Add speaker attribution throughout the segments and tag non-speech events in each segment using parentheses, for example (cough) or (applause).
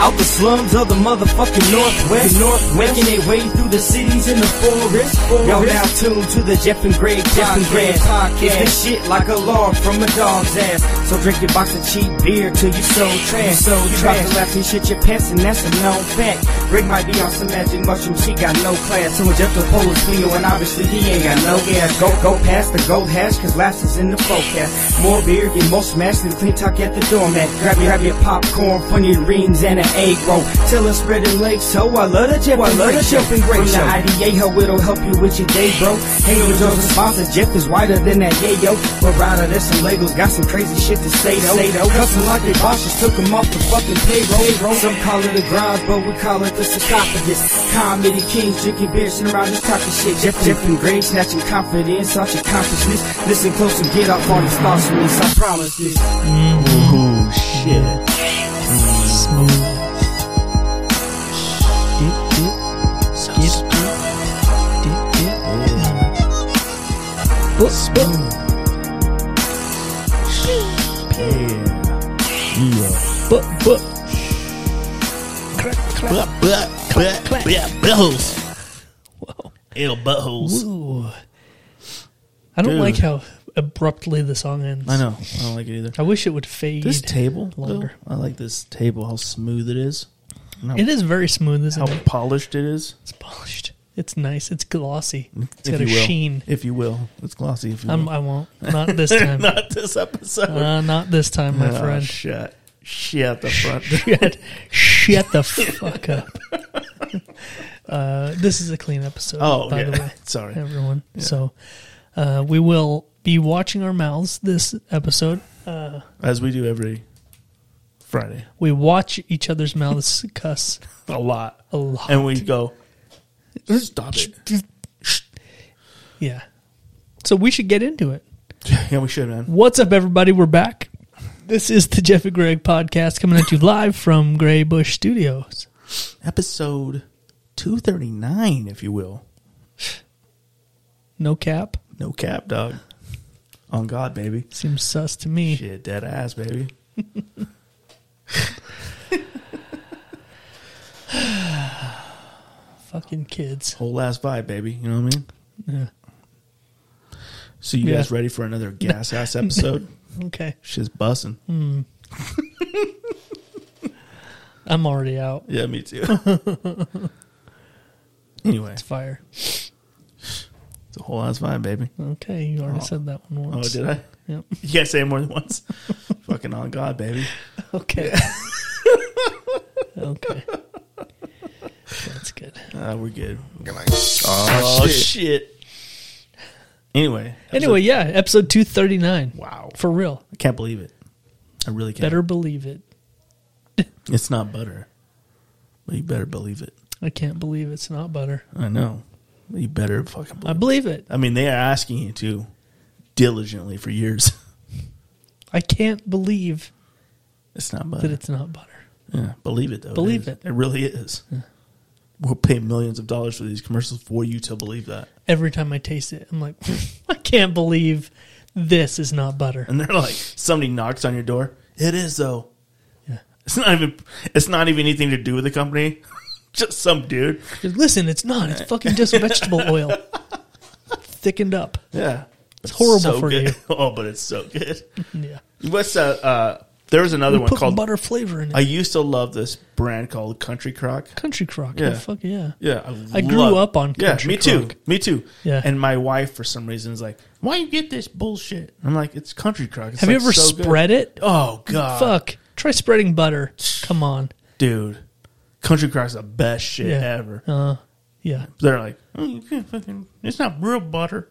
Speaker 1: Out the slums of the motherfucking Northwest. Northwest. Making their way through the cities in the forest. Y'all now tuned to the Jeff and Greg, Jeff and Greg podcast. It's this shit like a log from a dog's ass. So drink your box of cheap beer till you so trash. So you trash. to laugh and shit your pants and that's a known fact. Rick might be on some magic mushroom, she got no class. So Jeff the pole is Cleo and obviously he ain't got no gas. Go, go past the gold hash cause laughs is in the forecast. More beer, get more smashed than clean talk at the doormat. Grab your, grab your popcorn, funny rings and an egg roll. Till it's spread and legs, so I love the Jeff I love the Jeff and Greg show. IDA, ho, it'll help you with your day, bro. Hey, yo, Joe's a sponsor, Jeff is whiter than that yayo. But rider, there's some Legos, got some crazy shit to say though. Say though. Custom like they bosses took them off the fucking payroll. Some call it a grind, but we call it the sarcophagus. Comedy kings drinking beer, sitting around this talking shit. Jeff, Jeff and Greg snatching confidence out your consciousness. Listen close and get off on these thoughts from this, I promise this.
Speaker 2: Oh shit. Smooth. Dip, dip, skip, dip, dip, dip. Smooth. But, but. But, but, but, but, buttholes. Ew, buttholes.
Speaker 3: Ooh. I don't
Speaker 2: Dude.
Speaker 3: like how abruptly the song ends.
Speaker 2: I know. I don't like it either.
Speaker 3: I wish it would fade.
Speaker 2: This table,
Speaker 3: longer.
Speaker 2: though, I like this table. How smooth it is. and How,
Speaker 3: it is very smooth, isn't
Speaker 2: how
Speaker 3: it?
Speaker 2: polished it is.
Speaker 3: It's polished. It's nice. It's glossy. It's
Speaker 2: if
Speaker 3: got a
Speaker 2: you will.
Speaker 3: sheen.
Speaker 2: If you will, it's glossy. If you
Speaker 3: I'm,
Speaker 2: will.
Speaker 3: I won't.
Speaker 2: (laughs)
Speaker 3: Not this time.
Speaker 2: Not this episode,
Speaker 3: uh, not this time, my
Speaker 2: Oh,
Speaker 3: friend. (laughs)
Speaker 2: Shut, shut the front.
Speaker 3: Shut, shut the fuck up. (laughs) Uh, this is a clean episode,
Speaker 2: Oh,
Speaker 3: by the
Speaker 2: yeah.
Speaker 3: way.
Speaker 2: (laughs) Sorry.
Speaker 3: everyone. So uh, we will be watching our mouths this episode. Uh,
Speaker 2: As we do every Friday,
Speaker 3: we watch each other's mouths cuss
Speaker 2: a lot,
Speaker 3: a lot.
Speaker 2: and we go. Stop it.
Speaker 3: yeah. So we should get into it.
Speaker 2: (laughs) Yeah, we should, man.
Speaker 3: What's up, everybody? We're back. This is the Jeff and Greg podcast coming at you live from Gray Bush Studios.
Speaker 2: Episode two thirty nine, if you will.
Speaker 3: No cap.
Speaker 2: No cap, dog. On God, baby.
Speaker 3: Seems sus to me.
Speaker 2: Shit, dead ass, baby.
Speaker 3: Fucking kids.
Speaker 2: Whole ass vibe, baby. You know what I mean?
Speaker 3: Yeah.
Speaker 2: So you
Speaker 3: Yeah.
Speaker 2: guys ready for another gas ass episode?
Speaker 3: Okay.
Speaker 2: Shit's busting.
Speaker 3: I'm already out.
Speaker 2: Yeah, me too. (laughs) anyway,
Speaker 3: It's fire.
Speaker 2: it's a whole ass vibe, baby.
Speaker 3: Okay, you already
Speaker 2: Oh.
Speaker 3: said that one
Speaker 2: Oh,
Speaker 3: once.
Speaker 2: did I?
Speaker 3: Yep.
Speaker 2: You can't say it more than once. (laughs) Fucking on God, baby.
Speaker 3: (laughs) Okay. okay. That's good.
Speaker 2: Uh, we're good.
Speaker 4: Oh,
Speaker 2: Oh
Speaker 4: shit.
Speaker 2: shit. Anyway.
Speaker 3: Anyway,
Speaker 2: episode-
Speaker 3: yeah, episode 239.
Speaker 2: wow.
Speaker 3: For real.
Speaker 2: I can't believe it. I really can't.
Speaker 3: Better believe it.
Speaker 2: It's not butter, but you better believe it.
Speaker 3: I can't believe it's not butter.
Speaker 2: I know. You better fucking
Speaker 3: I
Speaker 2: believe. it.
Speaker 3: believe it.
Speaker 2: I mean, they are asking you to diligently for years. (laughs)
Speaker 3: I can't believe
Speaker 2: It's not
Speaker 3: that
Speaker 2: butter.
Speaker 3: it's not butter.
Speaker 2: yeah, believe it though.
Speaker 3: Believe
Speaker 2: is.
Speaker 3: it.
Speaker 2: It really is. We'll pay millions of dollars for these commercials for you to believe that.
Speaker 3: Every time I taste it, I'm like, I can't believe this is not butter.
Speaker 2: and they're like somebody knocks on your door. It is though.
Speaker 3: Yeah.
Speaker 2: It's not even it's not even anything to do with the company. (laughs) Just some dude.
Speaker 3: Listen, it's not. It's fucking just vegetable oil. Thickened up.
Speaker 2: Yeah. It's
Speaker 3: horrible for
Speaker 2: good.
Speaker 3: you.
Speaker 2: (laughs) Oh, but it's so good.
Speaker 3: Yeah.
Speaker 2: What's uh, uh there was another
Speaker 3: We
Speaker 2: one
Speaker 3: put
Speaker 2: called
Speaker 3: butter flavor in it.
Speaker 2: I used to love this brand called Country Crock.
Speaker 3: Country crock.
Speaker 2: Yeah.
Speaker 3: Yeah. Fuck yeah.
Speaker 2: Yeah,
Speaker 3: I grew
Speaker 2: love-
Speaker 3: up on Country
Speaker 2: yeah, me
Speaker 3: Crock.
Speaker 2: too, me too.
Speaker 3: Yeah.
Speaker 2: and my wife for some reason is like, "Why you get this bullshit?" I'm like, "It's Country Crock." It's
Speaker 3: Have
Speaker 2: like
Speaker 3: you ever
Speaker 2: so good."
Speaker 3: spread it?
Speaker 2: Oh god,
Speaker 3: Fuck. Try spreading butter. Come on.
Speaker 2: dude, Country Crock's the best shit
Speaker 3: Yeah.
Speaker 2: ever.
Speaker 3: Uh, yeah.
Speaker 2: They're like, oh, you can't fucking. It's not real butter.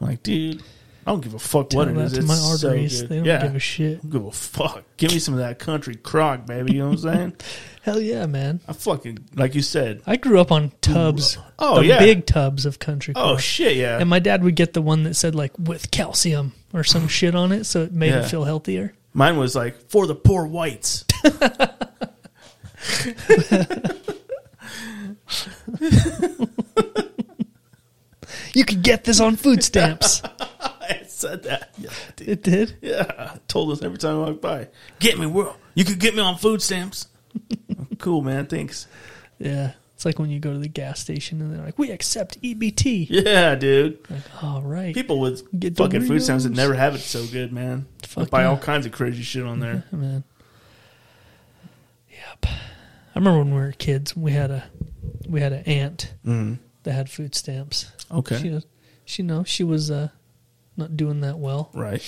Speaker 2: I'm like, dude, I don't give a fuck what
Speaker 3: Tell
Speaker 2: it
Speaker 3: that
Speaker 2: is.
Speaker 3: to
Speaker 2: It's
Speaker 3: my
Speaker 2: so
Speaker 3: arteries.
Speaker 2: good.
Speaker 3: They don't
Speaker 2: Yeah.
Speaker 3: give a shit.
Speaker 2: I don't give a fuck. Give me some of that country crock, baby. You know what I'm
Speaker 3: (laughs)
Speaker 2: saying?
Speaker 3: Hell yeah, man.
Speaker 2: I fucking like you said.
Speaker 3: I grew up on tubs.
Speaker 2: Oh,
Speaker 3: the
Speaker 2: yeah.
Speaker 3: Big tubs of country
Speaker 2: Oh
Speaker 3: corn.
Speaker 2: shit, yeah.
Speaker 3: and my dad would get the one that said like with calcium or some shit on it, so it made
Speaker 2: Yeah.
Speaker 3: it feel healthier.
Speaker 2: Mine was like for the poor whites. (laughs)
Speaker 3: You could get this on food
Speaker 2: (laughs)
Speaker 3: stamps.
Speaker 2: I said that. Yeah, dude.
Speaker 3: it did.
Speaker 2: yeah. I told us every time I walked by. Get me, world. You could get me on food stamps. (laughs) cool, man. Thanks.
Speaker 3: Yeah. It's like when you go to the gas station and they're like, we accept EBT.
Speaker 2: Yeah, dude.
Speaker 3: Like, all right.
Speaker 2: People with
Speaker 3: Get the
Speaker 2: fucking food stamps that
Speaker 3: Doritos.
Speaker 2: never have it so good, man.
Speaker 3: Fuck
Speaker 2: buy
Speaker 3: yeah.
Speaker 2: all kinds of crazy shit on
Speaker 3: (laughs)
Speaker 2: there.
Speaker 3: Yeah, man. Yep. I remember when we were kids, we had a we had an aunt that had food stamps.
Speaker 2: Mm-hmm. Okay.
Speaker 3: She she no, she was uh, not doing that well,
Speaker 2: Right.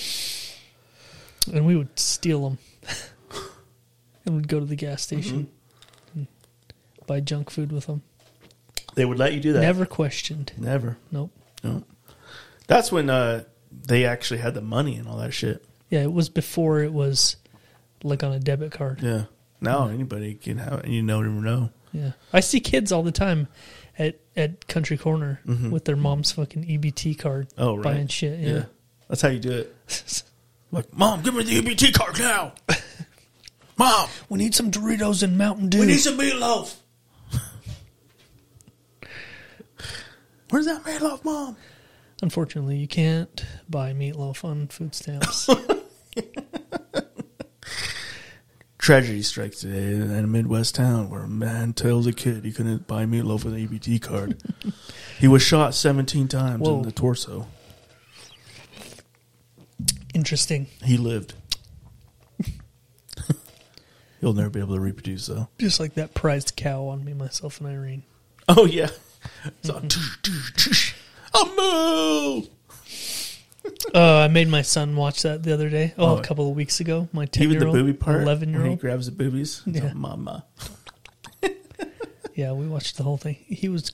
Speaker 3: and we would steal them, (laughs) and we'd go to the gas
Speaker 2: Mm-hmm.
Speaker 3: station, and buy junk food with them.
Speaker 2: They would let you do that.
Speaker 3: Never questioned.
Speaker 2: Never.
Speaker 3: Nope.
Speaker 2: No. That's when uh, they actually had the money and all that shit.
Speaker 3: Yeah, it was before it was like on a debit card.
Speaker 2: Yeah. Now anybody can have it, and you know, never know.
Speaker 3: Yeah, I see kids all the time at at country corner with their mom's fucking EBT card.
Speaker 2: Mm-hmm. Oh, right.
Speaker 3: buying shit. Yeah,
Speaker 2: That's how you do it. Like, mom, give me the EBT card now. mom,
Speaker 3: we need some Doritos and Mountain Dew.
Speaker 2: we need some meatloaf. Where's that meatloaf, mom?
Speaker 3: Unfortunately, you can't buy meatloaf on
Speaker 2: (laughs)
Speaker 3: food stamps.
Speaker 2: Tragedy strikes today in a Midwest town where a man tells a kid he couldn't buy meatloaf with an EBT card. he was shot 17 times
Speaker 3: Whoa.
Speaker 2: in the torso.
Speaker 3: Interesting.
Speaker 2: He lived. (laughs) He'll never be able to reproduce, though.
Speaker 3: Just like that prized cow on me, myself, and Irene.
Speaker 2: Oh, yeah. It's
Speaker 3: Mm-hmm.
Speaker 2: all, "Tush, tush, tush. a moo!
Speaker 3: Uh, I made my son watch that the other day. Oh,
Speaker 2: Oh.
Speaker 3: a couple of weeks ago. My ten
Speaker 2: Even
Speaker 3: year
Speaker 2: the
Speaker 3: old,
Speaker 2: booby part.
Speaker 3: eleven year
Speaker 2: when He
Speaker 3: old.
Speaker 2: grabs the boobies. It's
Speaker 3: Yeah.
Speaker 2: all, Mama.
Speaker 3: Yeah, we watched the whole thing. He was,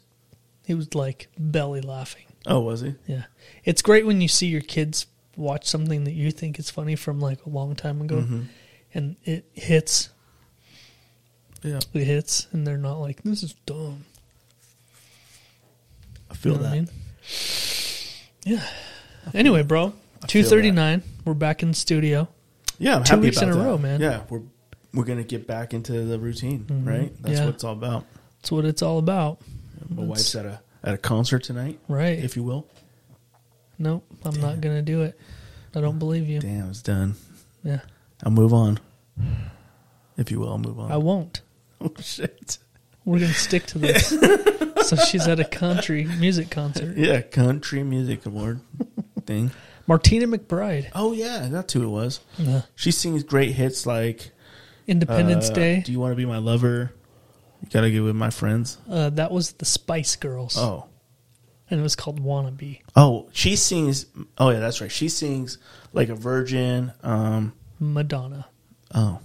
Speaker 3: he was like belly laughing.
Speaker 2: Oh, was he?
Speaker 3: Yeah, it's great when you see your kids watch something that you think is funny from like a long time ago,
Speaker 2: Mm-hmm.
Speaker 3: and it hits,
Speaker 2: Yeah.
Speaker 3: it hits, and they're not like, "This is dumb."
Speaker 2: I feel
Speaker 3: know what
Speaker 2: that.
Speaker 3: I mean? Yeah. Anyway, bro, two thirty nine. We're back in the studio.
Speaker 2: Yeah, I'm
Speaker 3: Two
Speaker 2: happy
Speaker 3: weeks
Speaker 2: about
Speaker 3: in a
Speaker 2: that.
Speaker 3: row, man. Mm-hmm.
Speaker 2: Yeah, we're we're gonna get back into the routine, right? That's
Speaker 3: Yeah.
Speaker 2: what it's all about.
Speaker 3: That's what it's all about.
Speaker 2: My wife's at a at a concert tonight,
Speaker 3: Right.
Speaker 2: if you will.
Speaker 3: nope, I'm not gonna do it. I don't believe you.
Speaker 2: Damn, it's done.
Speaker 3: Yeah,
Speaker 2: I'll move on, if you will. I'll move on.
Speaker 3: I won't.
Speaker 2: (laughs) oh shit!
Speaker 3: We're gonna stick to this. so she's at a country music concert.
Speaker 2: Yeah, country music
Speaker 3: (laughs)
Speaker 2: award thing.
Speaker 3: Martina McBride.
Speaker 2: Oh yeah, that's who it was.
Speaker 3: Yeah.
Speaker 2: She sings great hits like
Speaker 3: Independence
Speaker 2: uh,
Speaker 3: Day.
Speaker 2: Do you want to be my lover? You gotta get with my friends.
Speaker 3: Uh, that was the Spice Girls,
Speaker 2: Oh,
Speaker 3: and it was called "Wannabe."
Speaker 2: oh, she sings. Oh yeah, that's right. She sings like a virgin. Um,
Speaker 3: Madonna,
Speaker 2: Oh.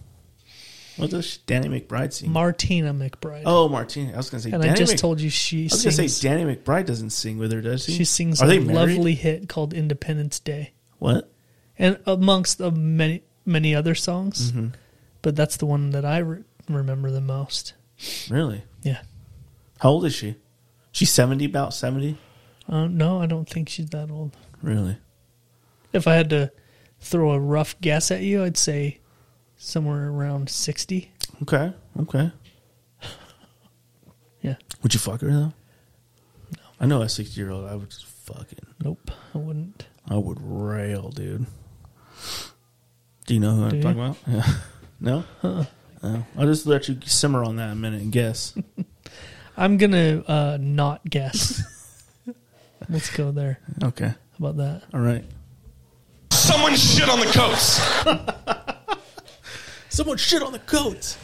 Speaker 2: What does Danny McBride sing?
Speaker 3: Martina McBride.
Speaker 2: Mm. oh, Martina. I was going to say
Speaker 3: and
Speaker 2: Danny
Speaker 3: I just
Speaker 2: Mc-
Speaker 3: told you
Speaker 2: I
Speaker 3: she
Speaker 2: was going to
Speaker 3: sings.
Speaker 2: say Danny McBride doesn't sing with her, does she?
Speaker 3: she sings
Speaker 2: Are
Speaker 3: a
Speaker 2: they married?
Speaker 3: lovely hit called "Independence Day,"
Speaker 2: What?
Speaker 3: and amongst the many many other songs,
Speaker 2: Mm-hmm.
Speaker 3: but that's the one that I re- remember the most.
Speaker 2: Really?
Speaker 3: Yeah.
Speaker 2: How old is she? She's 70, about 70?
Speaker 3: Uh, no, I don't think she's that old.
Speaker 2: Really?
Speaker 3: If I had to throw a rough guess at you, I'd say somewhere around sixty.
Speaker 2: Okay. Okay.
Speaker 3: Yeah.
Speaker 2: Would you fuck her, though? No. I know a 60 year old, I would just fucking.
Speaker 3: Nope, I wouldn't.
Speaker 2: I would rail, dude. Do you know who
Speaker 3: Do
Speaker 2: I'm
Speaker 3: you?
Speaker 2: talking about? Yeah. (laughs) No? No. I'll just let you simmer on that a minute and guess.
Speaker 3: I'm gonna uh, not guess. Let's go there.
Speaker 2: (laughs) okay.
Speaker 3: How about that?
Speaker 2: All right.
Speaker 4: Someone shit on the coats.
Speaker 2: (laughs) Someone shit on the coats.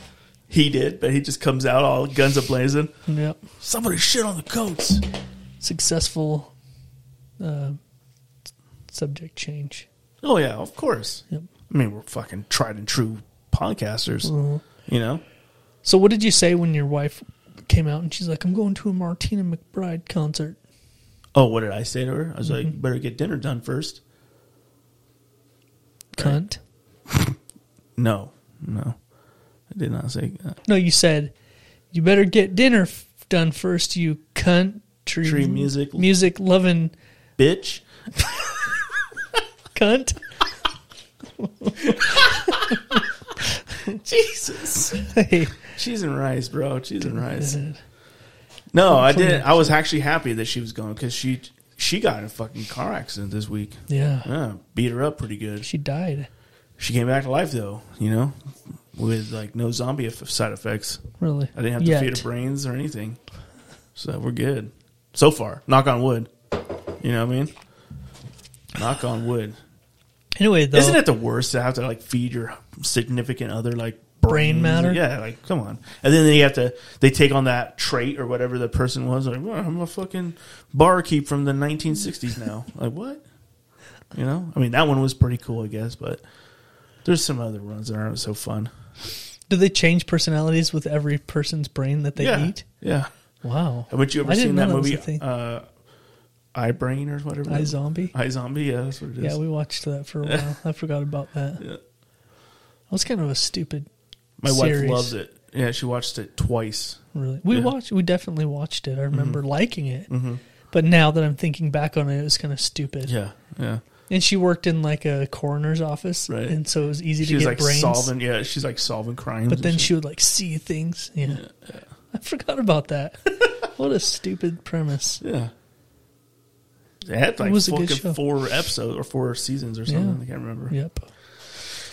Speaker 2: He did, but he just comes out all guns a blazing.
Speaker 3: Yep.
Speaker 2: Somebody shit on the coats.
Speaker 3: Successful uh, subject change.
Speaker 2: Oh yeah, of course.
Speaker 3: Yep.
Speaker 2: I mean, we're fucking tried and true podcasters. You know,
Speaker 3: So, what did you say when your wife came out and she's like, "I'm going to a Martina McBride concert"?
Speaker 2: Oh, what did I say to her? I was like, better get dinner done first.
Speaker 3: Cunt.
Speaker 2: No, no, I did not say that.
Speaker 3: No, you said, "You better get dinner f- done first, you country
Speaker 2: Tree music-
Speaker 3: music loving
Speaker 2: Bitch. (laughs)
Speaker 3: cunt."
Speaker 2: Jesus.
Speaker 3: Hey,
Speaker 2: Cheese and rice, bro. Cheese and rice.
Speaker 3: uh,
Speaker 2: No, I didn't. I was actually happy that she was going because she she got in a fucking car accident this week.
Speaker 3: yeah,
Speaker 2: Yeah, beat her up pretty good.
Speaker 3: she died.
Speaker 2: She came back to life though, you know. with like no zombie eff side effects.
Speaker 3: Really?
Speaker 2: I didn't have
Speaker 3: Yet.
Speaker 2: to feed her brains or anything. So we're good. So far. Knock on wood. You know what I mean? Knock on wood.
Speaker 3: Anyway, though,
Speaker 2: Isn't it the worst to have to like feed your significant other like
Speaker 3: Brain
Speaker 2: brains?
Speaker 3: matter?
Speaker 2: Yeah, like come on. And then they have to they take on that trait or whatever the person was. Like well, I'm a fucking barkeep from the 1960s
Speaker 3: (laughs)
Speaker 2: now. like what? You know? I mean that one was pretty cool, I guess, but there's some other ones that aren't so fun.
Speaker 3: do they change personalities with every person's brain that they
Speaker 2: yeah,
Speaker 3: eat?
Speaker 2: yeah.
Speaker 3: Wow.
Speaker 2: Haven't you ever
Speaker 3: I didn't
Speaker 2: seen
Speaker 3: know
Speaker 2: that
Speaker 3: was a
Speaker 2: movie?
Speaker 3: thing.
Speaker 2: Uh, I Brain or whatever.
Speaker 3: I Zombie?
Speaker 2: I Zombie. Yeah, that's what it is.
Speaker 3: yeah, we watched that for a while. I forgot about that.
Speaker 2: (laughs) Yeah.
Speaker 3: That was kind of a stupid.
Speaker 2: My
Speaker 3: series.
Speaker 2: wife loves it. Yeah, she watched it twice.
Speaker 3: Really, we
Speaker 2: Yeah. Mm-hmm.
Speaker 3: watched. We definitely watched it. I remember liking it. But now that I'm thinking back on it, it was kind of stupid.
Speaker 2: Yeah, yeah.
Speaker 3: And she worked in like a coroner's office,
Speaker 2: Right.
Speaker 3: and so it was easy to
Speaker 2: She's
Speaker 3: get
Speaker 2: like
Speaker 3: brains.
Speaker 2: solving. Yeah, she's like solving crimes.
Speaker 3: but
Speaker 2: and
Speaker 3: then
Speaker 2: shit.
Speaker 3: she would like see things. Yeah, I forgot about that. (laughs) what a stupid premise.
Speaker 2: yeah. It had like
Speaker 3: was a
Speaker 2: fucking
Speaker 3: good show.
Speaker 2: four episodes or four seasons or something. I can't remember. Yeah.
Speaker 3: Yep,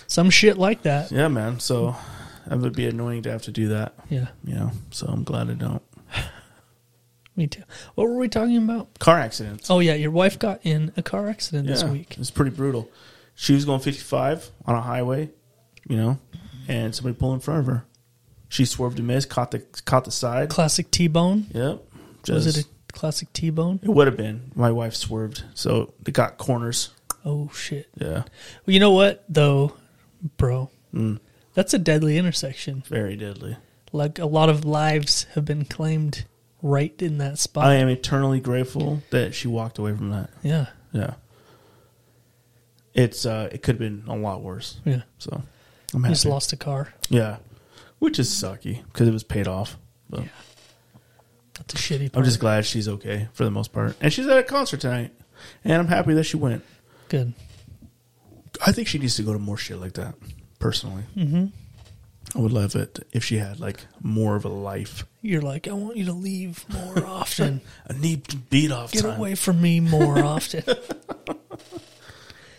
Speaker 3: some shit like that.
Speaker 2: man. So that would be annoying to have to do that.
Speaker 3: Yeah,
Speaker 2: You know. So I'm glad I don't.
Speaker 3: me too. What were we talking about?
Speaker 2: Car accidents.
Speaker 3: Oh yeah, your wife got in a car accident Oh, this
Speaker 2: Yeah,
Speaker 3: week.
Speaker 2: It's pretty brutal. She was going 55 on a highway, you know, and somebody pulled in front of her. She swerved and missed, caught the caught the side.
Speaker 3: Classic T-bone.
Speaker 2: Yep.
Speaker 3: Was
Speaker 2: Just-
Speaker 3: it a classic T-bone?
Speaker 2: it would have been. My wife swerved, so it got corners.
Speaker 3: Oh shit.
Speaker 2: Yeah,
Speaker 3: Well, you know what though, bro?
Speaker 2: Mm.
Speaker 3: That's a deadly intersection.
Speaker 2: very deadly.
Speaker 3: Like a lot of lives have been claimed right in that spot.
Speaker 2: I am eternally grateful that she walked away from that.
Speaker 3: yeah,
Speaker 2: Yeah, it's uh, it could have been a lot worse.
Speaker 3: yeah.
Speaker 2: So I'm
Speaker 3: Just
Speaker 2: happy.
Speaker 3: lost a car.
Speaker 2: Yeah, which is sucky because it was paid off. But
Speaker 3: That's a shitty.
Speaker 2: I'm
Speaker 3: Part.
Speaker 2: just glad she's okay for the most part, and she's at a concert tonight, and I'm happy that she went.
Speaker 3: good.
Speaker 2: I think she needs to go to more shit like that. Personally, mm-hmm. I would love it if she had like more of a life.
Speaker 3: You're like, I want you to leave
Speaker 2: (laughs)
Speaker 3: more often.
Speaker 2: I need to beat off
Speaker 3: Get
Speaker 2: time.
Speaker 3: away from
Speaker 2: (laughs)
Speaker 3: me more often.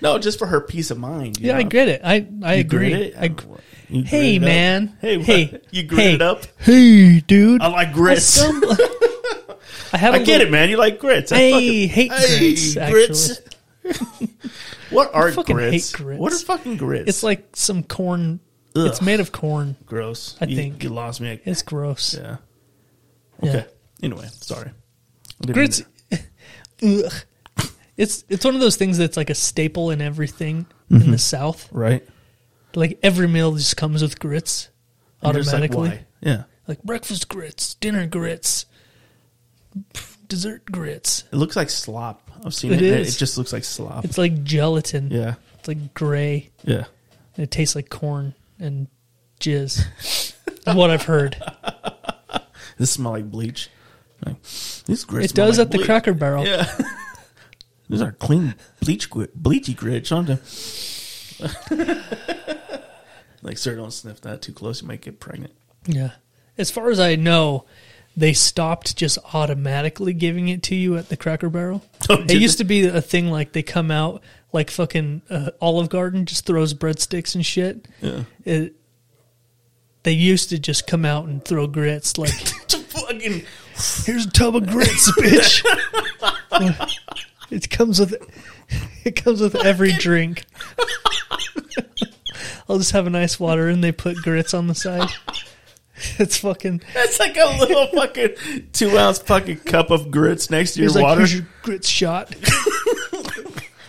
Speaker 2: No, just for her peace of mind. you
Speaker 3: yeah, I
Speaker 2: know?
Speaker 3: get it. I I
Speaker 2: You
Speaker 3: agree.
Speaker 2: grit it? Uh,
Speaker 3: I gr-
Speaker 2: You
Speaker 3: hey
Speaker 2: grit it up?
Speaker 3: man.
Speaker 2: Hey, what?
Speaker 3: hey.
Speaker 2: You grit
Speaker 3: hey.
Speaker 2: it up?
Speaker 3: Hey, dude.
Speaker 2: I like grits. I, (laughs)
Speaker 3: Some- I have. a
Speaker 2: get
Speaker 3: little-
Speaker 2: it, man. You like grits. I
Speaker 3: I hate grits, actually.
Speaker 2: (laughs) what are
Speaker 3: fucking hate
Speaker 2: grits?
Speaker 3: grits.
Speaker 2: What are fucking grits?
Speaker 3: It's like some corn.
Speaker 2: Ugh.
Speaker 3: It's made of corn.
Speaker 2: gross.
Speaker 3: I
Speaker 2: You-
Speaker 3: think-
Speaker 2: you lost me.
Speaker 3: It's gross.
Speaker 2: yeah.
Speaker 3: Yeah.
Speaker 2: Okay. Anyway, sorry. I didn't
Speaker 3: Grits. (laughs)
Speaker 2: mean
Speaker 3: Ugh. It's it's one of those things that's like a staple in everything
Speaker 2: Mm-hmm.
Speaker 3: in the South.
Speaker 2: to- right?
Speaker 3: Like every meal just comes with grits
Speaker 2: You're just like,
Speaker 3: automatically.
Speaker 2: why? Yeah.
Speaker 3: like breakfast grits, dinner grits, pff, dessert grits.
Speaker 2: It looks like slop. I've seen
Speaker 3: It
Speaker 2: it. It,
Speaker 3: is.
Speaker 2: it just looks like slop.
Speaker 3: It's like gelatin.
Speaker 2: yeah.
Speaker 3: It's like gray.
Speaker 2: Yeah.
Speaker 3: And it tastes like corn and jizz. (laughs) Is what I've heard.
Speaker 2: This smell like bleach. Like, these grits.
Speaker 3: It does
Speaker 2: smell
Speaker 3: at
Speaker 2: like
Speaker 3: the
Speaker 2: bleach.
Speaker 3: Cracker
Speaker 2: (laughs)
Speaker 3: Barrel.
Speaker 2: Yeah. These are clean bleach grit, bleachy grits, aren't they? (laughs) like, sir, don't sniff that too close. You might get pregnant.
Speaker 3: Yeah. As far as I know, they stopped just automatically giving it to you at the Cracker Barrel.
Speaker 2: Oh,
Speaker 3: it
Speaker 2: did
Speaker 3: used
Speaker 2: they?
Speaker 3: to be a thing like they come out like fucking uh, Olive Garden just throws breadsticks and shit.
Speaker 2: Yeah.
Speaker 3: It, they used to just come out and throw
Speaker 2: (laughs)
Speaker 3: grits like
Speaker 2: fucking.
Speaker 3: here's a tub of grits, bitch. it comes with it comes with every drink. (laughs) I'll just have an ice water and they put grits on the side. It's fucking
Speaker 2: That's like a little fucking two ounce fucking cup of grits next to your
Speaker 3: He's like,
Speaker 2: water.
Speaker 3: "Here's your grits shot. (laughs)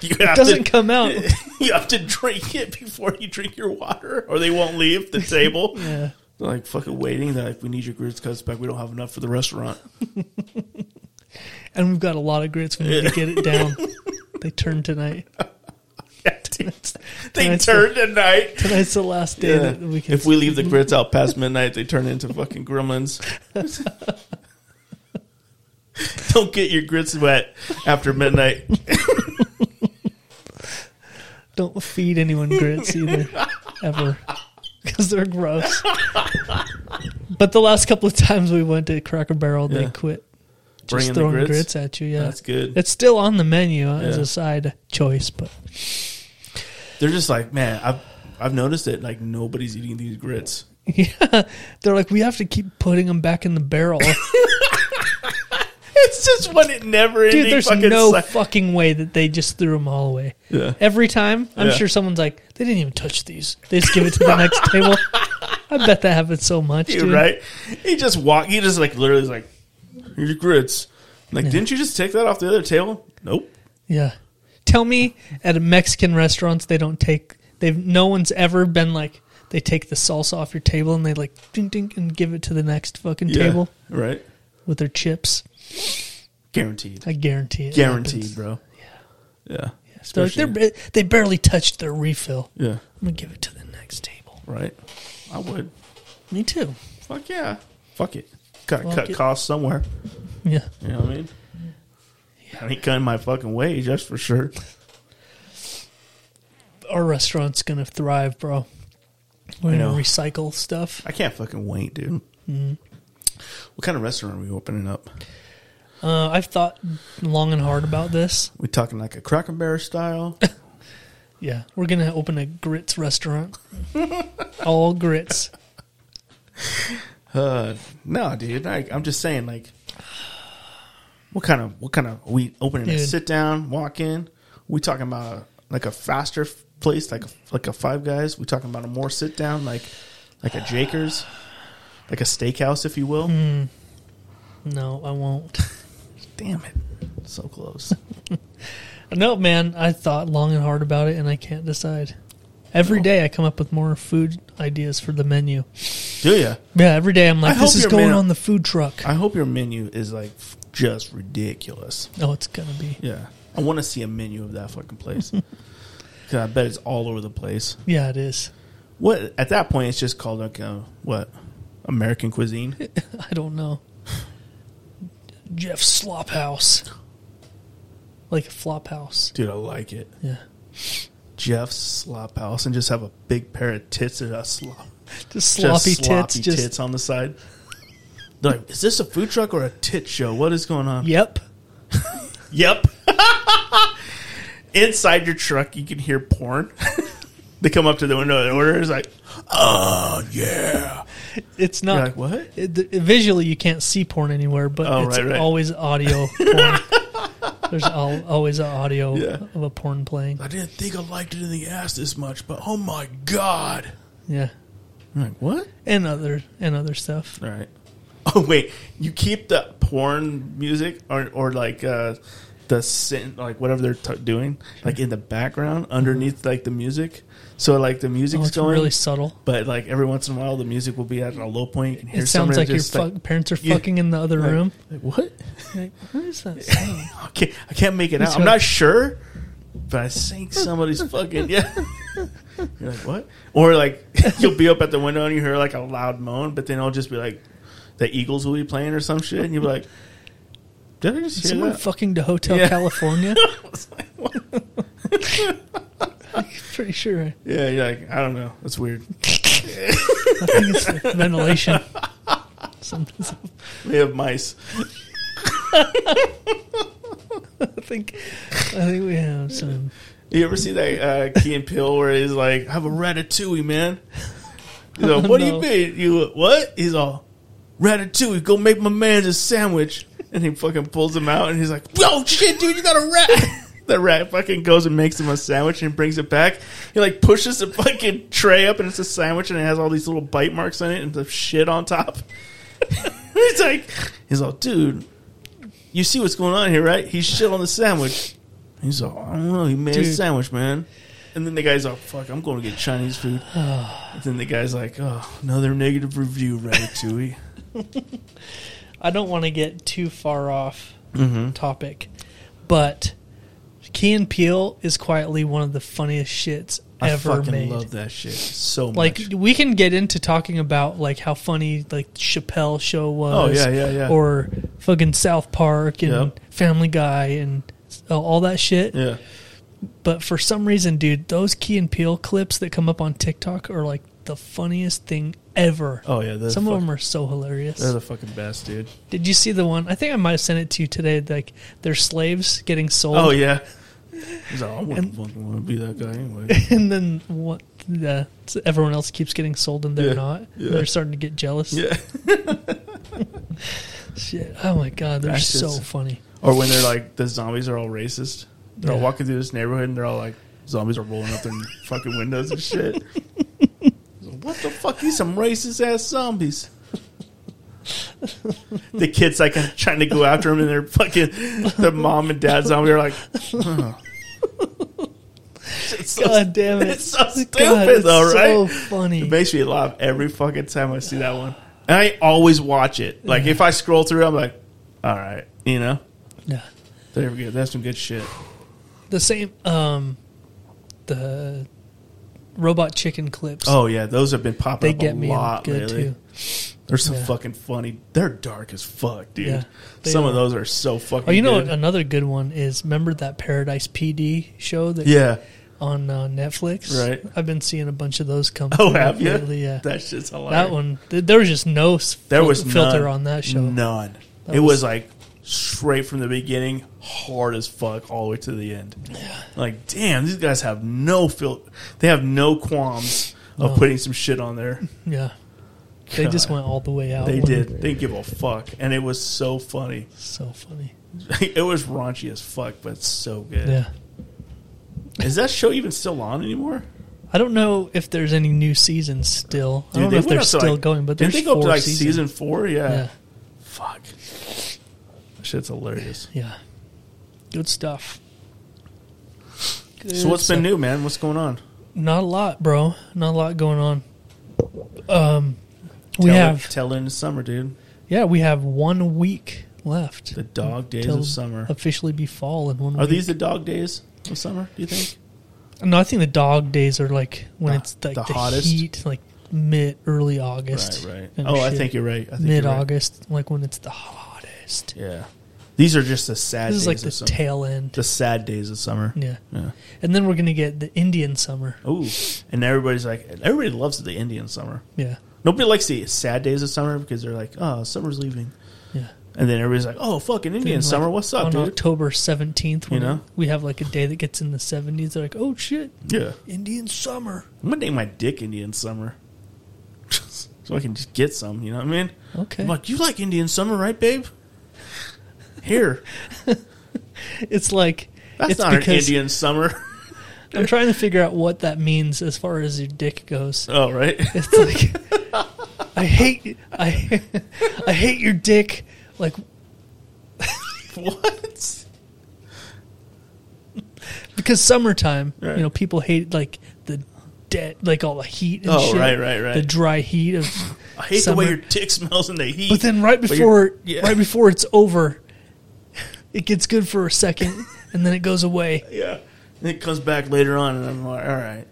Speaker 2: you have
Speaker 3: Doesn't
Speaker 2: to,
Speaker 3: come out.
Speaker 2: (laughs) You have to drink it before you drink your water, or they won't leave the (laughs) table.
Speaker 3: Yeah.
Speaker 2: They're like fucking waiting. They're like, we need your grits cuts back. We don't have enough for the (laughs) restaurant.
Speaker 3: And we've got a lot of grits. We need to get it down. they turn tonight.
Speaker 2: they
Speaker 3: Tonight's
Speaker 2: turn tonight.
Speaker 3: Tonight's the last day
Speaker 2: Yeah.
Speaker 3: that we can.
Speaker 2: If we leave
Speaker 3: (laughs)
Speaker 2: the grits out past midnight, they turn into fucking gremlins. (laughs) Don't get your grits wet after midnight.
Speaker 3: don't feed anyone
Speaker 2: (laughs)
Speaker 3: grits either, ever, because they're gross. but the last couple of times we went to Cracker Barrel, they
Speaker 2: Yeah.
Speaker 3: quit just
Speaker 2: Bringing the
Speaker 3: throwing grits?
Speaker 2: grits?
Speaker 3: at you. Yeah,
Speaker 2: That's good.
Speaker 3: It's still on the menu uh, as
Speaker 2: Yeah.
Speaker 3: a side choice, but (laughs)
Speaker 2: They're just like, man, I've I've noticed it. Like nobody's eating these grits. (laughs)
Speaker 3: Yeah, they're like, we have to keep putting them back in the barrel,
Speaker 2: (laughs) It's just when it never ending.
Speaker 3: dude. There's
Speaker 2: fucking
Speaker 3: no
Speaker 2: suck-
Speaker 3: fucking way that they just threw them all away.
Speaker 2: Yeah.
Speaker 3: Every time, I'm
Speaker 2: Yeah.
Speaker 3: sure someone's like, they didn't even touch these. They just give it to the
Speaker 2: (laughs)
Speaker 3: next table. I bet that happens so much, dude.
Speaker 2: dude, right? He just walk. He just like literally is like, here's your grits. I'm like, didn't you just take that off the other table? Nope.
Speaker 3: Yeah. Tell me at a Mexican restaurants they don't take they've no one's ever been like they take the salsa off your table and they like ding ding and give it to the next fucking
Speaker 2: Yeah.
Speaker 3: table
Speaker 2: Right.
Speaker 3: with their chips.
Speaker 2: Guaranteed.
Speaker 3: I guarantee it.
Speaker 2: Guaranteed,
Speaker 3: happens.
Speaker 2: bro. Yeah. Yeah.
Speaker 3: They're like,
Speaker 2: Especially-
Speaker 3: they're, they barely touched their refill.
Speaker 2: yeah.
Speaker 3: I'm gonna give it to the next table.
Speaker 2: Right. I would.
Speaker 3: Me too.
Speaker 2: Fuck yeah. Fuck it. Gotta
Speaker 3: Fuck
Speaker 2: cut
Speaker 3: it.
Speaker 2: costs somewhere.
Speaker 3: Yeah.
Speaker 2: You know what I mean? I ain't cutting my fucking wage, that's for sure.
Speaker 3: Our restaurant's gonna thrive, bro. We're gonna
Speaker 2: know.
Speaker 3: recycle stuff.
Speaker 2: I can't fucking wait, dude.
Speaker 3: Mm-hmm.
Speaker 2: What kind of restaurant are we opening up?
Speaker 3: Uh, I've thought long and hard about this.
Speaker 2: We talking like a Cracker Barrel style?
Speaker 3: Yeah, we're gonna open a
Speaker 2: (laughs)
Speaker 3: grits restaurant. All grits.
Speaker 2: Uh, no, dude. I, I'm just saying, like, what kind of what kind of are we opening a
Speaker 3: Dude.
Speaker 2: sit down, walk in? We talking about like a faster f- place, like a, like a Five Guys. We talking about a more sit down, like like a Jakers, like a steakhouse, if you will.
Speaker 3: No, I won't.
Speaker 2: Damn it, so close.
Speaker 3: No, man, I thought long and hard about it and I can't decide. Every day I come up with more food ideas for the menu.
Speaker 2: Do ya?
Speaker 3: Yeah, every day I'm like,
Speaker 2: I
Speaker 3: this
Speaker 2: hope
Speaker 3: is
Speaker 2: your
Speaker 3: going
Speaker 2: menu-
Speaker 3: on the food truck.
Speaker 2: I hope your menu is like f- just ridiculous.
Speaker 3: oh, it's going to be.
Speaker 2: Yeah, I want to see a menu of that fucking place. (laughs) 'Cause I bet it's all over the place.
Speaker 3: Yeah, it is.
Speaker 2: What at that point it's just called like a, what American cuisine.
Speaker 3: (laughs) I don't know. Jeff's Slop House. Like a flop house.
Speaker 2: Dude, I like it.
Speaker 3: Yeah.
Speaker 2: Jeff's slop house and just have a big pair of tits and a slop,
Speaker 3: Just
Speaker 2: just
Speaker 3: sloppy tits. Just,
Speaker 2: tits on the side. They're like, is this a food truck or a tit show? What is going on?
Speaker 3: Yep.
Speaker 2: Yep. (laughs) Inside your truck, you can hear porn. (laughs) they come up to the window and order. It's like, oh yeah.
Speaker 3: It's
Speaker 2: You're
Speaker 3: not.
Speaker 2: like, what?
Speaker 3: It, th- visually, you can't see porn anywhere, but
Speaker 2: Oh,
Speaker 3: it's
Speaker 2: right, right. (laughs)
Speaker 3: always audio porn. There's al- always an audio
Speaker 2: Yeah.
Speaker 3: of a porn playing.
Speaker 2: I didn't think I liked it in the ass this much, but oh my god.
Speaker 3: Yeah,
Speaker 2: I'm like, what?
Speaker 3: and other and other stuff.
Speaker 2: All right. (laughs) Oh wait, you keep the porn music or or like uh, the sin, like whatever they're t- doing, like in the background underneath like the music. So like the
Speaker 3: Oh,
Speaker 2: music's
Speaker 3: it's
Speaker 2: going,
Speaker 3: really subtle.
Speaker 2: but like every once in a while the music will be at a low point. You can hear
Speaker 3: It sounds
Speaker 2: somebody
Speaker 3: like your
Speaker 2: just,
Speaker 3: fuck parents are
Speaker 2: (laughs) Yeah.
Speaker 3: fucking in the other
Speaker 2: like-
Speaker 3: room.
Speaker 2: like, what?
Speaker 3: You're Like, what is that? sound?
Speaker 2: I can't, I can't make it out. I'm
Speaker 3: what-
Speaker 2: not sure, but I think somebody's fucking yeah. (laughs) You're like what? Or like (laughs) you'll be up at the window and you hear like a loud moan, but then it'll just be like the Eagles will be playing or some shit, and you'll be like, did I just
Speaker 3: Is
Speaker 2: hear
Speaker 3: Someone
Speaker 2: that?
Speaker 3: fucking to Hotel
Speaker 2: Yeah. (laughs)
Speaker 3: California. (laughs) Pretty sure. I
Speaker 2: yeah, you're like I don't know. That's weird.
Speaker 3: think it's like ventilation. Some,
Speaker 2: They have mice.
Speaker 3: I think. I think we have some.
Speaker 2: You ever see that uh, Key and Peele where he's like, I have a ratatouille, man. He's like, what do
Speaker 3: no.
Speaker 2: you mean? You what? He's all ratatouille. Go make my man a sandwich, and he fucking pulls him out, and he's like, Yo, shit, dude, you got a rat. (laughs) the rat fucking goes and makes him a sandwich and brings it back. He like pushes the fucking tray up, and it's a sandwich, and it has all these little bite marks on it and the shit on top. (laughs) he's like, he's all, dude, you see what's going on here, right? He's shit on the sandwich. He's all, I don't know. He made a
Speaker 3: Dude.
Speaker 2: sandwich, man. And then the guy's like, fuck, I'm going to get Chinese
Speaker 3: (sighs)
Speaker 2: food. and then the guy's like, oh, another negative review, Ratatouille.
Speaker 3: I don't want to get too far off
Speaker 2: Mm-hmm.
Speaker 3: topic, but Key and Peele is quietly one of the funniest shits
Speaker 2: I
Speaker 3: (laughs) ever
Speaker 2: fucking
Speaker 3: made.
Speaker 2: love that shit so
Speaker 3: like
Speaker 2: much.
Speaker 3: we can get into talking about like how funny like Chappelle show was.
Speaker 2: Oh, yeah, yeah, yeah.
Speaker 3: Or fucking South Park and
Speaker 2: Yep.
Speaker 3: Family Guy and all that shit.
Speaker 2: Yeah.
Speaker 3: But for some reason, dude, those Key and Peele clips that come up on TikTok are like the funniest thing ever.
Speaker 2: Oh, yeah. they're
Speaker 3: some of
Speaker 2: fuck-
Speaker 3: them are so hilarious.
Speaker 2: They're the fucking best, dude.
Speaker 3: Did you see the one? I think I might have sent it to you today. Like they're slaves getting sold, (laughs)
Speaker 2: Oh, yeah. He's like, I wouldn't fucking want to be that guy anyway.
Speaker 3: (laughs) and then what? uh, everyone else keeps getting sold and they're
Speaker 2: Yeah,
Speaker 3: not.
Speaker 2: yeah.
Speaker 3: They're starting to get jealous.
Speaker 2: Yeah.
Speaker 3: Shit. Oh my god, they're
Speaker 2: That's
Speaker 3: so
Speaker 2: just- (laughs)
Speaker 3: funny.
Speaker 2: Or when they're like the zombies are all racist. They're all
Speaker 3: Yeah.
Speaker 2: walking through this neighborhood and they're all like zombies are rolling
Speaker 3: (laughs)
Speaker 2: up their fucking windows and shit. what the fuck? These some racist ass zombies. the kids like trying to go after them and they're fucking the mom and dad zombie are like. huh. It's so-
Speaker 3: God damn it!
Speaker 2: It's so stupid,
Speaker 3: God, it's
Speaker 2: though,
Speaker 3: So
Speaker 2: right?
Speaker 3: funny.
Speaker 2: It makes me laugh every fucking time I see that one. And I always watch it.
Speaker 3: Mm-hmm.
Speaker 2: Like if I scroll through, I'm like, all right, you know.
Speaker 3: yeah.
Speaker 2: There we go. That's some good shit.
Speaker 3: The same. Um, the robot chicken clips.
Speaker 2: Oh yeah, those have been popping
Speaker 3: they
Speaker 2: up
Speaker 3: get
Speaker 2: a
Speaker 3: me
Speaker 2: lot
Speaker 3: good
Speaker 2: lately.
Speaker 3: too.
Speaker 2: They're so
Speaker 3: Yeah.
Speaker 2: fucking funny. They're dark as fuck, dude.
Speaker 3: Yeah, they
Speaker 2: some
Speaker 3: are.
Speaker 2: of those are so fucking.
Speaker 3: Oh, you know
Speaker 2: good.
Speaker 3: another good one is remember that Paradise PD show that
Speaker 2: yeah. (laughs)
Speaker 3: on uh, Netflix.
Speaker 2: Right.
Speaker 3: I've been seeing a bunch of those come.
Speaker 2: Oh,
Speaker 3: through
Speaker 2: have you?
Speaker 3: lately, Yeah.
Speaker 2: That shit's hilarious.
Speaker 3: That one, th- there was just no s-
Speaker 2: There
Speaker 3: fil-
Speaker 2: was
Speaker 3: filter
Speaker 2: none.
Speaker 3: on that show.
Speaker 2: None.
Speaker 3: That
Speaker 2: it was,
Speaker 3: was-
Speaker 2: like straight from the beginning, hard as fuck, all the way to the end. Yeah. Like, damn, these guys have no fil- They have no qualms of putting some shit on there.
Speaker 3: Yeah, they just
Speaker 2: God.
Speaker 3: went all the way out.
Speaker 2: They
Speaker 3: when-
Speaker 2: did. They give a fuck, and it was so funny.
Speaker 3: So funny.
Speaker 2: (laughs) it was raunchy as fuck, but so good.
Speaker 3: Yeah,
Speaker 2: Is that show even still on anymore?
Speaker 3: I don't know if there's any new seasons still. I don't know if
Speaker 2: went
Speaker 3: they're
Speaker 2: up to,
Speaker 3: still
Speaker 2: like-
Speaker 3: going, but
Speaker 2: didn't
Speaker 3: there's
Speaker 2: they go up
Speaker 3: four
Speaker 2: to like
Speaker 3: seasons.
Speaker 2: season four? Yeah.
Speaker 3: Yeah,
Speaker 2: Fuck. That shit's hilarious.
Speaker 3: yeah, good stuff.
Speaker 2: So what's
Speaker 3: Good
Speaker 2: been
Speaker 3: stuff.
Speaker 2: new, man? What's going on?
Speaker 3: Not a lot, bro. Not a lot going on. Um, we
Speaker 2: Tell
Speaker 3: have
Speaker 2: tell in the summer, dude.
Speaker 3: yeah, we have one week left.
Speaker 2: The dog days
Speaker 3: till
Speaker 2: of summer.
Speaker 3: officially be fall in one
Speaker 2: Are
Speaker 3: week.
Speaker 2: these the dog days of summer? Do you think?
Speaker 3: No, I think the dog days are like when
Speaker 2: The-
Speaker 3: it's like
Speaker 2: the
Speaker 3: the,
Speaker 2: hottest?
Speaker 3: heat, like mid early August.
Speaker 2: Right, right.
Speaker 3: and
Speaker 2: Oh, I
Speaker 3: shit.
Speaker 2: think you're right. I think you're
Speaker 3: Mid
Speaker 2: right.
Speaker 3: August, like when it's the hottest.
Speaker 2: Yeah. These are just the sad days
Speaker 3: This is like the
Speaker 2: of summer.
Speaker 3: tail end.
Speaker 2: the sad days of summer.
Speaker 3: Yeah.
Speaker 2: Yeah.
Speaker 3: And then we're gonna get the Indian summer.
Speaker 2: Ooh. And everybody's like everybody loves the Indian summer.
Speaker 3: Yeah.
Speaker 2: Nobody likes the sad days of summer because they're like, oh, summer's leaving.
Speaker 3: Yeah.
Speaker 2: And then everybody's like, oh, fucking Indian
Speaker 3: Then, like,
Speaker 2: summer. What's up,
Speaker 3: On
Speaker 2: dude?
Speaker 3: October seventeenth,
Speaker 2: You
Speaker 3: when
Speaker 2: know?
Speaker 3: we have like a day that gets in the seventies, they're like, Oh shit,
Speaker 2: Yeah.
Speaker 3: Indian summer.
Speaker 2: I'm going to name my dick Indian summer. (laughs) so I can just get some, you know what I mean?
Speaker 3: Okay.
Speaker 2: I'm like, you like Indian summer, right, babe? Here.
Speaker 3: It's like
Speaker 2: That's
Speaker 3: it's
Speaker 2: not an
Speaker 3: because
Speaker 2: Indian summer. (laughs)
Speaker 3: I'm trying to figure out what that means as far as your dick goes.
Speaker 2: oh, right? (laughs)
Speaker 3: It's like (laughs) I hate I (laughs) I hate your dick. Like
Speaker 2: what?
Speaker 3: because summertime,
Speaker 2: Right.
Speaker 3: you know, people hate like the dead, like all the heat. And
Speaker 2: Oh,
Speaker 3: shit,
Speaker 2: right, right, right.
Speaker 3: The dry heat of.
Speaker 2: I hate the way
Speaker 3: Summer.
Speaker 2: your dick smells in the heat.
Speaker 3: But then right
Speaker 2: But you're-
Speaker 3: before,
Speaker 2: yeah.
Speaker 3: right before it's over, it gets good for
Speaker 2: (laughs)
Speaker 3: a second, and then it goes away.
Speaker 2: Yeah. And it comes back later on, and I'm like, all right.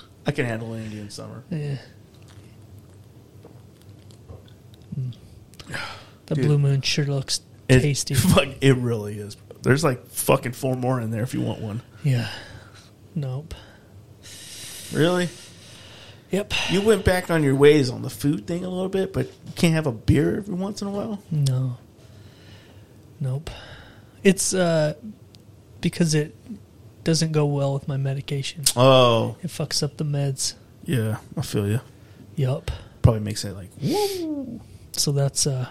Speaker 2: (laughs) I can handle an Indian summer. (sighs)
Speaker 3: Yeah. Mm. The
Speaker 2: Dude.
Speaker 3: blue moon sure looks
Speaker 2: It- (laughs)
Speaker 3: tasty.
Speaker 2: Fuck, it really is. There's like fucking four more in there if you want one.
Speaker 3: yeah. Nope.
Speaker 2: Really?
Speaker 3: Yep.
Speaker 2: You went back on your ways on the food thing a little bit, but you can't have a beer every once in a while?
Speaker 3: No. Nope. It's uh because it doesn't go well with my medication.
Speaker 2: Oh,
Speaker 3: It fucks up the meds.
Speaker 2: yeah. I feel you.
Speaker 3: Yup.
Speaker 2: Probably makes it like, whoop.
Speaker 3: So that's uh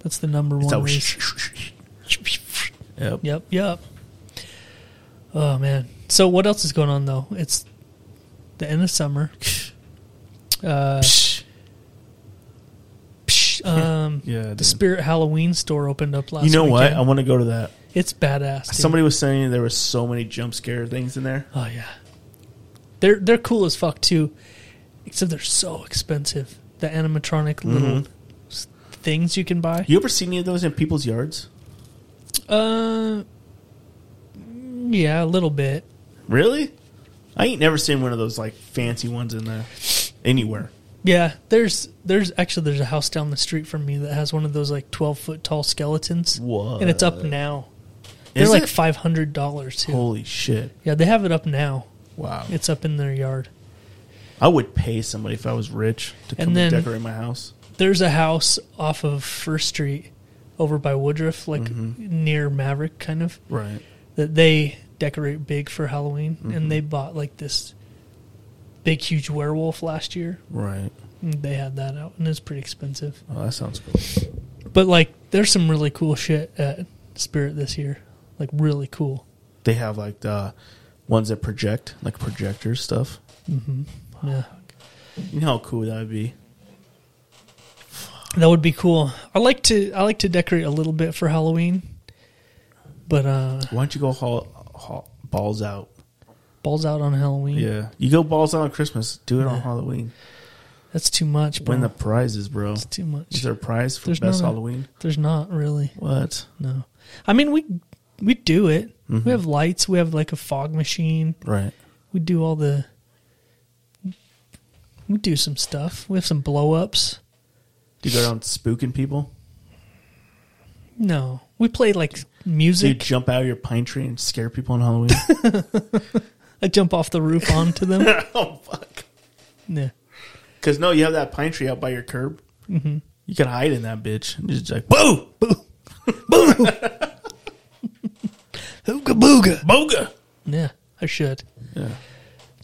Speaker 3: that's the number
Speaker 2: It's
Speaker 3: one
Speaker 2: all
Speaker 3: reason.
Speaker 2: (laughs) Yep.
Speaker 3: Yep, yep. Oh man. So what else is going on though? It's the end
Speaker 2: (laughs)
Speaker 3: of summer. Uh,
Speaker 2: Psh.
Speaker 3: psh, um
Speaker 2: (laughs) Yeah,
Speaker 3: the
Speaker 2: dude.
Speaker 3: Spirit Halloween store opened up last
Speaker 2: You know what?
Speaker 3: weekend.
Speaker 2: I want to go to that.
Speaker 3: It's badass. dude.
Speaker 2: Somebody was saying there was so many jump scare things in there.
Speaker 3: Oh yeah, they're they're cool as fuck too, except they're so expensive. The animatronic little
Speaker 2: Mm-hmm.
Speaker 3: s things you can buy.
Speaker 2: You ever see any of those in people's yards?
Speaker 3: Uh, yeah, a little bit.
Speaker 2: Really? I ain't never seen one of those like fancy ones in there anywhere.
Speaker 3: Yeah, there's there's actually there's a house down the street from me that has one of those like twelve foot tall skeletons.
Speaker 2: What?
Speaker 3: And it's up now. They're
Speaker 2: Is
Speaker 3: like
Speaker 2: it?
Speaker 3: five hundred dollars too.
Speaker 2: Holy shit!
Speaker 3: Yeah, they have it up now.
Speaker 2: Wow.
Speaker 3: It's up in their yard.
Speaker 2: I would pay somebody if I was rich to come
Speaker 3: And then-
Speaker 2: and decorate my house.
Speaker 3: there's a house off of
Speaker 2: Mm-hmm.
Speaker 3: First Street over by Woodruff, like near Maverick, kind of,
Speaker 2: Right.
Speaker 3: that they decorate big for Halloween,
Speaker 2: Mm-hmm.
Speaker 3: and they bought like this big, huge werewolf last year.
Speaker 2: Right.
Speaker 3: And they had that out, and it's pretty expensive.
Speaker 2: Oh, that sounds cool.
Speaker 3: But like, there's some really cool shit at Spirit this year. Like, really cool.
Speaker 2: They have like the ones that project, like projector stuff.
Speaker 3: Yeah,
Speaker 2: You know how cool that would be.
Speaker 3: that would be cool. I like to I like to decorate a little bit for Halloween, but uh
Speaker 2: Why don't you go haul, haul balls out?
Speaker 3: balls out on Halloween.
Speaker 2: Yeah, you go balls out on Christmas. Do it on Halloween.
Speaker 3: That's too much, bro.
Speaker 2: Win the prizes, bro.
Speaker 3: That's too much.
Speaker 2: Is there a prize for
Speaker 3: There's
Speaker 2: best
Speaker 3: not a-
Speaker 2: Halloween?
Speaker 3: There's not really.
Speaker 2: What?
Speaker 3: No. I mean we we do it.
Speaker 2: Mm-hmm.
Speaker 3: We have lights, we have like a fog machine.
Speaker 2: Right.
Speaker 3: We do all the we do some stuff. We have some blow ups.
Speaker 2: Do you go down spooking people?
Speaker 3: No. We play like
Speaker 2: Do you
Speaker 3: music.
Speaker 2: jump out of your pine tree and scare people on Halloween?
Speaker 3: I jump off the roof onto them.
Speaker 2: (laughs) oh fuck!
Speaker 3: yeah.
Speaker 2: Because no, you have that pine tree out by your curb. Mm-hmm. You can hide in that bitch. And just like boo, boo,
Speaker 3: Hooga booga.
Speaker 2: boga.
Speaker 3: Yeah, I should.
Speaker 2: Yeah.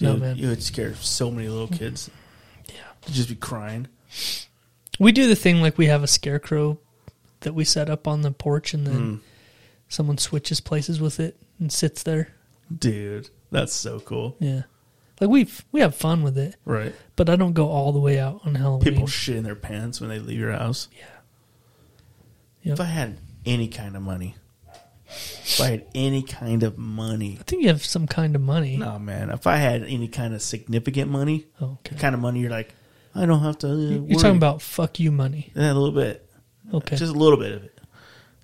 Speaker 3: No
Speaker 2: you,
Speaker 3: man.
Speaker 2: you would scare so many little kids. Mm-hmm. Yeah, You'd just be crying.
Speaker 3: We do the thing like we have a scarecrow that we set up on the porch, and
Speaker 2: Hmm.
Speaker 3: then someone switches places with it and sits there.
Speaker 2: Dude, that's so cool.
Speaker 3: Yeah, like we we have fun with it,
Speaker 2: Right.
Speaker 3: but I don't go all the way out on Halloween.
Speaker 2: People shit in their pants when they leave your house. Yeah.
Speaker 3: Yep.
Speaker 2: If I had any kind of money, if I had any kind of money,
Speaker 3: I think you have some kind of money.
Speaker 2: no man. If I had any kind of significant money,
Speaker 3: Oh, okay.
Speaker 2: the kind of money you're like, I don't have to. Uh,
Speaker 3: You're talking about fuck you money.
Speaker 2: yeah, a little bit,
Speaker 3: Okay.
Speaker 2: just a little bit of it.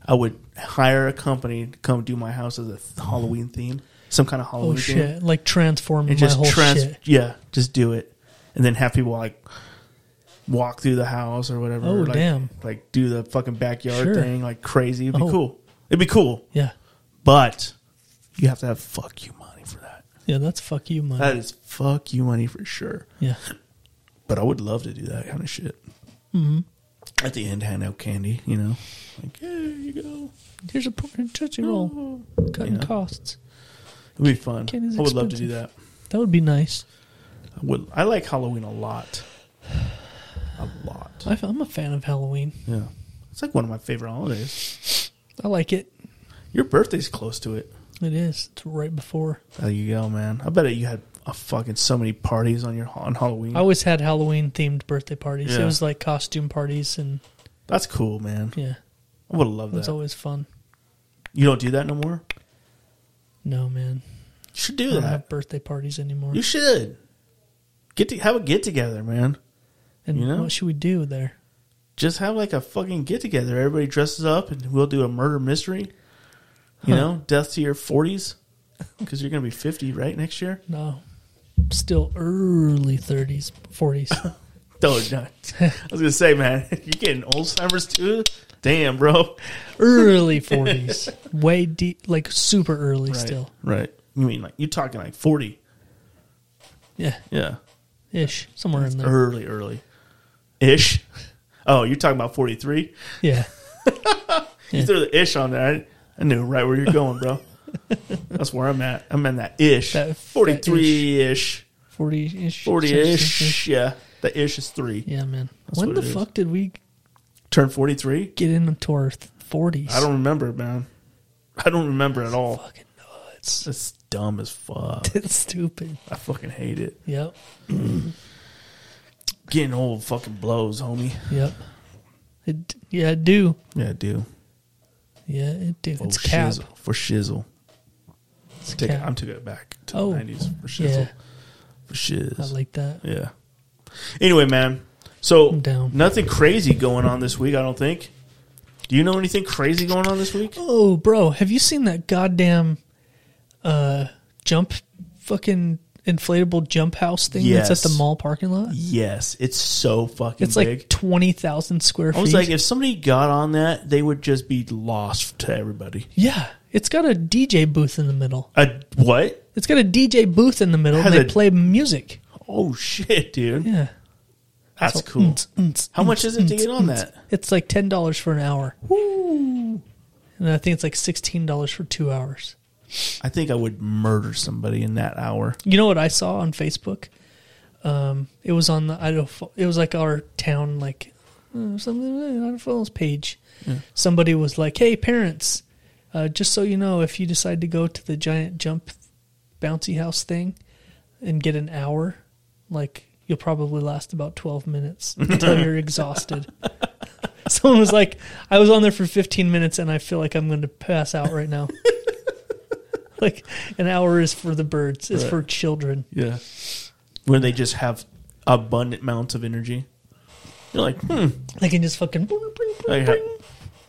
Speaker 2: I would hire a company to come do my house as a th- Halloween theme, some kind of Halloween
Speaker 3: oh
Speaker 2: theme,
Speaker 3: shit! Like transform my
Speaker 2: and just
Speaker 3: whole
Speaker 2: trans.
Speaker 3: shit.
Speaker 2: Yeah, just do it, and then have people like walk through the house or whatever.
Speaker 3: Oh,
Speaker 2: or, like,
Speaker 3: damn.
Speaker 2: Like do the fucking backyard
Speaker 3: Sure.
Speaker 2: thing like crazy. It'd be
Speaker 3: Oh.
Speaker 2: cool. It'd be cool,
Speaker 3: Yeah,
Speaker 2: but you have to have fuck you money for that.
Speaker 3: yeah, that's fuck you money.
Speaker 2: That is fuck you money for sure.
Speaker 3: yeah,
Speaker 2: But I would love to do that kind of shit.
Speaker 3: Mm-hmm.
Speaker 2: At the end, hand out candy, you know? Like, yeah, here you go.
Speaker 3: here's a pork touchy roll, cutting
Speaker 2: Oh, Yeah.
Speaker 3: costs.
Speaker 2: It'd be fun. I would
Speaker 3: Candy's
Speaker 2: love to do that.
Speaker 3: That would be nice.
Speaker 2: I, would, I like Halloween a lot. A lot.
Speaker 3: I, I'm a fan of Halloween.
Speaker 2: Yeah. It's like one of my favorite holidays.
Speaker 3: I like it.
Speaker 2: Your birthday's close to it.
Speaker 3: It is. It's right before.
Speaker 2: There you go, man. I bet you had a fucking so many parties on your on Halloween.
Speaker 3: I always had Halloween themed birthday parties.
Speaker 2: Yeah.
Speaker 3: It was like costume parties, and
Speaker 2: That's cool, man.
Speaker 3: yeah,
Speaker 2: I would love
Speaker 3: it was
Speaker 2: that.
Speaker 3: always fun.
Speaker 2: You don't do that no more? You
Speaker 3: No man,
Speaker 2: should do
Speaker 3: I don't
Speaker 2: that.
Speaker 3: have birthday parties anymore.
Speaker 2: You should. Get to have a get together, man.
Speaker 3: and
Speaker 2: you know?
Speaker 3: what should we do there?
Speaker 2: just have like a fucking get together. Everybody dresses up and we'll do a murder mystery. You know, death to your 40s because you're going to be 50, right, next year?
Speaker 3: No, still early 30s,
Speaker 2: (laughs)
Speaker 3: 40s.
Speaker 2: No, it's not. (laughs) I was going to say, man, (laughs) you getting Alzheimer's too? Damn, bro.
Speaker 3: early 40s, way deep, like super early still.
Speaker 2: Right. You mean like, you're talking like 40.
Speaker 3: Yeah,
Speaker 2: Yeah.
Speaker 3: ish, somewhere in there.
Speaker 2: Early, early. Ish. Oh, you're talking about 43?
Speaker 3: Yeah,
Speaker 2: You threw the ish on there. I, I knew right where you're going,
Speaker 3: (laughs)
Speaker 2: bro. That's where I'm at. I'm in that ish.
Speaker 3: That- that ish.
Speaker 2: 43 ish.
Speaker 3: 40 ish.
Speaker 2: 40
Speaker 3: (laughs)
Speaker 2: ish. Yeah. The ish is three.
Speaker 3: Yeah, man. when
Speaker 2: what
Speaker 3: the
Speaker 2: it is.
Speaker 3: fuck did we
Speaker 2: Turn 43?
Speaker 3: get into our th- 40s?
Speaker 2: I don't remember, man. I don't remember at all.
Speaker 3: fucking nuts. (laughs)
Speaker 2: That's dumb as fuck.
Speaker 3: It's stupid.
Speaker 2: I fucking hate it.
Speaker 3: Yep.
Speaker 2: Getting old fucking blows, homie.
Speaker 3: Yep. It yeah, it do.
Speaker 2: Yeah, I do.
Speaker 3: Yeah, it do.
Speaker 2: For
Speaker 3: it's cap.
Speaker 2: shizzle. For shizzle.
Speaker 3: It's
Speaker 2: Take it,
Speaker 3: cap.
Speaker 2: I'm taking it back to
Speaker 3: Oh,
Speaker 2: the 90s. For shizzle.
Speaker 3: yeah,
Speaker 2: For shiz.
Speaker 3: I like that.
Speaker 2: yeah. Anyway, man. So,
Speaker 3: I'm down.
Speaker 2: nothing crazy going on this week, I don't think. Do you know anything crazy going on this week?
Speaker 3: Oh, bro, have you seen that goddamn uh jump fucking inflatable jump house thing that's at the
Speaker 2: Yes.
Speaker 3: mall parking lot?
Speaker 2: Yes. It's so fucking
Speaker 3: It's
Speaker 2: big.
Speaker 3: like twenty thousand square feet.
Speaker 2: I was like, if somebody got on that, they would just be lost to everybody.
Speaker 3: yeah, it's got a DJ booth in the middle.
Speaker 2: A what?
Speaker 3: It's got a DJ booth in the middle.
Speaker 2: Has
Speaker 3: And they
Speaker 2: a-
Speaker 3: play music.
Speaker 2: Oh shit, dude.
Speaker 3: Yeah,
Speaker 2: That's
Speaker 3: So,
Speaker 2: cool.
Speaker 3: mm, mm,
Speaker 2: How much
Speaker 3: mm,
Speaker 2: is it to
Speaker 3: mm,
Speaker 2: get on
Speaker 3: mm.
Speaker 2: that?
Speaker 3: It's like ten dollars for an hour. And I think it's like sixteen dollars for two hours.
Speaker 2: I think I would murder somebody in that hour.
Speaker 3: You know what I saw on Facebook? Um, it was on the Idaho. Fa- It was like our town, like uh, something uh, Idaho Falls page. Somebody was like, "Hey, parents, uh, just so you know, if you decide to go to the giant jump bouncy house thing and get an hour, like you'll probably last about twelve minutes until you're exhausted." (laughs) Someone was like, "I was on there for fifteen minutes and I feel like I'm going to pass out right now." (laughs) like an hour is for the birds. It's for children.
Speaker 2: Yeah. Where they just have abundant amounts of energy. You're like, hmm,
Speaker 3: They can just fucking boing, boing, boing,
Speaker 2: like,
Speaker 3: boing.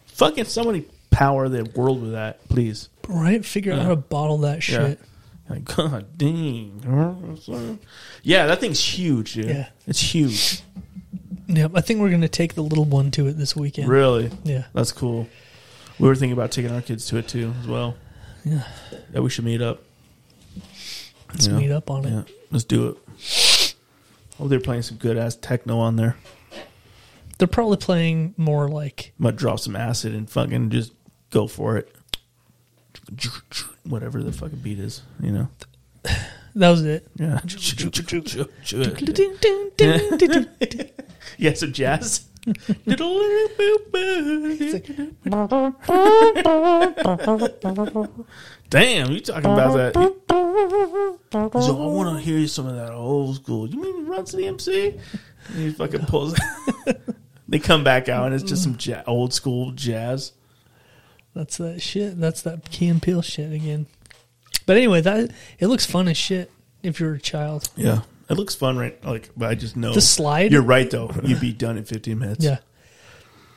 Speaker 2: fucking somebody power the world with that, please.
Speaker 3: right. Figure out how to bottle that shit.
Speaker 2: Yeah. Like, (laughs) God dang. Yeah, that thing's huge, dude.
Speaker 3: Yeah.
Speaker 2: It's huge.
Speaker 3: Yeah. I think we're gonna take the little one to it this weekend.
Speaker 2: Really?
Speaker 3: (laughs) Yeah,
Speaker 2: That's cool. We were thinking about taking our kids to it too, as well.
Speaker 3: Yeah.
Speaker 2: That we should meet up.
Speaker 3: let's
Speaker 2: Yeah.
Speaker 3: meet up on it.
Speaker 2: Yeah, let's do it. Oh, they're playing some good ass techno on there.
Speaker 3: They're probably playing more like
Speaker 2: I'm gonna drop some acid and fucking just go for it. Whatever the fucking beat is, you know.
Speaker 3: that was it.
Speaker 2: Yeah. Yeah, some jazz. Damn, you talking about that? So I want to hear some of that old school. You mean Run City MC? And he fucking pulls. (laughs) they come back out and it's just some ja- old school jazz.
Speaker 3: (laughs) That's that shit. That's that Key and Peele shit again. But anyway, that it looks fun as shit if you're a child.
Speaker 2: Yeah, it looks fun, right? Like, but I just know
Speaker 3: The slide?
Speaker 2: You're right, though. You'd be done in 15 minutes.
Speaker 3: Yeah,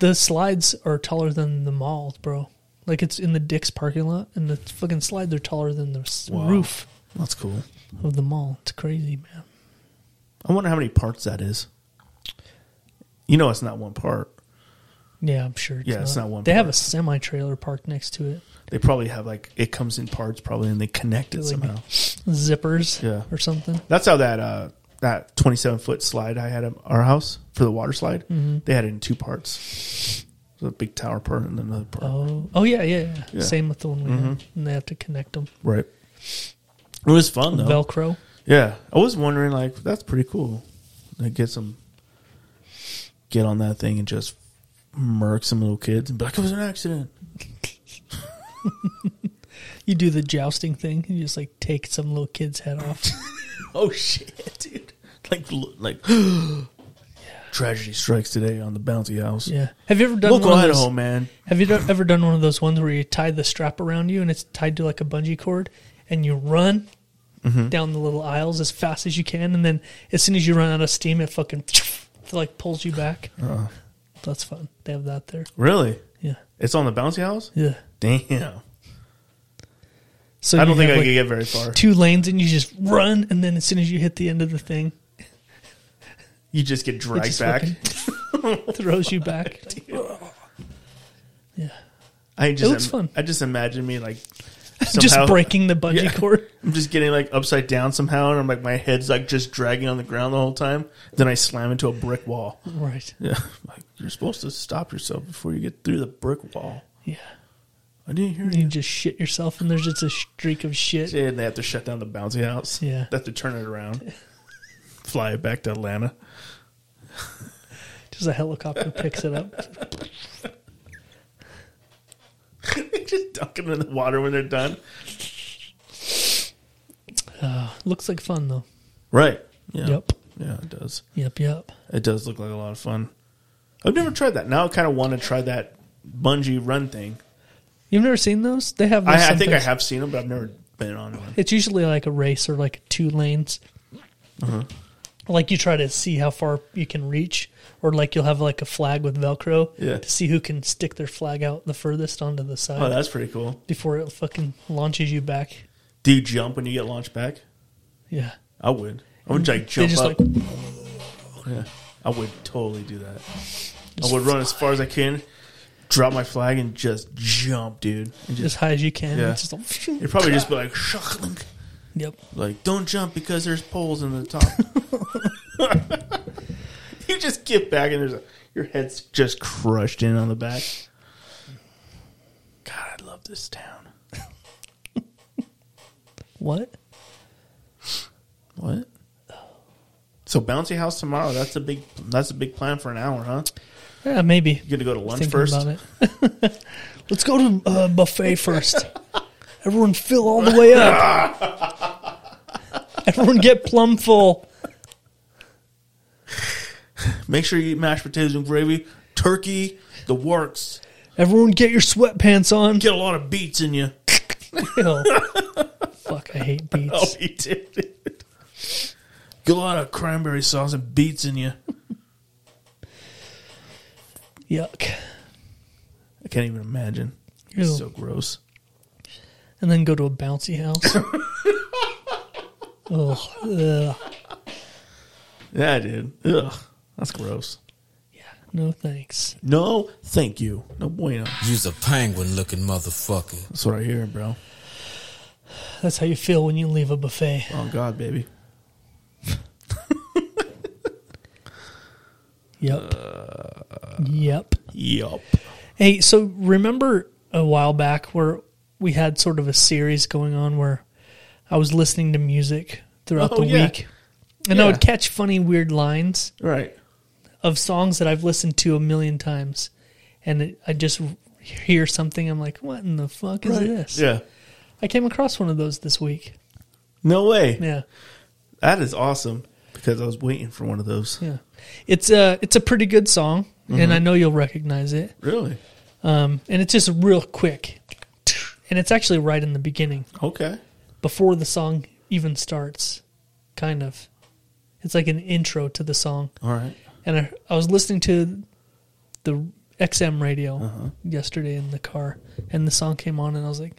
Speaker 3: the slides are taller than the mall, bro. Like it's in the Dick's parking lot, and the fucking slides are taller than the s
Speaker 2: Wow.
Speaker 3: roof
Speaker 2: that's cool.
Speaker 3: of the mall. It's crazy, man.
Speaker 2: I wonder how many parts that is. You know, it's not one part.
Speaker 3: Yeah, I'm sure.
Speaker 2: Yeah, it's not one
Speaker 3: They have a
Speaker 2: part.
Speaker 3: semi trailer parked next to it,
Speaker 2: They probably have like it comes in parts, probably, and they connect it
Speaker 3: Like-
Speaker 2: somehow.
Speaker 3: zippers,
Speaker 2: Yeah.
Speaker 3: or something.
Speaker 2: That's how that uh, that 27 foot slide I had at our house for the water slide.
Speaker 3: Mm-hmm.
Speaker 2: They had it in two parts. So a big tower part and another part.
Speaker 3: Oh, oh yeah, yeah, yeah.
Speaker 2: Yeah. Mm-hmm.
Speaker 3: Same with the one we had, and they have to connect them.
Speaker 2: Right. It was fun though.
Speaker 3: Velcro.
Speaker 2: Yeah, I was wondering like that's pretty cool. Like get some, get on that thing and just murk some little kids and be like it was an accident.
Speaker 3: You do the jousting thing, and you just like take some little kid's head off.
Speaker 2: (laughs) Oh
Speaker 3: (laughs)
Speaker 2: shit, dude! Like l- like (gasps) tragedy strikes today on the bouncy house.
Speaker 3: yeah. Have you ever done
Speaker 2: Local
Speaker 3: one of
Speaker 2: Idaho,
Speaker 3: those,
Speaker 2: man.
Speaker 3: Have you done, ever done one of those ones where you tie the strap around you and it's tied to like a bungee cord, and you run
Speaker 2: Mm-hmm.
Speaker 3: down the little aisles as fast as you can, and then as soon as you run out of steam, it fucking like pulls you back.
Speaker 2: Uh-uh.
Speaker 3: That's fun. They have that there.
Speaker 2: Really?
Speaker 3: Yeah.
Speaker 2: It's on the bouncy house?
Speaker 3: Yeah.
Speaker 2: Damn.
Speaker 3: So
Speaker 2: I don't
Speaker 3: you
Speaker 2: think
Speaker 3: have,
Speaker 2: I
Speaker 3: like,
Speaker 2: could get very far.
Speaker 3: two lanes and you just run, and then as soon as you hit the end of the thing,
Speaker 2: You just get
Speaker 3: it
Speaker 2: dragged
Speaker 3: just
Speaker 2: back.
Speaker 3: fucking throws you
Speaker 2: (laughs)
Speaker 3: back. yeah,
Speaker 2: I just
Speaker 3: looks fun.
Speaker 2: I just imagine me like
Speaker 3: (laughs) just
Speaker 2: somehow-
Speaker 3: breaking the bungee
Speaker 2: Yeah. (laughs)
Speaker 3: cord.
Speaker 2: I'm just getting like upside down somehow, and I'm like my head's like just dragging on the ground the whole time. Then I slam into a brick wall.
Speaker 3: Right.
Speaker 2: Yeah, (laughs) like you're supposed to stop yourself before you get through the brick wall.
Speaker 3: Yeah.
Speaker 2: I didn't hear
Speaker 3: You
Speaker 2: you.
Speaker 3: just shit yourself, and there's just a streak of shit.
Speaker 2: Yeah, and they have to shut down the bouncy house.
Speaker 3: Yeah.
Speaker 2: they have to turn it around, (laughs) fly it back to Atlanta. (laughs)
Speaker 3: Just a helicopter picks it up.
Speaker 2: (laughs) just dunk them in the water when they're done.
Speaker 3: Looks like fun though.
Speaker 2: Right. Yeah.
Speaker 3: Yep.
Speaker 2: Yeah, it does.
Speaker 3: Yep. Yep.
Speaker 2: It does look like a lot of fun. I've never tried that. Now I kind of want to try that bungee run thing.
Speaker 3: You've never seen those? They have. those
Speaker 2: I, I think I
Speaker 3: someplace.
Speaker 2: have seen them, but I've never been on one.
Speaker 3: It's usually like a race or like two lanes.
Speaker 2: Uh-huh.
Speaker 3: Like you try to see how far you can reach, or like you'll have like a flag with Velcro
Speaker 2: Yeah.
Speaker 3: to see who can stick their flag out the furthest onto the side
Speaker 2: Oh, that's pretty cool.
Speaker 3: before it fucking launches you back.
Speaker 2: Do you jump when you get launched back?
Speaker 3: Yeah,
Speaker 2: I would. I would like
Speaker 3: they
Speaker 2: jump
Speaker 3: just
Speaker 2: up.
Speaker 3: like
Speaker 2: yeah. I would totally do that. I would run as far as I can, drop my flag, and just jump, dude. And
Speaker 3: as
Speaker 2: just
Speaker 3: high as you can.
Speaker 2: Yeah.
Speaker 3: It's just like, (laughs)
Speaker 2: it'd probably just be like, "Shuck-link."
Speaker 3: yep.
Speaker 2: like don't jump because there's poles in the top. (laughs) you just get back and there's a, your head's just crushed in on the back. God, I love this town.
Speaker 3: What?
Speaker 2: What? So bouncy house tomorrow. That's a big. That's a big plan for an hour, huh?
Speaker 3: Yeah, maybe.
Speaker 2: You gonna go to lunch
Speaker 3: Thinking
Speaker 2: first?
Speaker 3: about
Speaker 2: (laughs)
Speaker 3: it. Let's go to uh, buffet first. Everyone fill all the way up.
Speaker 2: (laughs)
Speaker 3: Everyone get plumb full.
Speaker 2: Make sure you eat mashed potatoes and gravy, turkey, the works.
Speaker 3: Everyone get your sweatpants on. (laughs)
Speaker 2: Get a lot of beets in you. (laughs)
Speaker 3: Ew. Fuck, I hate beets.
Speaker 2: Oh, he did. Get a lot of cranberry sauce and beets in you. Oh.
Speaker 3: Yuck.
Speaker 2: I can't even imagine.
Speaker 3: Ew.
Speaker 2: It's so gross.
Speaker 3: And then go to a bouncy
Speaker 2: (laughs)
Speaker 3: house. oh, ugh.
Speaker 2: Yeah, dude. Ugh, that's gross.
Speaker 3: no thanks.
Speaker 2: No, thank you. No bueno.
Speaker 5: You's a penguin looking motherfucker.
Speaker 2: That's what I hear, bro.
Speaker 3: That's how you feel when you leave a buffet.
Speaker 2: Oh God, baby.
Speaker 3: Yep.
Speaker 2: Uh.
Speaker 3: yep.
Speaker 2: Yup.
Speaker 3: Hey, so remember a while back where we had sort of a series going on where I was listening to music throughout
Speaker 2: Oh,
Speaker 3: the
Speaker 2: yeah.
Speaker 3: week and I
Speaker 2: Yeah.
Speaker 3: would catch funny, weird lines
Speaker 2: Right.
Speaker 3: of songs that I've listened to a million times. And it, I just hear something, I'm like, what in the fuck is this?
Speaker 2: Yeah.
Speaker 3: I came across one of those this week.
Speaker 2: No way.
Speaker 3: Yeah.
Speaker 2: That is awesome because I was waiting for one of those.
Speaker 3: Yeah. It's a, it's a pretty good song, and I know you'll recognize it.
Speaker 2: Really?
Speaker 3: Um, and it's just real quick. And it's actually right in the beginning,
Speaker 2: Okay.
Speaker 3: before the song even starts, kind of. It's like an intro to the song.
Speaker 2: All right.
Speaker 3: And I, I was listening to the XM radio
Speaker 2: Uh-huh.
Speaker 3: yesterday in the car, and the song came on, and I was like,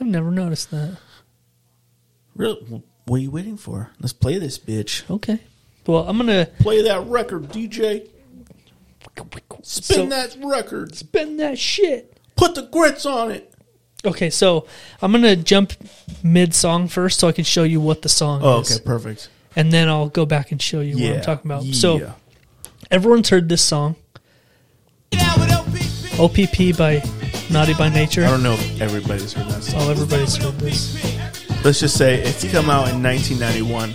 Speaker 3: I've never noticed that.
Speaker 2: Really? What are you waiting for? Let's play this bitch.
Speaker 3: Okay. Well, I'm going to
Speaker 2: Play that record, DJ. Spin
Speaker 3: So-
Speaker 2: that record.
Speaker 3: spend that shit.
Speaker 2: Put the grits on it.
Speaker 3: Okay, so I'm going to jump mid song first so I can show you what the song
Speaker 2: Oh,
Speaker 3: is.
Speaker 2: okay, perfect.
Speaker 3: and then I'll go back and show you
Speaker 2: Yeah.
Speaker 3: what I'm talking about.
Speaker 2: Yeah.
Speaker 3: So everyone's heard this song, OPP by Naughty by
Speaker 2: I
Speaker 3: Nature.
Speaker 2: don't know if everybody's heard that song.
Speaker 3: Oh, everybody's heard this.
Speaker 2: Let's just say it's come out in 1991.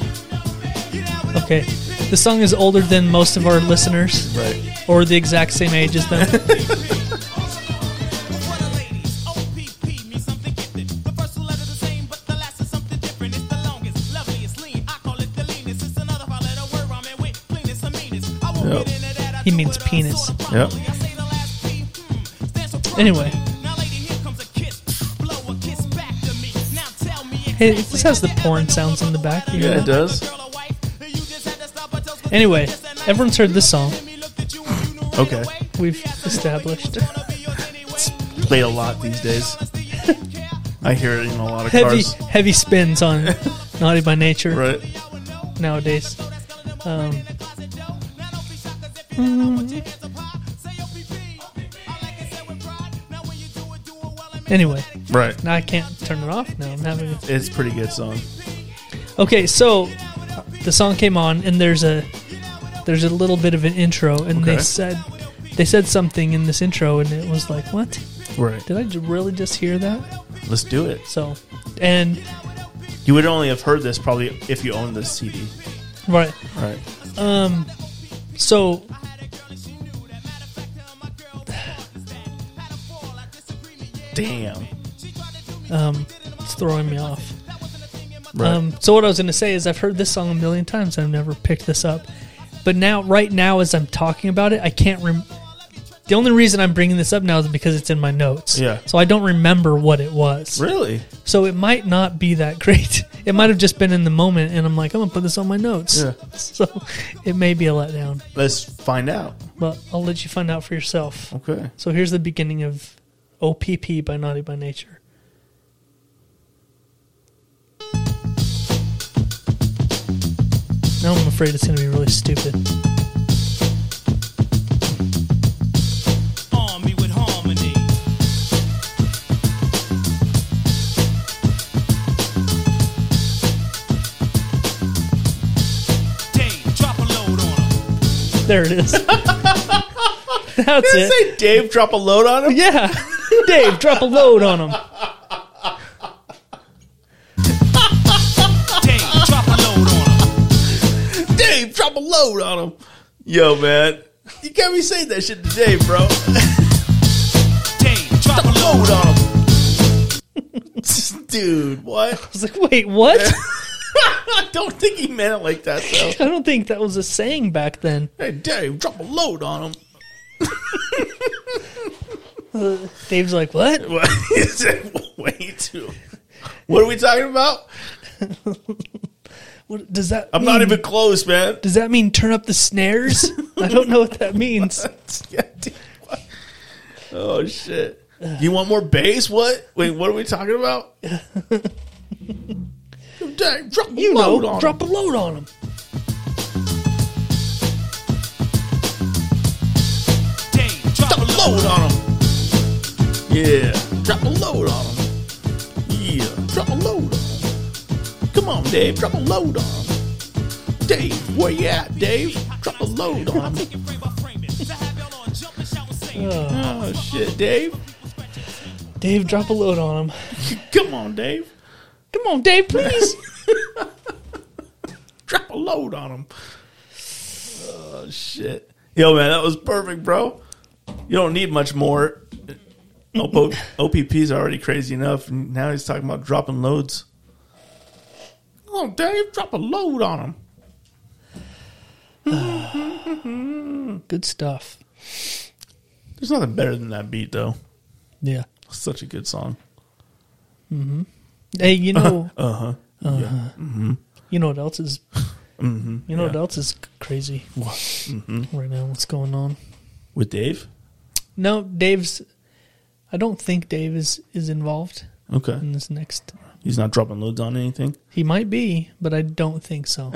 Speaker 3: Okay, this song is older than most of our listeners,
Speaker 2: Right.
Speaker 3: or the exact same age as them.
Speaker 6: He means penis.
Speaker 2: Yep.
Speaker 7: hmm,
Speaker 6: Anyway. Hey, this has the porn sounds in the back. you
Speaker 2: Yeah,
Speaker 6: know?
Speaker 2: it does.
Speaker 6: Anyway, everyone's heard this song.
Speaker 2: Okay.
Speaker 3: We've established.
Speaker 2: Play a lot these
Speaker 3: (laughs)
Speaker 2: days. I hear it in a lot of
Speaker 3: Heavy,
Speaker 2: cars.
Speaker 3: heavy
Speaker 2: (laughs)
Speaker 3: spins on Naughty by Nature
Speaker 2: Right.
Speaker 3: nowadays. Um, mm. anyway,
Speaker 2: Right.
Speaker 3: now I can't turn it off. Now I'm having a
Speaker 2: It's a pretty good song.
Speaker 3: Okay, so the song came on, and there's a there's a little bit of an intro, and they
Speaker 2: Okay.
Speaker 3: said they said something in this intro, and it was like, what
Speaker 2: Right.
Speaker 3: did I j- really just hear that?
Speaker 2: Let's do it.
Speaker 3: So, and
Speaker 2: You would only have heard this probably if you owned this CD.
Speaker 3: right,
Speaker 2: Right.
Speaker 3: so
Speaker 2: Damn.
Speaker 3: it's throwing me off.
Speaker 2: Right.
Speaker 3: Um, so what I was going to say is I've heard this song a million times. I've never picked this up, but now, right now, as I'm talking about it, I can't. Rem- the only reason I'm bringing this up now is because it's in my notes.
Speaker 2: Yeah.
Speaker 3: So I don't remember what it was.
Speaker 2: really?
Speaker 3: So it might not be that great. (laughs) It might have just been in the moment, and I'm like, I'm gonna put this on my notes.
Speaker 2: Yeah.
Speaker 3: (laughs) So it may be a letdown,
Speaker 2: Let's find out.
Speaker 3: but I'll let you find out for yourself.
Speaker 2: Okay.
Speaker 3: So here's the beginning of OPP by Naughty by Nature. Now I'm afraid it's gonna be really stupid. There it is. (laughs) That's it.
Speaker 2: Say Dave drop a load on
Speaker 3: (laughs)
Speaker 2: him?
Speaker 3: Yeah. Dave, drop a load on him.
Speaker 2: Dave, drop a load on him. Yo, man. You can't be saying that shit to Dave, bro.
Speaker 4: Dave, drop a
Speaker 2: load on him. Dude, what?
Speaker 3: was like, wait, what?
Speaker 2: (laughs)
Speaker 3: (laughs)
Speaker 2: I don't think he meant it like that, (laughs) though.
Speaker 3: I don't think that was a saying back then.
Speaker 2: Hey, Dave, drop a load on him.
Speaker 3: Dave's like, what?
Speaker 2: What? (laughs) He said, Way too. What are we talking about?
Speaker 3: what does that?
Speaker 2: I'm
Speaker 3: mean-
Speaker 2: not even close, man.
Speaker 3: Does that mean turn up the snares? I don't know what that means.
Speaker 2: Yeah, dude, what? (laughs) oh shit! You want more bass? What? Wait, what are we talking (laughs) about? Dang, drop a
Speaker 3: You
Speaker 2: load
Speaker 3: know,
Speaker 2: on
Speaker 3: drop a load on them.
Speaker 4: Dave, drop
Speaker 2: him. Drop a load on him. Yeah, drop a load on him. Yeah, drop a load on him. Come on, Dave, drop a load on him. Dave, where you at, Dave? Drop a load on him. Oh shit, Dave!
Speaker 3: Dave, drop a load on them.
Speaker 2: Come on, Dave!
Speaker 3: Come on, Dave, please.
Speaker 2: drop a load on him. Oh shit, yo man, that was perfect, bro. You don't need much more. OP, OPP's already crazy enough, and now he's talking about dropping loads. Come on, Dave, drop a load on him.
Speaker 3: Good stuff.
Speaker 2: There's nothing better than that beat, though.
Speaker 3: Yeah.
Speaker 2: Such a good song.
Speaker 3: Hey,
Speaker 2: (laughs)
Speaker 3: you know. Uh huh.
Speaker 2: Uh-huh.
Speaker 3: Uh huh. You know what else is? you know what
Speaker 2: Mm-hmm. yeah. Mm-hmm.
Speaker 3: else is crazy right now? What's going on?
Speaker 2: With Dave?
Speaker 3: No, Dave's. I don't think Dave is is involved in
Speaker 2: Okay.
Speaker 3: this next.
Speaker 2: He's not dropping loads on anything?
Speaker 3: He might be, but I don't think
Speaker 2: (laughs)
Speaker 3: so.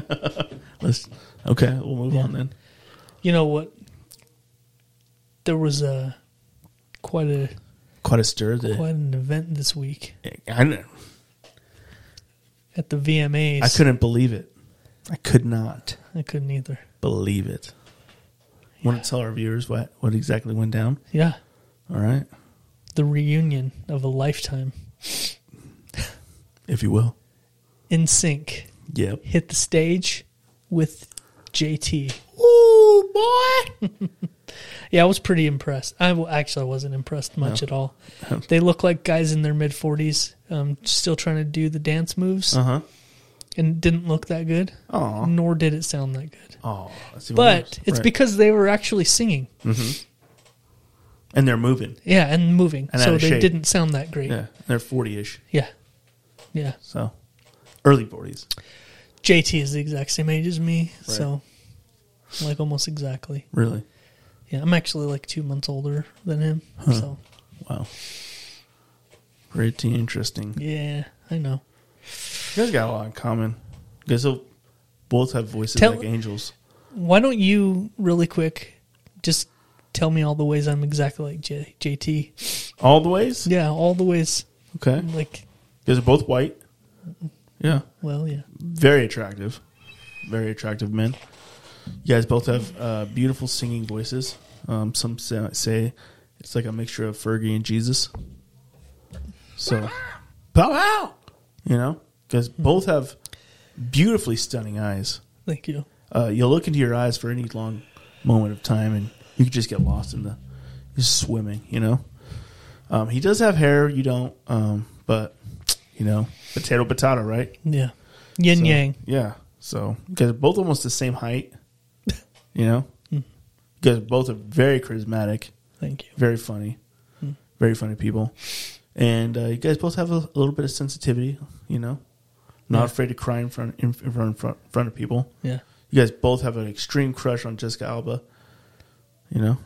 Speaker 2: Let's, okay, we'll move
Speaker 3: Yeah.
Speaker 2: on then.
Speaker 3: you know what? There was a quite a
Speaker 2: Quite a stir. That,
Speaker 3: quite an event this week
Speaker 2: I, kn-
Speaker 3: at the VMAs.
Speaker 2: I couldn't believe it. I could not.
Speaker 3: I couldn't either.
Speaker 2: believe it. Want to tell our viewers what what exactly went down?
Speaker 3: Yeah,
Speaker 2: All right,
Speaker 3: the reunion of a lifetime.
Speaker 2: if you will.
Speaker 3: In sync
Speaker 2: Yep.
Speaker 3: hit the stage with JT.
Speaker 2: Ooh boy.
Speaker 3: (laughs) Yeah, I was pretty impressed. I well, actually I wasn't impressed much at all. They look like guys in their mid forties, um, still trying to do the dance moves,
Speaker 2: Uh huh.
Speaker 3: and it didn't look that good.
Speaker 2: Aw.
Speaker 3: Nor did it sound that good.
Speaker 2: Oh, that's even
Speaker 3: But
Speaker 2: worse.
Speaker 3: it's
Speaker 2: Right.
Speaker 3: because they were actually singing,
Speaker 2: and they're moving.
Speaker 3: yeah, and moving,
Speaker 2: And out
Speaker 3: so
Speaker 2: of
Speaker 3: they
Speaker 2: shape.
Speaker 3: didn't sound that great.
Speaker 2: Yeah, they're forty ish.
Speaker 3: yeah, yeah.
Speaker 2: So early forties.
Speaker 3: JT is the exact same age as me,
Speaker 2: Right.
Speaker 3: so like almost exactly.
Speaker 2: Really?
Speaker 3: Yeah, I'm actually like two months older than him. So
Speaker 2: Wow. Pretty interesting.
Speaker 3: yeah, I know.
Speaker 2: You guys got a lot in common. You guys will both have voices
Speaker 3: Tell-
Speaker 2: like angels.
Speaker 3: Why don't you really quick just tell me all the ways I'm exactly like J- JT?
Speaker 2: All the ways.
Speaker 3: Yeah, all the ways.
Speaker 2: Okay. You
Speaker 3: Like,
Speaker 2: guys are both white. Yeah.
Speaker 3: well, yeah,
Speaker 2: very attractive, very attractive men. You guys both have uh, beautiful singing voices. Um, some sa- say it's like a mixture of Fergie and Jesus. So, bow wow, you know, because both have beautifully stunning eyes.
Speaker 3: thank you.
Speaker 2: Uh, you'll look into your eyes for any long moment of time, and you can just get lost in the just swimming. You know, um, he does have hair. You don't, um, but you know, potato potato, right?
Speaker 3: Yeah, yin
Speaker 2: So,
Speaker 3: yang.
Speaker 2: Yeah. So you guys are both almost the same
Speaker 3: (laughs)
Speaker 2: height. You know,
Speaker 3: Hmm.
Speaker 2: you guys both are very charismatic,
Speaker 3: Thank you.
Speaker 2: very funny,
Speaker 3: Hmm.
Speaker 2: very funny people, and uh, you guys both have a, a little bit of sensitivity. You know, not afraid to cry in front in, in front in front in front of people.
Speaker 3: Yeah,
Speaker 2: You guys both have an extreme crush on Jessica Alba. You
Speaker 3: (laughs)
Speaker 2: know,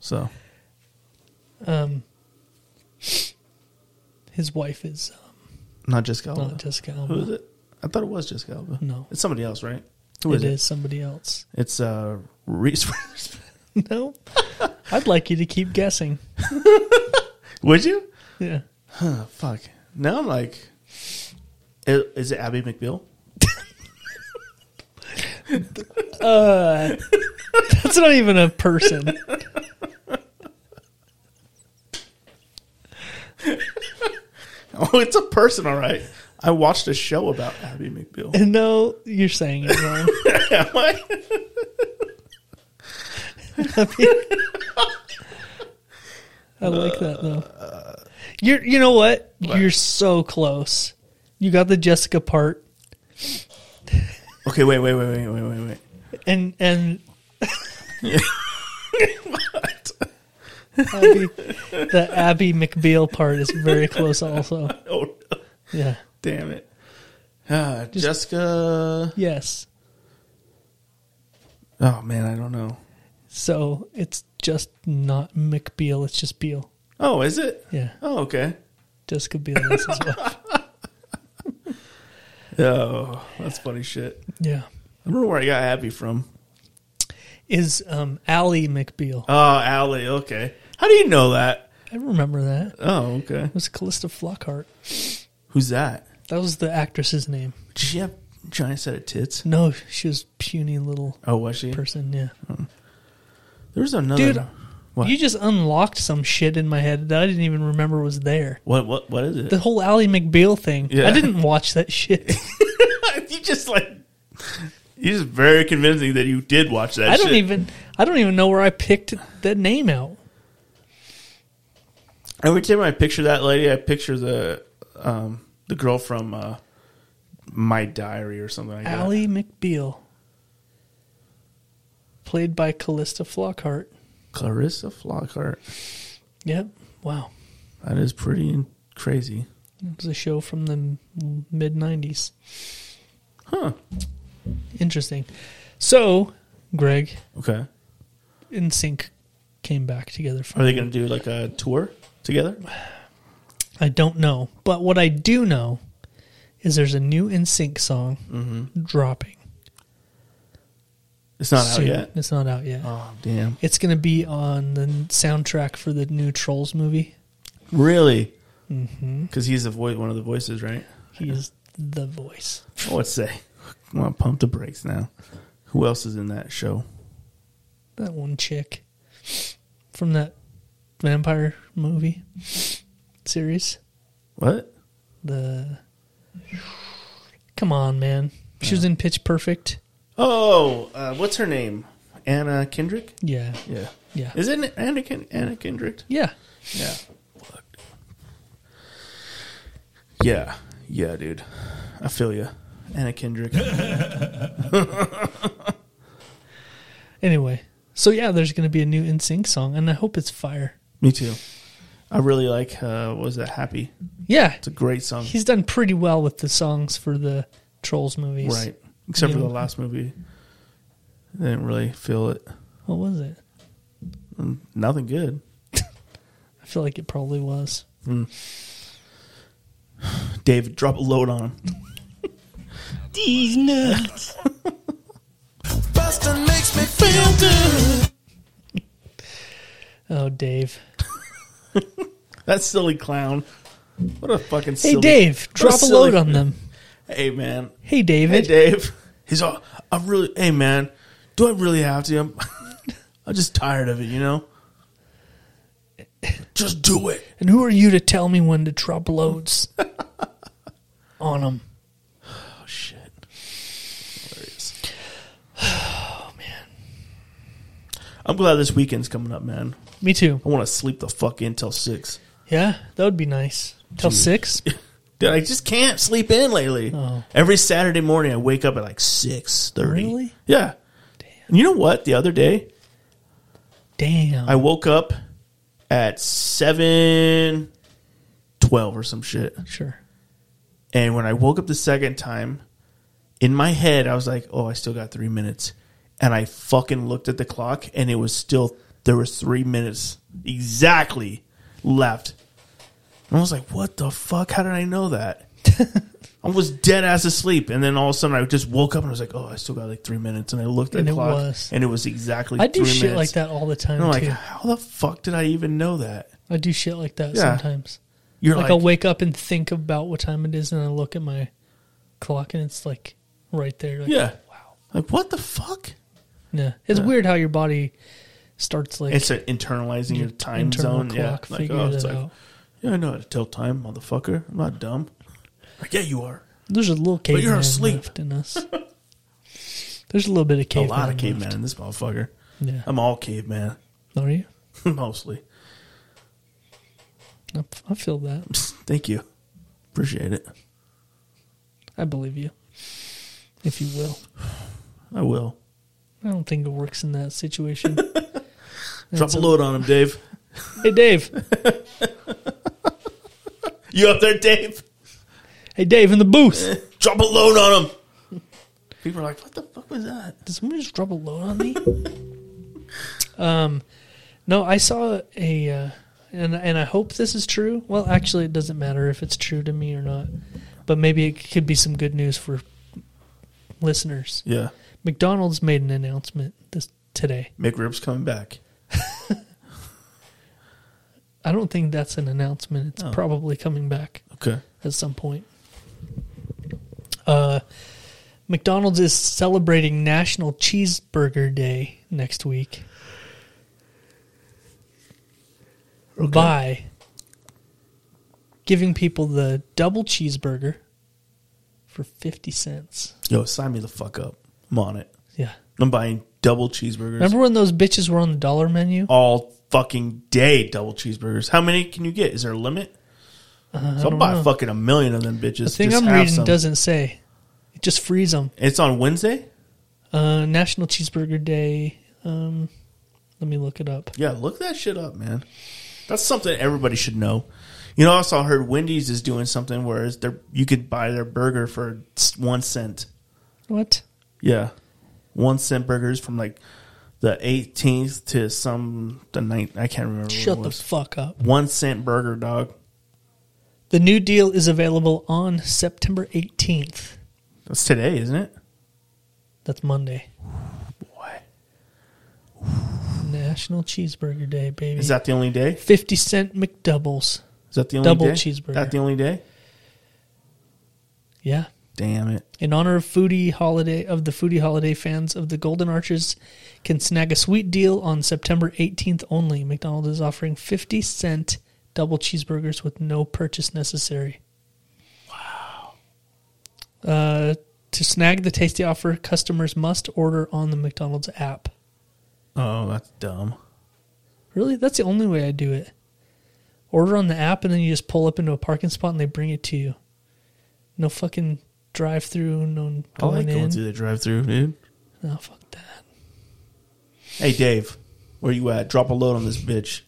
Speaker 2: so
Speaker 3: Um, his wife is uh,
Speaker 2: not Jessica
Speaker 3: um,
Speaker 2: Alba.
Speaker 3: not Jessica Alba.
Speaker 2: Who is it? I thought it was Jessica Alba.
Speaker 3: No.
Speaker 2: it's somebody else, right? Who
Speaker 3: It is
Speaker 2: (laughs)
Speaker 3: somebody else.
Speaker 2: It's uh, Reese. Witherspoon. (laughs)
Speaker 3: No, I'd like you to keep guessing.
Speaker 2: Would you? (laughs)
Speaker 3: Yeah.
Speaker 2: Oh, fuck. Now I'm like, i- is it Abby McBeal? (laughs)
Speaker 3: That's not even a person. (laughs)
Speaker 2: Oh, it's
Speaker 3: (laughs)
Speaker 2: a person, all right. I watched a show about Abby McBeal.
Speaker 3: No, you're saying it wrong.
Speaker 2: Am I?
Speaker 3: I like that though. You're you know what? You're so close. You got the Jessica part
Speaker 2: Okay, wait, wait, wait, wait, wait, wait, wait.
Speaker 3: and (laughs) and Abby, the Abby McBeal part is very close also.
Speaker 2: Oh, no.
Speaker 3: Yeah.
Speaker 2: damn it. Ah, Jessica.
Speaker 3: Yes.
Speaker 2: Oh man, I don't know.
Speaker 3: So it's just not McBeal, it's just Beal.
Speaker 2: Oh, is it?
Speaker 3: Yeah.
Speaker 2: Oh, okay.
Speaker 3: Jessica Biel is as (laughs) well.
Speaker 2: Oh, that's funny shit.
Speaker 3: Yeah.
Speaker 2: I remember where I got Abby from.
Speaker 3: Is um Allie McBeal.
Speaker 2: Oh, Allie. Okay. How do you know that?
Speaker 3: I remember that. It
Speaker 2: Oh, okay.
Speaker 3: was Callista Flockhart.
Speaker 2: Who's that?
Speaker 3: That was the actress's name.
Speaker 2: Did she have a giant set of tits?
Speaker 3: No, she was puny little
Speaker 2: Oh, was she?
Speaker 3: person, yeah.
Speaker 2: There's another.
Speaker 3: Dude,
Speaker 2: What?
Speaker 3: you just unlocked some shit in my head that I didn't even remember was there.
Speaker 2: what? What? What is it?
Speaker 3: The whole Allie McBeal thing.
Speaker 2: Yeah.
Speaker 3: I didn't watch that shit.
Speaker 2: you just like. You're just very convincing that you did watch (laughs) that.
Speaker 3: I don't
Speaker 2: shit.
Speaker 3: even I don't even know where I picked that name out.
Speaker 2: Every time I picture that lady, I picture the um, the girl from uh, My Diary or something like that.
Speaker 3: Allie McBeal. Played by Callista Flockhart.
Speaker 2: Clarissa Flockhart.
Speaker 3: Yep. Wow.
Speaker 2: That is pretty in- crazy.
Speaker 3: It was a show from the mid 90s.
Speaker 2: Huh.
Speaker 3: Interesting. So, Greg
Speaker 2: Okay.
Speaker 3: and Sync came back together. For
Speaker 2: Are they going to do like a tour together?
Speaker 3: I don't know. But what I do know is there's a new NSYNC song dropping.
Speaker 2: It's Mm-hmm. not
Speaker 3: soon.
Speaker 2: out yet.
Speaker 3: It's not out yet.
Speaker 2: Oh damn!
Speaker 3: It's going to be on the soundtrack for the new Trolls movie.
Speaker 2: Really?
Speaker 3: Mm-hmm.
Speaker 2: Because he's the voice, one of the voices, right?
Speaker 3: He's the voice.
Speaker 2: Oh, let's say. I want to pump the brakes now. Who else is in that show?
Speaker 3: That one chick from that vampire movie series.
Speaker 2: What?
Speaker 3: the come on man she was in pitch perfect
Speaker 2: Oh, uh, what's her name? Anna Kendrick.
Speaker 3: yeah
Speaker 2: Yeah.
Speaker 3: yeah
Speaker 2: Is it Anna, Ken- Anna Kendrick?
Speaker 3: yeah
Speaker 2: Yeah. Yeah. Yeah, dude. I feel you. Anna Kendrick.
Speaker 3: anyway so yeah there's gonna be a new NSYNC song and i hope it's fire
Speaker 2: Me too. I really like, uh, what was that, Happy?
Speaker 3: yeah
Speaker 2: It's a great song.
Speaker 3: he's done pretty well with the songs for the trolls movies
Speaker 2: right. Except for
Speaker 3: Yeah.
Speaker 2: the last movie. I didn't really feel it.
Speaker 3: what was it
Speaker 2: Nothing good.
Speaker 3: i feel like it probably was
Speaker 2: Dave, drop a load on him.
Speaker 5: These nuts. Bustin' makes me feel
Speaker 3: oh dave
Speaker 2: That silly clown. What a fucking
Speaker 3: hey
Speaker 2: silly. (laughs)
Speaker 3: dave
Speaker 2: what
Speaker 3: drop a
Speaker 2: silly-
Speaker 3: load on them
Speaker 2: Hey, man.
Speaker 3: hey
Speaker 2: Hey,
Speaker 3: david
Speaker 2: Dave. He's all, I'm really, hey, man, do I really have to? I'm, (laughs) I'm just tired of it, you know? Just do it.
Speaker 3: and who are you to tell me when to
Speaker 2: (laughs)
Speaker 3: drop loads on them
Speaker 2: Oh, shit. Hilarious. (sighs) Oh, man. I'm glad this weekend's coming up, man.
Speaker 3: me too
Speaker 2: I want to sleep the fuck in till 6.
Speaker 3: yeah that would be nice
Speaker 2: (laughs)
Speaker 3: till six
Speaker 2: Dude, I just can't sleep in lately.
Speaker 3: Oh.
Speaker 2: Every Saturday morning, I wake up at like 6.30.
Speaker 3: Really?
Speaker 2: Yeah. And you know what? The other day,
Speaker 3: damn
Speaker 2: I woke up at seven twelve or some shit.
Speaker 3: Sure.
Speaker 2: And when I woke up the second time, in my head I was like, "Oh, I still got three minutes." And I fucking looked at the clock, and it was still there was three minutes exactly left. And I was like, "What the fuck? How did I know
Speaker 3: (laughs)
Speaker 2: that?" I was dead ass asleep, and then all of a sudden I just woke up and I was like, "Oh, I still got like three minutes." And I looked at
Speaker 3: And
Speaker 2: the
Speaker 3: it
Speaker 2: clock,
Speaker 3: was.
Speaker 2: and it was exactly.
Speaker 3: I do
Speaker 2: three
Speaker 3: shit
Speaker 2: minutes.
Speaker 3: like that all the time
Speaker 2: And I'm like,
Speaker 3: too.
Speaker 2: "How the fuck did I even know that?"
Speaker 3: I do shit like that
Speaker 2: Yeah.
Speaker 3: sometimes.
Speaker 2: You're
Speaker 3: Like,
Speaker 2: like,
Speaker 3: I'll wake up and think about what time it is, and I look at my clock, and it's like right there. Like,
Speaker 2: yeah. Wow. Like what the fuck?
Speaker 3: yeah. It's weird how your body starts like
Speaker 2: It's an internalizing your time
Speaker 3: internal
Speaker 2: zone.
Speaker 3: clock.
Speaker 2: yeah. Like
Speaker 3: figure
Speaker 2: oh,
Speaker 3: it
Speaker 2: it's like
Speaker 3: out.
Speaker 2: yeah, I know how to tell time, motherfucker. I'm not dumb. Like yeah, you are.
Speaker 3: There's a little
Speaker 2: you're
Speaker 3: caveman
Speaker 2: asleep.
Speaker 3: left in us. (laughs) There's a little bit of
Speaker 2: A
Speaker 3: caveman.
Speaker 2: lot of Um,
Speaker 3: left.
Speaker 2: caveman in this motherfucker.
Speaker 3: Yeah.
Speaker 2: I'm all caveman, (laughs)
Speaker 3: Are you?
Speaker 2: mostly.
Speaker 3: I, I feel that.
Speaker 2: Thank you. Appreciate it.
Speaker 3: I believe you. If you will.
Speaker 2: I will.
Speaker 3: I don't think it works in that situation. (laughs)
Speaker 2: Drop a load on him, Dave.
Speaker 3: hey, Dave.
Speaker 2: You up there, Dave?
Speaker 3: Hey, Dave, in the booth.
Speaker 2: Drop a load on him. (laughs) People are like, what the fuck was that?
Speaker 3: Did someone just drop a load on me? (laughs) um, no, I saw a, uh, and and I hope this is true. Well, actually, it doesn't matter if it's true to me or not, but maybe it could be some good news for listeners.
Speaker 2: Yeah.
Speaker 3: McDonald's made an announcement this today.
Speaker 2: McRib's coming back.
Speaker 3: I don't think that's an announcement. It's
Speaker 2: Oh.
Speaker 3: probably coming back.
Speaker 2: Okay.
Speaker 3: at some point. Uh, McDonald's is celebrating National Cheeseburger Day next week by giving people the double cheeseburger for 50 cents.
Speaker 2: Yo, sign me the fuck up. I'm on it.
Speaker 3: Yeah.
Speaker 2: I'm buying double cheeseburgers
Speaker 3: Remember when those bitches were on the dollar menu?
Speaker 2: all fucking day. Double cheeseburgers. How many can you get? Is there a limit? so I'll
Speaker 3: Uh, don't
Speaker 2: buy
Speaker 3: know.
Speaker 2: fucking a million of them bitches.
Speaker 3: The thing
Speaker 2: Just
Speaker 3: I'm
Speaker 2: have
Speaker 3: reading
Speaker 2: some.
Speaker 3: doesn't say. It just frees them.
Speaker 2: It's on Wednesday.
Speaker 3: Uh, National Cheeseburger Day. Um, let me look it up.
Speaker 2: Yeah, look that shit up, man. That's something everybody should know. You know, I also heard Wendy's is doing something where it's their you could buy their burger for s- one cent.
Speaker 3: What?
Speaker 2: Yeah, one cent burgers from like the 18th to some the ninth. I can't remember.
Speaker 3: Shut
Speaker 2: what it
Speaker 3: the
Speaker 2: was.
Speaker 3: fuck up.
Speaker 2: one cent burger, dog.
Speaker 3: The new deal is available on September 18th.
Speaker 2: That's today, isn't it?
Speaker 3: That's Monday.
Speaker 2: Boy,
Speaker 3: National Cheeseburger Day, baby.
Speaker 2: is that the only day?
Speaker 3: 50 cent McDoubles.
Speaker 2: Is that the only
Speaker 3: Double
Speaker 2: day?
Speaker 3: cheeseburger.
Speaker 2: That the only day?
Speaker 3: Yeah.
Speaker 2: Damn it!
Speaker 3: In honor of foodie holiday of the foodie holiday fans of the Golden Arches can snag a sweet deal on September 18th only. McDonald's is offering 50 cent double cheeseburgers with no purchase necessary. Wow. Uh, to snag the tasty offer, customers must order on the McDonald's app.
Speaker 2: Oh, that's dumb.
Speaker 3: Really? That's the only way I do it. Order on the app and then you just pull up into a parking spot and they bring it to you. No fucking drive through,
Speaker 2: I
Speaker 3: no
Speaker 2: like
Speaker 3: going
Speaker 2: going
Speaker 3: in.
Speaker 2: through the drive-through, dude.
Speaker 3: No, fuck that.
Speaker 2: Hey, Dave, where you at? Drop a load on this
Speaker 3: (laughs)
Speaker 2: bitch.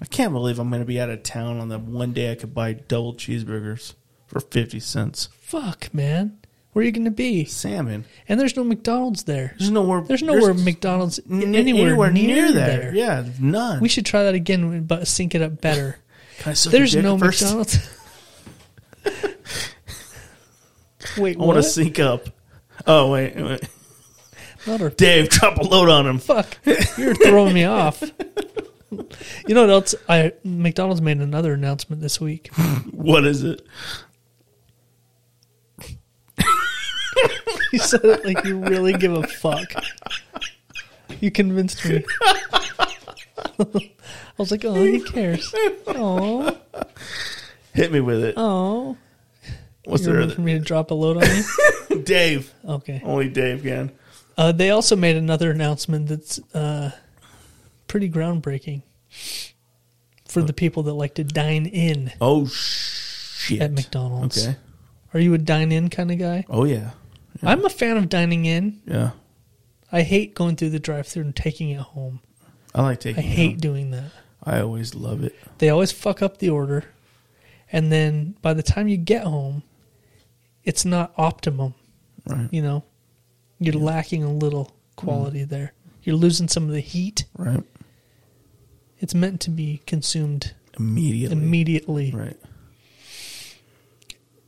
Speaker 2: I can't believe I'm going to be out of town on the one day I could buy double cheeseburgers for 50 cents.
Speaker 3: Fuck, man. Where are you going to be?
Speaker 2: Salmon.
Speaker 3: And there's no McDonald's there.
Speaker 2: There's nowhere.
Speaker 3: There's nowhere McDonald's
Speaker 2: n-
Speaker 3: anywhere, near, there.
Speaker 2: Yeah, none.
Speaker 3: We should try that again, but sync it
Speaker 2: (laughs)
Speaker 3: up better.
Speaker 2: Can I suck your
Speaker 3: There's
Speaker 2: dick
Speaker 3: no
Speaker 2: first?
Speaker 3: McDonald's.
Speaker 2: (laughs)
Speaker 3: Wait,
Speaker 2: I want to
Speaker 3: what?
Speaker 2: sync up. Oh, wait, wait.
Speaker 3: Not our
Speaker 2: Dave, (laughs) drop a load on him.
Speaker 3: fuck you're throwing me off you know what else i mcdonald's made another announcement this week (laughs)
Speaker 2: What is it?
Speaker 3: you said it like you really give a fuck you convinced me i was like oh he cares oh
Speaker 2: Hit me with it.
Speaker 3: oh
Speaker 2: What's
Speaker 3: you're
Speaker 2: the
Speaker 3: waiting for me to drop a load on me
Speaker 2: other? Dave.
Speaker 3: okay
Speaker 2: Only Dave can.
Speaker 3: uh, they also made another announcement that's uh, pretty groundbreaking for the people that like to dine in
Speaker 2: Oh shit!
Speaker 3: at mcdonald's
Speaker 2: Okay.
Speaker 3: are you a dine in kind of guy
Speaker 2: Oh yeah.
Speaker 3: I'm a fan of dining in.
Speaker 2: Yeah.
Speaker 3: I hate going through the drive-through and taking it home.
Speaker 2: I like
Speaker 3: I
Speaker 2: taking.
Speaker 3: hate doing that.
Speaker 2: I always love it.
Speaker 3: They always fuck up the order, and then by the time you get home, it's not optimum.
Speaker 2: Right. Mm.
Speaker 3: You know, you're lacking a little quality there. You're losing some of the heat.
Speaker 2: Right.
Speaker 3: It's meant to be consumed
Speaker 2: Immediately.
Speaker 3: immediately,
Speaker 2: Right.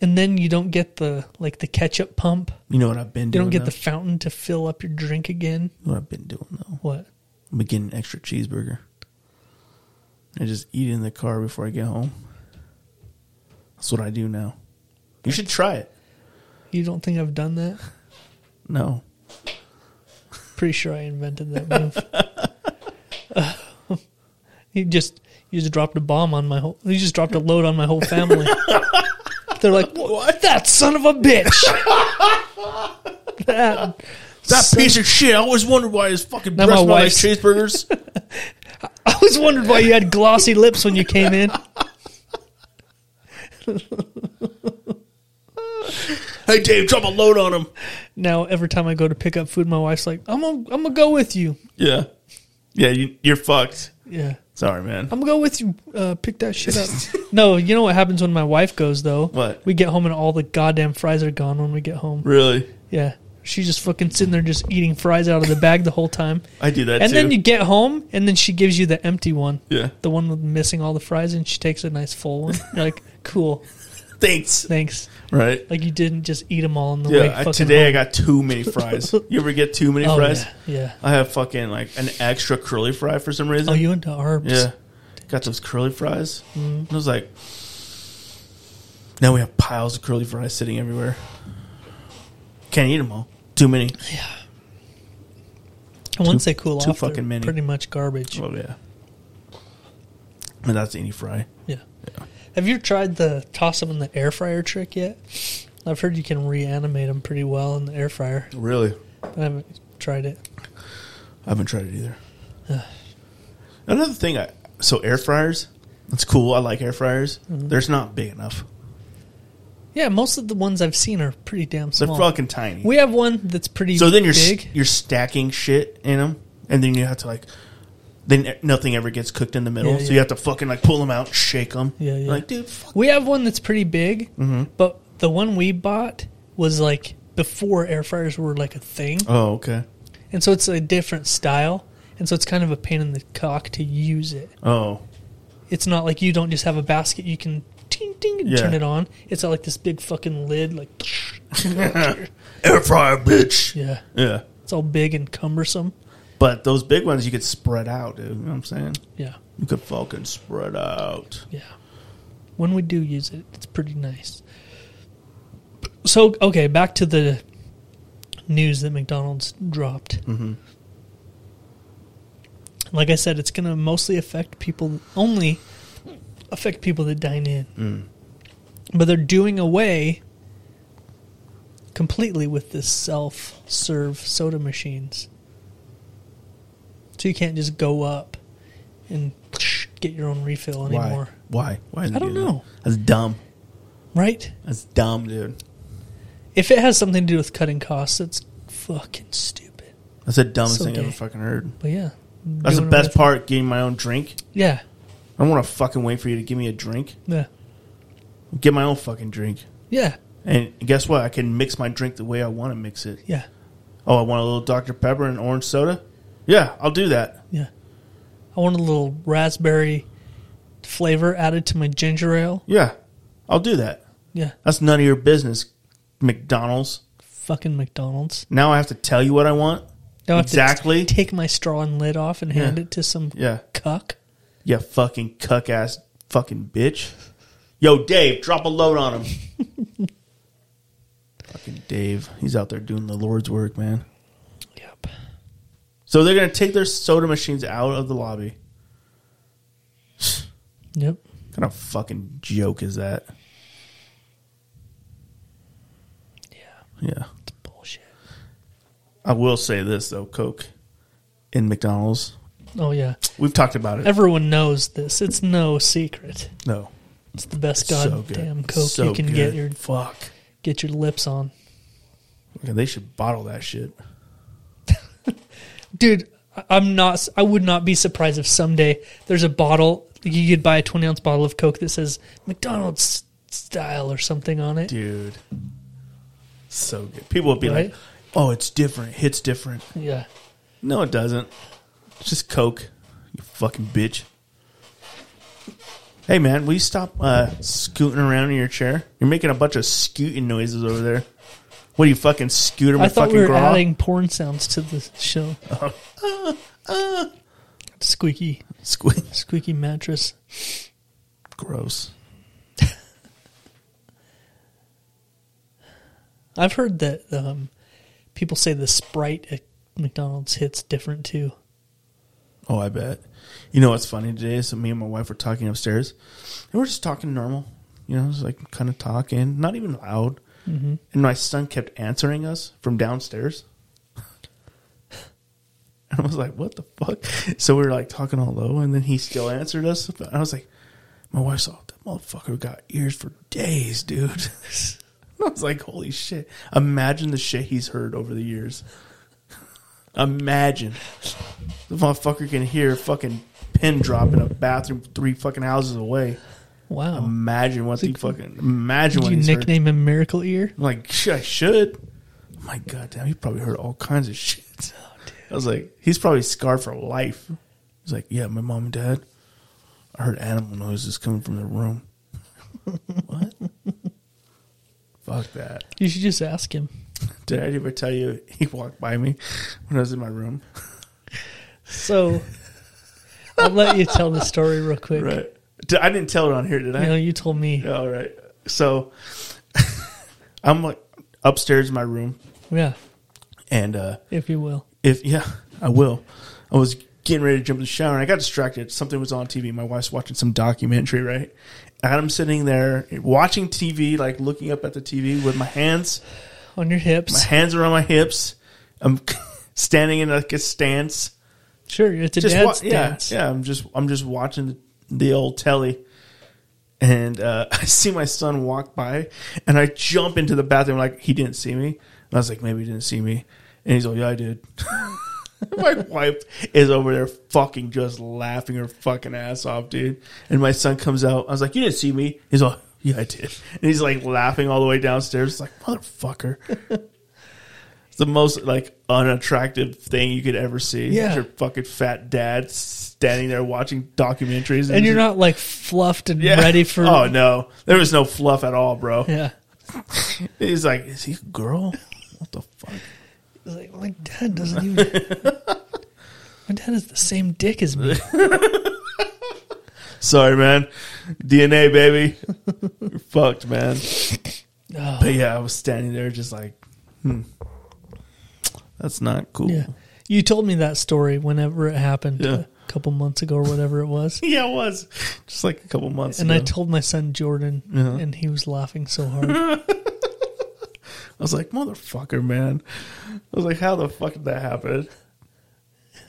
Speaker 3: and then you don't get the like the ketchup pump.
Speaker 2: You know what I've been
Speaker 3: You
Speaker 2: doing.
Speaker 3: don't get
Speaker 2: though?
Speaker 3: the fountain to fill up your drink again.
Speaker 2: You know what I've been doing though.
Speaker 3: What?
Speaker 2: I've been getting an extra cheeseburger. I just eat it in the car before I get home. That's what I do now. You should try it.
Speaker 3: You don't think I've done that?
Speaker 2: No.
Speaker 3: Pretty sure I invented that move. (laughs) he just you just dropped a bomb on my whole. You just dropped a load on my whole family. (laughs) They're like, what? That son of a bitch. (laughs) that
Speaker 2: That piece of shit. I always wondered why his fucking
Speaker 3: Not
Speaker 2: breast
Speaker 3: my
Speaker 2: smelled like
Speaker 3: wife's. (laughs)
Speaker 2: cheeseburgers.
Speaker 3: I always wondered why you had glossy lips when you came in.
Speaker 2: hey, Dave, drop a load on him.
Speaker 3: Now every time I go to pick up food, my wife's like, "I'm gonna, I'm gonna go with you."
Speaker 2: Yeah, yeah, you, you're fucked.
Speaker 3: Yeah,
Speaker 2: Sorry, man.
Speaker 3: I'm gonna go with you. Uh, pick that shit up. (laughs) no, you know what happens when my wife goes though.
Speaker 2: What?
Speaker 3: We get home and all the goddamn fries are gone when we get home.
Speaker 2: really,
Speaker 3: Yeah, she's just fucking sitting there just eating fries out of the bag the whole time.
Speaker 2: I do that
Speaker 3: and
Speaker 2: too.
Speaker 3: then you get home, and then she gives you the empty one.
Speaker 2: Yeah.
Speaker 3: the one with missing all the fries, and she takes a nice
Speaker 2: (laughs)
Speaker 3: full one. You're like, cool,
Speaker 2: Thanks.
Speaker 3: thanks.
Speaker 2: Right.
Speaker 3: Like you didn't just eat them all in the way.
Speaker 2: Yeah. I,
Speaker 3: fucking
Speaker 2: today I
Speaker 3: home.
Speaker 2: got too many
Speaker 3: (laughs)
Speaker 2: fries. You ever get too many
Speaker 3: Oh,
Speaker 2: fries?
Speaker 3: yeah, yeah.
Speaker 2: I have fucking like an extra curly fry for some reason.
Speaker 3: Oh, Mm-hmm. you went to Arbs.
Speaker 2: Yeah. Got those curly fries. And I was like, now we have piles of curly fries sitting everywhere. Can't eat them all. Too many.
Speaker 3: And once they cool
Speaker 2: too
Speaker 3: off, they're
Speaker 2: fucking many.
Speaker 3: pretty much garbage.
Speaker 2: Oh, yeah. And that's any fry.
Speaker 3: Yeah. Have you tried the toss them in the air fryer trick yet? I've heard you can reanimate them pretty well in the air fryer.
Speaker 2: Really?
Speaker 3: but I haven't tried it.
Speaker 2: I haven't tried it either. Another thing, I so air fryers. That's cool. I like air fryers.
Speaker 3: Mm-hmm.
Speaker 2: They're just not big enough.
Speaker 3: Yeah, most of the ones I've seen are pretty damn
Speaker 2: They're
Speaker 3: small.
Speaker 2: fucking tiny.
Speaker 3: We have one that's pretty.
Speaker 2: so then you're s-
Speaker 3: big.
Speaker 2: you're stacking shit in them, and then you have to like, then e, nothing ever gets cooked in the middle.
Speaker 3: Yeah,
Speaker 2: So
Speaker 3: yeah.
Speaker 2: you have to fucking like pull them out, shake them.
Speaker 3: Yeah, yeah.
Speaker 2: Like, dude, fuck.
Speaker 3: We have one that's pretty big,
Speaker 2: Mm-hmm.
Speaker 3: but the one we bought was like before air fryers were like a thing,
Speaker 2: Oh, okay.
Speaker 3: and so it's a different style, and so it's kind of a pain in the cock to use it.
Speaker 2: Oh,
Speaker 3: It's not like you don't just have a basket you can ting ting and
Speaker 2: Yeah.
Speaker 3: turn it on. It's not like this big fucking lid, like
Speaker 2: (laughs)
Speaker 3: (sniffs)
Speaker 2: air fryer, bitch.
Speaker 3: yeah,
Speaker 2: Yeah.
Speaker 3: it's all big and cumbersome.
Speaker 2: But those big ones you could spread out, dude. You know what I'm saying?
Speaker 3: Yeah,
Speaker 2: You could fucking spread out.
Speaker 3: yeah. When we do use it, it's pretty nice. So okay, back to the news that McDonald's dropped. Like I said, it's going to mostly affect people only affect people that dine in. But they're doing away completely with this self-serve soda machines. So you can't just go up and get your own refill anymore,
Speaker 2: Why? Why? Why did
Speaker 3: I
Speaker 2: they
Speaker 3: don't
Speaker 2: do that?
Speaker 3: know.
Speaker 2: That's dumb.
Speaker 3: right?
Speaker 2: That's dumb, dude.
Speaker 3: If it has something to do with cutting costs, it's fucking stupid.
Speaker 2: That's the dumbest
Speaker 3: So
Speaker 2: thing I
Speaker 3: gay.
Speaker 2: ever fucking heard.
Speaker 3: But yeah,
Speaker 2: That's
Speaker 3: doing
Speaker 2: the best
Speaker 3: away-
Speaker 2: part. Getting my own drink.
Speaker 3: Yeah,
Speaker 2: I want to fucking wait for you to give me a drink.
Speaker 3: yeah,
Speaker 2: Get my own fucking drink.
Speaker 3: yeah,
Speaker 2: And guess what? I can mix my drink the way I want to mix it.
Speaker 3: yeah,
Speaker 2: Oh, I want a little Dr. Pepper and orange soda? Yeah, I'll do that.
Speaker 3: yeah. I want a little raspberry flavor added to my ginger ale.
Speaker 2: Yeah, I'll do that.
Speaker 3: Yeah,
Speaker 2: That's none of your business, McDonald's.
Speaker 3: fucking McDonald's.
Speaker 2: Now I have to tell you what I want?
Speaker 3: Now I have to
Speaker 2: Exactly.
Speaker 3: t- take my straw and lid off and hand
Speaker 2: Yeah.
Speaker 3: it to some
Speaker 2: Yeah.
Speaker 3: cuck.
Speaker 2: You fucking cuck ass fucking bitch. Yo, Dave, drop a load on him.
Speaker 3: (laughs)
Speaker 2: fucking Dave. He's out there doing the Lord's work, man.
Speaker 3: Yep.
Speaker 2: So they're going to take their soda machines out of the lobby.
Speaker 3: Yep.
Speaker 2: What kind of fucking joke is that? Yeah. Yeah.
Speaker 3: It's bullshit.
Speaker 2: I will say this though, Coke in McDonald's.
Speaker 3: Oh yeah.
Speaker 2: We've talked about it.
Speaker 3: Everyone knows this. It's no secret.
Speaker 2: no.
Speaker 3: It's the best
Speaker 2: So good.
Speaker 3: goddamn coke
Speaker 2: So
Speaker 3: you can get
Speaker 2: good.
Speaker 3: your
Speaker 2: fuck.
Speaker 3: get your lips on.
Speaker 2: Okay, they should bottle that shit.
Speaker 3: dude I- i'm not i would not be surprised if someday there's a bottle you could buy a 20 ounce bottle of coke that says mcdonald's style or something on it
Speaker 2: Dude. So good. People would be
Speaker 3: Right?
Speaker 2: like, Oh, it's different. Hits different.
Speaker 3: yeah
Speaker 2: No, it doesn't. It's just Coke. You fucking bitch. Hey man, will you stop uh, scooting around in your chair? You're making a bunch of scooting noises over there. What are you fucking scooter? my
Speaker 3: i thought
Speaker 2: fucking
Speaker 3: we were
Speaker 2: growl?
Speaker 3: adding porn sounds to the show
Speaker 2: Uh-huh.
Speaker 3: (laughs) squeaky
Speaker 2: Squeak.
Speaker 3: squeaky mattress
Speaker 2: (laughs) Gross.
Speaker 3: i've heard that um, people say the sprite at mcdonald's hits different too
Speaker 2: Oh, I bet. You know what's funny today? So me and my wife were talking upstairs, and we're just talking normal. You know, just like kind of talking, not even loud. And my son kept answering us from downstairs. (laughs) And I was like, what the fuck? So we were like talking all low, and then he still answered us. And I was like, my wife's all, that motherfucker got ears for days, dude. (laughs) And I was like, holy shit. Imagine the shit he's heard over the years. Imagine. The motherfucker can hear a fucking pin drop in a bathroom three fucking houses away.
Speaker 3: Wow.
Speaker 2: Imagine what the fucking. Imagine
Speaker 3: Did
Speaker 2: what
Speaker 3: you
Speaker 2: Um, he's heard.
Speaker 3: nickname him Miracle Ear?
Speaker 2: I'm like, "Shit, I should. I'm like, goddamn, he probably heard all kinds of (laughs) shit.
Speaker 3: Oh,
Speaker 2: I was like, he's probably scarred for life. He's like, yeah, my mom and dad, I heard animal noises coming from their room. (laughs) what? Fuck that.
Speaker 3: You should just ask him.
Speaker 2: Did I ever tell you he walked by me when I was in my room? (laughs)
Speaker 3: So I'll let you tell the story real quick.
Speaker 2: Right. Did- I didn't tell it on here, did I?
Speaker 3: You know, you told me.
Speaker 2: All right. So (laughs) I'm like upstairs in my room,
Speaker 3: Yeah,
Speaker 2: and uh,
Speaker 3: if you will.
Speaker 2: If yeah, I will. I was getting ready to jump in the shower and I got distracted. Something was on TV. My wife's watching some documentary, right? And I'm sitting there watching TV, like looking up at the TV with my hands.
Speaker 3: On your hips.
Speaker 2: My hands are on my hips. I'm (laughs) standing in like a stance.
Speaker 3: (laughs) Sure, it's a
Speaker 2: Just
Speaker 3: dad
Speaker 2: wa-
Speaker 3: stance.
Speaker 2: yeah, yeah. I'm just I'm just watching the, the old telly. And uh, (laughs) I see my son walk by, and I jump into the bathroom like he didn't see me. And I was like, maybe he didn't see me. And he's like, yeah, I did. (laughs) my wife is over there fucking just laughing her fucking ass off, dude. And my son comes out. I was like, you didn't see me. He's like, yeah, I did. And he's like laughing all the way downstairs. It's like, motherfucker. (laughs) it's the most like unattractive thing you could ever see. It's
Speaker 3: Yeah.
Speaker 2: Your fucking fat dad standing there watching documentaries.
Speaker 3: And you're not like fluffed and
Speaker 2: Yeah.
Speaker 3: ready for.
Speaker 2: Oh no, there was no fluff at all, bro.
Speaker 3: Yeah.
Speaker 2: He's like, is he a girl? What the fuck?
Speaker 3: It's like, my dad
Speaker 2: (laughs)
Speaker 3: doesn't even. my dad is the same dick
Speaker 2: (laughs)
Speaker 3: as me.
Speaker 2: Sorry, man. DNA, baby. You're fucked, man.
Speaker 3: Oh,
Speaker 2: But yeah, I was standing there just like, hmm, that's not cool.
Speaker 3: yeah. You told me that story whenever it happened
Speaker 2: Yeah.
Speaker 3: a couple months ago or whatever it
Speaker 2: (laughs)
Speaker 3: was.
Speaker 2: (laughs) Yeah, it was just like a couple months
Speaker 3: And
Speaker 2: ago. Uh-huh. I
Speaker 3: I told my son Jordan, and he was laughing so hard.
Speaker 2: was like, motherfucker, man. I was like, how the fuck did that happen?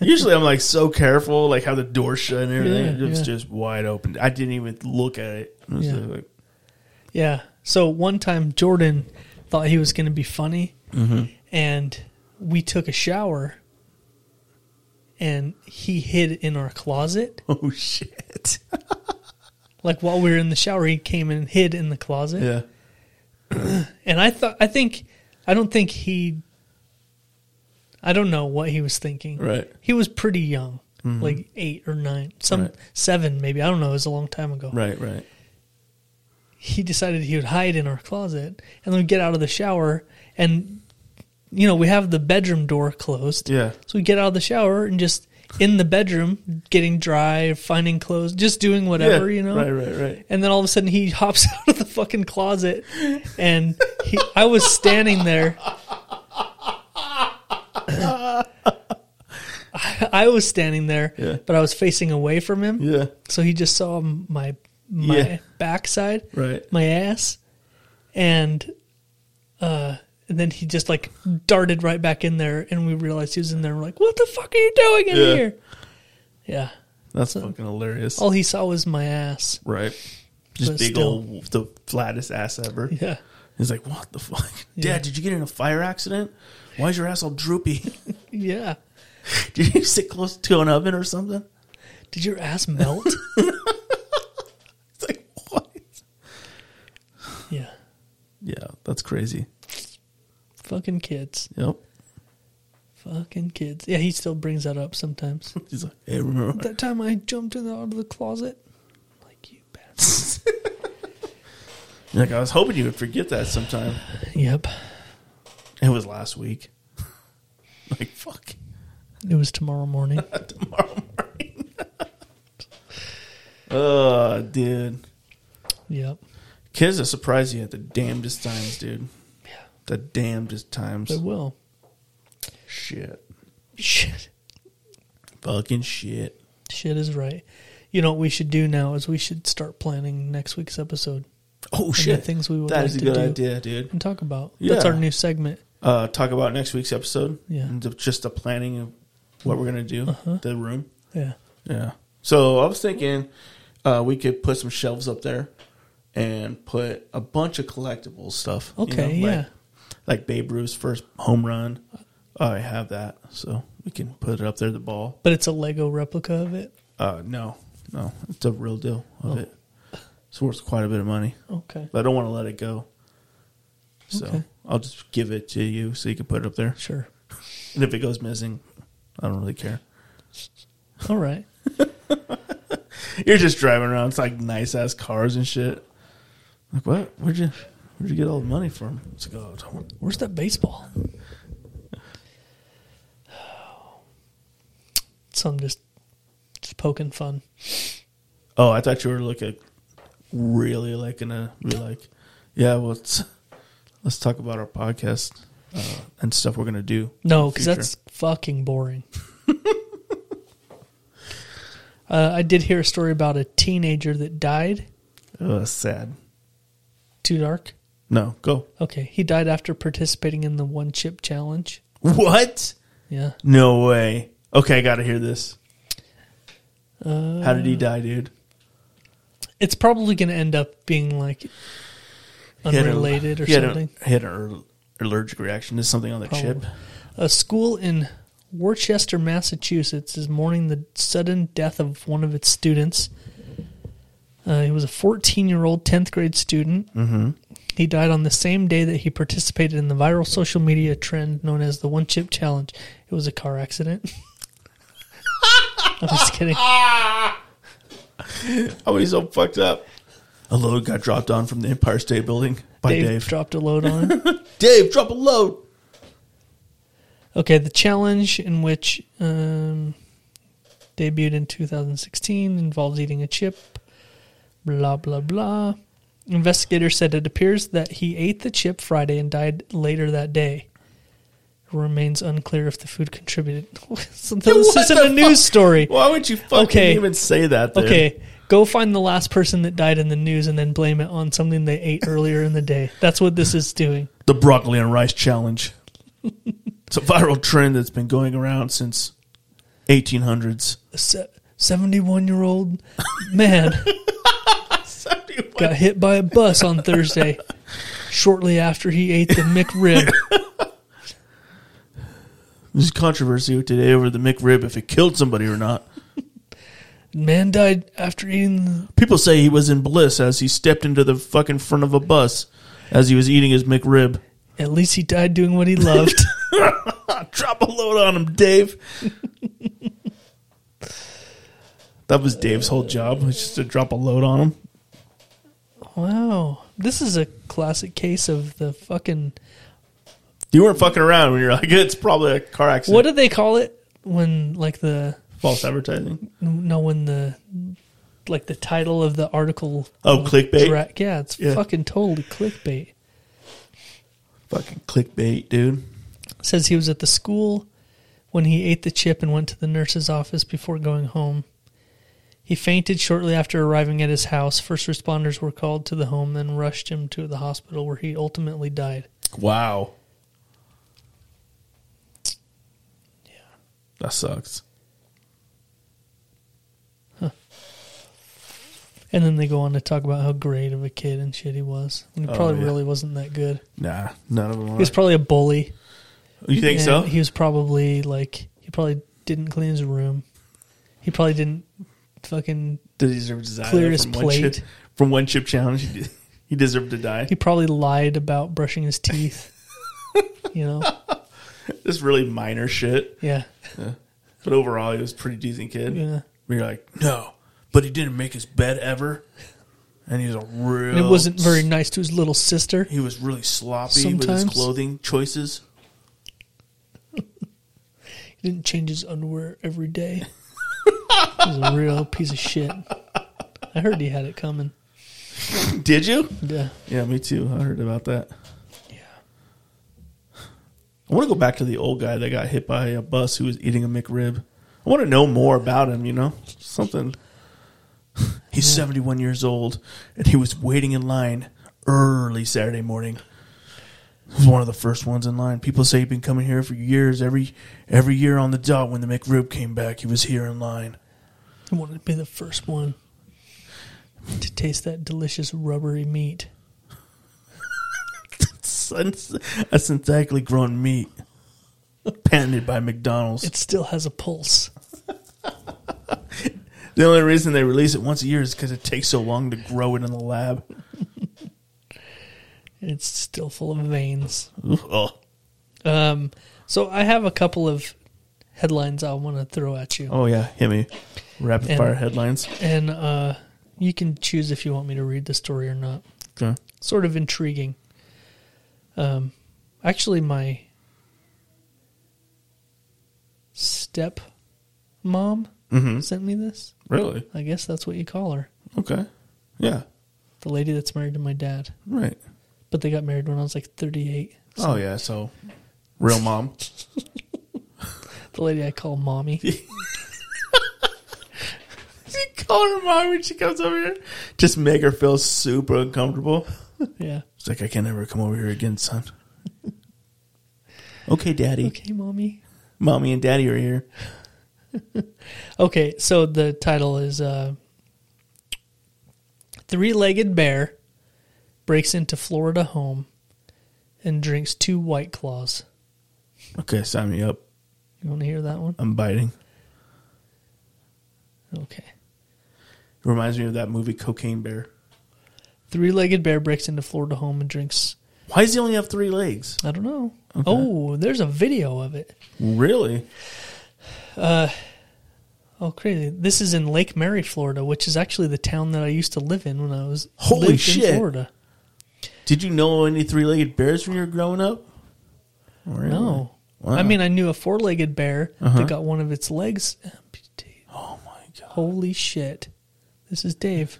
Speaker 2: Usually I'm like so careful, like how the door shut and everything.
Speaker 3: Yeah,
Speaker 2: it was
Speaker 3: yeah.
Speaker 2: just wide open. I didn't even look at it. I was
Speaker 3: Yeah.
Speaker 2: like, (laughs)
Speaker 3: Yeah. So one time Jordan thought he was going to be funny,
Speaker 2: Mm-hmm.
Speaker 3: and we took a shower, and he hid in our closet.
Speaker 2: oh shit.
Speaker 3: Like while we were in the shower, he came and hid in the closet.
Speaker 2: Yeah.
Speaker 3: And I thought, I think, I don't think he, I don't know what he was thinking.
Speaker 2: Right. Mm-hmm.
Speaker 3: He was pretty young, like eight or nine, some
Speaker 2: Right.
Speaker 3: seven maybe. I don't know. It was a long time ago.
Speaker 2: Right, right.
Speaker 3: he decided he would hide in our closet and then get out of the shower and you know we have the bedroom door closed
Speaker 2: Yeah.
Speaker 3: so we get out of the shower and just in the bedroom getting dry finding clothes just doing whatever
Speaker 2: Yeah,
Speaker 3: you know
Speaker 2: Right, right, right.
Speaker 3: and then all of a sudden he (laughs) hops out of the fucking closet and he, i was standing there (laughs) I, I was standing there
Speaker 2: Yeah.
Speaker 3: but i was facing away from him
Speaker 2: Yeah.
Speaker 3: so he just saw m- my my
Speaker 2: Yeah.
Speaker 3: backside,
Speaker 2: Right.
Speaker 3: my ass, and uh, and then he just like darted right back in there, and we realized he was in there. We're like, "What the fuck are you doing in
Speaker 2: Yeah.
Speaker 3: here?" Yeah,
Speaker 2: That's fucking hilarious.
Speaker 3: all he saw was my ass.
Speaker 2: Right. Just
Speaker 3: But
Speaker 2: big
Speaker 3: Oh. still.
Speaker 2: old, the flattest ass ever.
Speaker 3: Yeah,
Speaker 2: He's like, what the fuck?
Speaker 3: (laughs) Yeah.
Speaker 2: Dad, did you get in a fire accident? Why is your ass all droopy? (laughs)
Speaker 3: yeah.
Speaker 2: did you sit close to an oven or something?
Speaker 3: Did your ass (laughs) melt?
Speaker 2: It's like, (laughs) what?
Speaker 3: yeah,
Speaker 2: Yeah, that's crazy.
Speaker 3: fucking kids,
Speaker 2: Yep.
Speaker 3: fucking kids. Yeah, he still brings that up sometimes.
Speaker 2: He's like, hey, remember?
Speaker 3: that time I jumped in the, out of the closet, like you bastard.
Speaker 2: Like, I was hoping you would forget that sometime.
Speaker 3: Yep,
Speaker 2: It was last week. (laughs) like, fuck.
Speaker 3: it was tomorrow morning. (laughs)
Speaker 2: Tomorrow morning. oh, dude.
Speaker 3: yep.
Speaker 2: Kids that surprise you at the damnedest times, dude. Yeah. The damnedest times.
Speaker 3: They will.
Speaker 2: Shit.
Speaker 3: Shit.
Speaker 2: Fucking shit.
Speaker 3: Shit is right. You know what we should do now is we should start planning next week's episode.
Speaker 2: Oh
Speaker 3: and the things we would
Speaker 2: That
Speaker 3: like
Speaker 2: is
Speaker 3: to
Speaker 2: a good
Speaker 3: do.
Speaker 2: idea, dude.
Speaker 3: and talk about. That's
Speaker 2: Yeah.
Speaker 3: our new segment.
Speaker 2: Uh, talk about next week's episode.
Speaker 3: Yeah. Uh-huh.
Speaker 2: and the- just the planning of what we're gonna do. The room.
Speaker 3: Yeah.
Speaker 2: Yeah. So I was thinking uh, we could put some shelves up there and put a bunch of collectible stuff. you
Speaker 3: Okay,
Speaker 2: know,
Speaker 3: yeah.
Speaker 2: Like, like Babe Ruth's first home run. I have that, so we can put it up there. The ball.
Speaker 3: But it's a Lego replica of it.
Speaker 2: Uh, no, no, it's a real deal
Speaker 3: Oh.
Speaker 2: of it. It's worth quite a bit of money.
Speaker 3: Okay.
Speaker 2: But I don't want to let it go. So
Speaker 3: Okay.
Speaker 2: I'll just give it to you so you can put it up there.
Speaker 3: Sure.
Speaker 2: And if it goes missing, I don't really care.
Speaker 3: All right.
Speaker 2: You're just driving around. It's like nice ass cars and shit. Like what? Where'd you where'd you get all the money from? It's like, oh, I don't want-
Speaker 3: Where's that baseball? (sighs) So I'm just just poking fun.
Speaker 2: oh, I thought you were like a really like gonna be like, yeah, well, let's let's talk about our podcast uh, and stuff we're gonna do.
Speaker 3: No, because
Speaker 2: Future.
Speaker 3: that's fucking boring. (laughs) uh, I did hear a story about a teenager that died.
Speaker 2: Oh, that's sad.
Speaker 3: Too dark.
Speaker 2: No, go.
Speaker 3: Okay, he died after participating in the one chip challenge.
Speaker 2: What?
Speaker 3: Yeah,
Speaker 2: No way. Okay, I gotta hear this. How
Speaker 3: Uh,
Speaker 2: did he die, dude?
Speaker 3: it's probably going to end up being like
Speaker 2: He had a-
Speaker 3: unrelated or
Speaker 2: he had a-
Speaker 3: something.
Speaker 2: he had an al- allergic reaction to something on the chip.
Speaker 3: Probably. A school in Worcester, Massachusetts is mourning the sudden death of one of its students. Uh, he was a 14 year old 10th grade student. Mm-hmm. He died on the same day that he participated in the viral social media trend known as the One Chip Challenge. It was a car accident. (laughs) I'm just kidding.
Speaker 2: Oh, he's so fucked up. A load got dropped on from the Empire State Building by
Speaker 3: Dave,
Speaker 2: Dave.
Speaker 3: dropped a load
Speaker 2: (laughs)
Speaker 3: on him.
Speaker 2: Dave, drop a load.
Speaker 3: Okay, the challenge in which um, debuted in 2016 involves eating a chip. Blah blah blah. Investigators said it appears that he ate the chip Friday and died later that day. It remains unclear if the food contributed. (laughs) so this
Speaker 2: (laughs) What
Speaker 3: isn't
Speaker 2: the
Speaker 3: a news
Speaker 2: fuck?
Speaker 3: story.
Speaker 2: Why would you fucking
Speaker 3: Okay.
Speaker 2: even say that? Dude?
Speaker 3: Okay, go find the last person that died in the news and then blame it on something they ate earlier in the day. That's what this is doing.
Speaker 2: the broccoli and rice (laughs) challenge. it's a viral trend that's been going around since 1800s.
Speaker 3: se- 71 year old
Speaker 2: (laughs)
Speaker 3: man got hit by a bus on Thursday shortly after he ate the McRib.
Speaker 2: There's controversy today over the McRib if it killed somebody or not.
Speaker 3: Man died after eating the.
Speaker 2: People say he was in bliss as he stepped into the fucking front of a bus as he was eating his McRib.
Speaker 3: At least he died doing what
Speaker 2: (laughs)
Speaker 3: he loved.
Speaker 2: Drop a load on him, Dave. that was Dave's whole job, was just to drop a load on him.
Speaker 3: wow. This is a classic case of the fucking.
Speaker 2: You weren't fucking around when you're like, it's probably a car accident.
Speaker 3: What do they call it when, like, the.
Speaker 2: False advertising.
Speaker 3: No, when the. Like, the title of the article.
Speaker 2: Oh, clickbait?
Speaker 3: Dra- yeah, it's
Speaker 2: Yeah.
Speaker 3: fucking totally clickbait.
Speaker 2: Fucking clickbait, dude.
Speaker 3: says he was at the school when he ate the chip and went to the nurse's office before going home. He fainted shortly after arriving at his house. First responders were called to the home, then rushed him to the hospital where he ultimately died.
Speaker 2: Wow. Yeah. That sucks.
Speaker 3: And then they go on to talk about how great of a kid and shit he was. And he
Speaker 2: Oh,
Speaker 3: probably
Speaker 2: yeah.
Speaker 3: really wasn't that good.
Speaker 2: Nah, none of them
Speaker 3: He
Speaker 2: are. Oh,
Speaker 3: was probably a bully.
Speaker 2: you think
Speaker 3: and
Speaker 2: so?
Speaker 3: He was probably like he probably didn't clean his room. He probably didn't fucking
Speaker 2: Did he deserve to die?
Speaker 3: Clear
Speaker 2: though
Speaker 3: as
Speaker 2: from one
Speaker 3: plate.
Speaker 2: chip- from one chip challenge, (laughs) he, de- he deserved to die.
Speaker 3: he probably lied about brushing his
Speaker 2: (laughs)
Speaker 3: teeth. you know?
Speaker 2: This really minor shit.
Speaker 3: Yeah.
Speaker 2: But overall, he was a pretty decent kid.
Speaker 3: Yeah.
Speaker 2: We were like, no, but he didn't make his bed ever, and he was a real.
Speaker 3: And it wasn't very nice to his little sister.
Speaker 2: He was really sloppy with his
Speaker 3: Sometimes.
Speaker 2: clothing choices.
Speaker 3: He didn't change his underwear every day. he was a real piece of shit. I heard he had it coming.
Speaker 2: Did you?
Speaker 3: Yeah.
Speaker 2: Yeah, me too. I heard about that. Yeah. I want to go back to the old guy that got hit by a bus who was eating a McRib. I want to know more about him. You know, something. (laughs) He's 71 years old, and he was waiting in line early Saturday morning. He was one of the first ones in line. People say he'd been coming here for years. Every every year on the dot when the McRib came back, he was here in line.
Speaker 3: I wanted to be the first one to taste that delicious rubbery meat.
Speaker 2: Syn- A synthetically grown meat, (laughs) patented by McDonald's.
Speaker 3: It still has a pulse.
Speaker 2: The only reason they release it once a year is because it takes so long to grow it in the lab.
Speaker 3: and It's still full of veins.
Speaker 2: Oh,
Speaker 3: Um, so I have a couple of headlines I want to throw at you,
Speaker 2: oh yeah, hit me. Rapid
Speaker 3: And-
Speaker 2: fire headlines.
Speaker 3: and uh, you can choose if you want me to read the story or not.
Speaker 2: Okay.
Speaker 3: Sort of intriguing. Um, actually, my step mom sent me this.
Speaker 2: Really?
Speaker 3: I guess that's what you call her,
Speaker 2: Okay. Yeah.
Speaker 3: the lady that's married to my dad.
Speaker 2: Right.
Speaker 3: But they got married when I was like 38.
Speaker 2: Oh yeah. So, real (laughs) mom.
Speaker 3: The lady I call mommy.
Speaker 2: you call her mom when she comes over here. Just make her feel super uncomfortable.
Speaker 3: yeah.
Speaker 2: It's like I can never come over here again, son. okay, daddy.
Speaker 3: Okay, mommy.
Speaker 2: Mommy and daddy are here.
Speaker 3: Okay, so the title is uh, Three Legged Bear Breaks into Florida Home and Drinks Two White Claws.
Speaker 2: Okay, sign me up.
Speaker 3: You want to hear that one?
Speaker 2: I'm biting.
Speaker 3: Okay.
Speaker 2: Reminds me of that movie Cocaine Bear.
Speaker 3: Three Legged Bear Breaks into Florida Home and Drinks.
Speaker 2: Why does he only have three legs?
Speaker 3: I don't know. Oh, there's a video of it.
Speaker 2: Really?
Speaker 3: Oh, crazy. This is in Lake Mary, Florida, which is actually the town that I used to live in when I was
Speaker 2: Holy
Speaker 3: lived
Speaker 2: shit.
Speaker 3: in Florida.
Speaker 2: Did you know any three legged bears when you were growing up? Really?
Speaker 3: No.
Speaker 2: Oh, Wow. Uh-huh.
Speaker 3: I mean, I knew a four legged bear that got one of its legs amputated.
Speaker 2: Oh my god.
Speaker 3: Holy shit. This is Dave,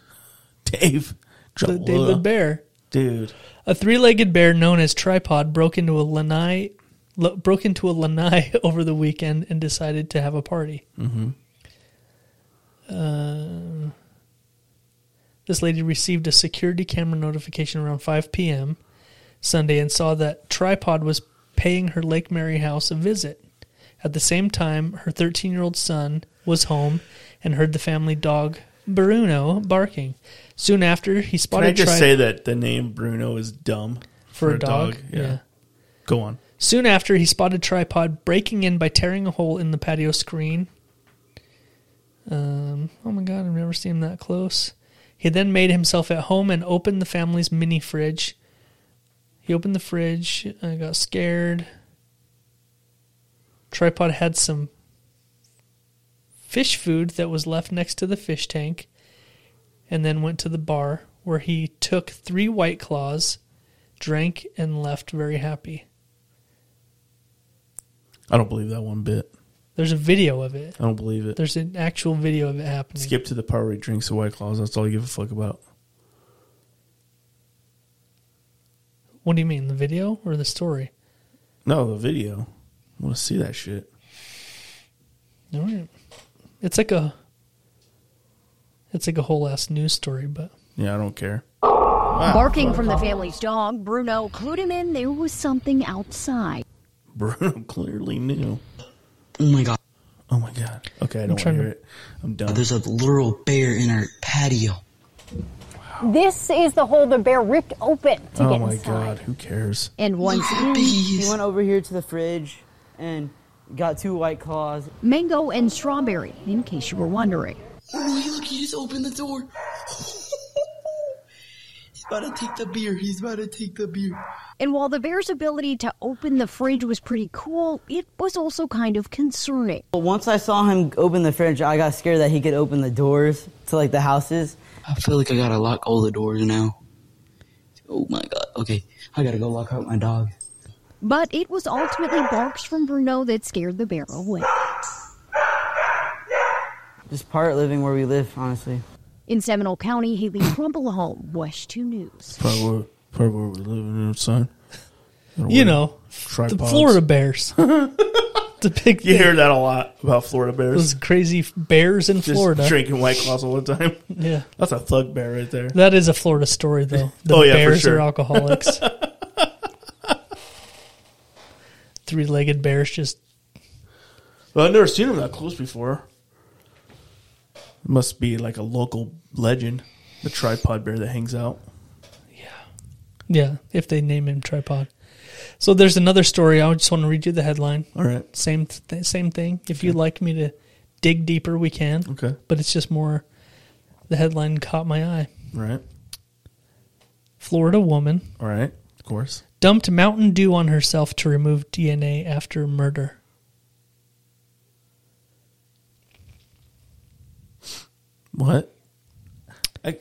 Speaker 2: Dave.
Speaker 3: the David Bear.
Speaker 2: Dude.
Speaker 3: A three-legged bear known as Tripod broke into a lanai lo- broke into a lanai (laughs) over the weekend and decided to have a party. Mm-hmm. Uh, this lady received a security camera notification around 5 p.m. Sunday and saw that Tripod was paying her Lake Mary house a visit. At the same time, her 13-year-old son was home and heard the family dog Bruno barking. Soon after, he
Speaker 2: Can
Speaker 3: spotted
Speaker 2: I just
Speaker 3: Tri-
Speaker 2: say that the name Bruno is dumb
Speaker 3: for, a dog.
Speaker 2: Yeah.
Speaker 3: Yeah.
Speaker 2: Go on.
Speaker 3: Soon after, he spotted Tripod breaking in by tearing a hole in the patio screen. Um, oh my god, I've never seen him that close. He then made himself at home and opened the family's mini fridge. He opened the fridge. I got scared. Tripod had some fish food that was left next to the fish tank and then went to the bar where he took three white claws, drank, and left very happy.
Speaker 2: I don't believe that one bit.
Speaker 3: There's a video of it.
Speaker 2: I don't believe it.
Speaker 3: There's an actual video of it happening.
Speaker 2: Skip to the part where he drinks the white claws. That's all you give a fuck about.
Speaker 3: What do you mean, the video or the story?
Speaker 2: No, the video. I want to see that shit.
Speaker 3: All right. It's like a it's like a whole ass news story, but
Speaker 2: Yeah, I don't care. (laughs)
Speaker 8: Barking from the family's dog, Bruno clued him in there was something outside.
Speaker 2: Bruno clearly knew.
Speaker 5: Oh my god.
Speaker 2: Oh my god. Okay, I don't want to
Speaker 3: trying
Speaker 2: hear
Speaker 3: to-
Speaker 2: it. I'm done.
Speaker 5: There's a literal bear in our patio.
Speaker 9: This is the hole the bear ripped open to
Speaker 2: Oh
Speaker 9: get
Speaker 2: my
Speaker 9: inside.
Speaker 2: god. Who cares?
Speaker 8: And once in,
Speaker 5: Bees.
Speaker 10: He went over here to the fridge and got two white claws.
Speaker 8: mango and strawberry, in case you were wondering.
Speaker 5: Oh, he- look, he just opened the door. (laughs) He's about to take the beer. He's about to take the beer.
Speaker 8: And while the bear's ability to open the fridge was pretty cool, it was also kind of concerning.
Speaker 10: But once I saw him open the fridge, I got scared that he could open the doors to like the houses.
Speaker 5: I feel like I gotta lock all the doors now. Oh my god. Okay, I gotta go lock out my dog.
Speaker 8: But it was ultimately barks from Bruno that scared the bear away.
Speaker 10: Just pirate living where we live, honestly.
Speaker 8: In Seminole County, Haley Crumpleholm, West 2 News.
Speaker 2: Probably where, probably where we're living outside.
Speaker 3: you know, the
Speaker 2: tripods. (laughs)
Speaker 3: Florida bears. the big
Speaker 2: You
Speaker 3: thing.
Speaker 2: hear that a lot about Florida bears.
Speaker 3: Those crazy bears in
Speaker 2: Just
Speaker 3: Florida.
Speaker 2: drinking White Claws all the time. (laughs)
Speaker 3: Yeah.
Speaker 2: That's a thug bear right there.
Speaker 3: That is a Florida story,
Speaker 2: (laughs)
Speaker 3: though. The
Speaker 2: Oh, yeah, for
Speaker 3: bears
Speaker 2: sure.
Speaker 3: are alcoholics.
Speaker 2: (laughs)
Speaker 3: Three legged bears just.
Speaker 2: Well, I've never seen him that close before. Must be like a local legend, the tripod bear that hangs out.
Speaker 3: Yeah, if they name him Tripod. So there's another story. I just want to read you the headline.
Speaker 2: All right.
Speaker 3: Same, th- same thing. If you'd like me to dig deeper, we can.
Speaker 2: Okay.
Speaker 3: But it's just more. The headline caught my eye.
Speaker 2: All right.
Speaker 3: Florida woman
Speaker 2: All right. Of course.
Speaker 3: dumped Mountain Dew on herself to remove DNA after murder.
Speaker 2: What? I,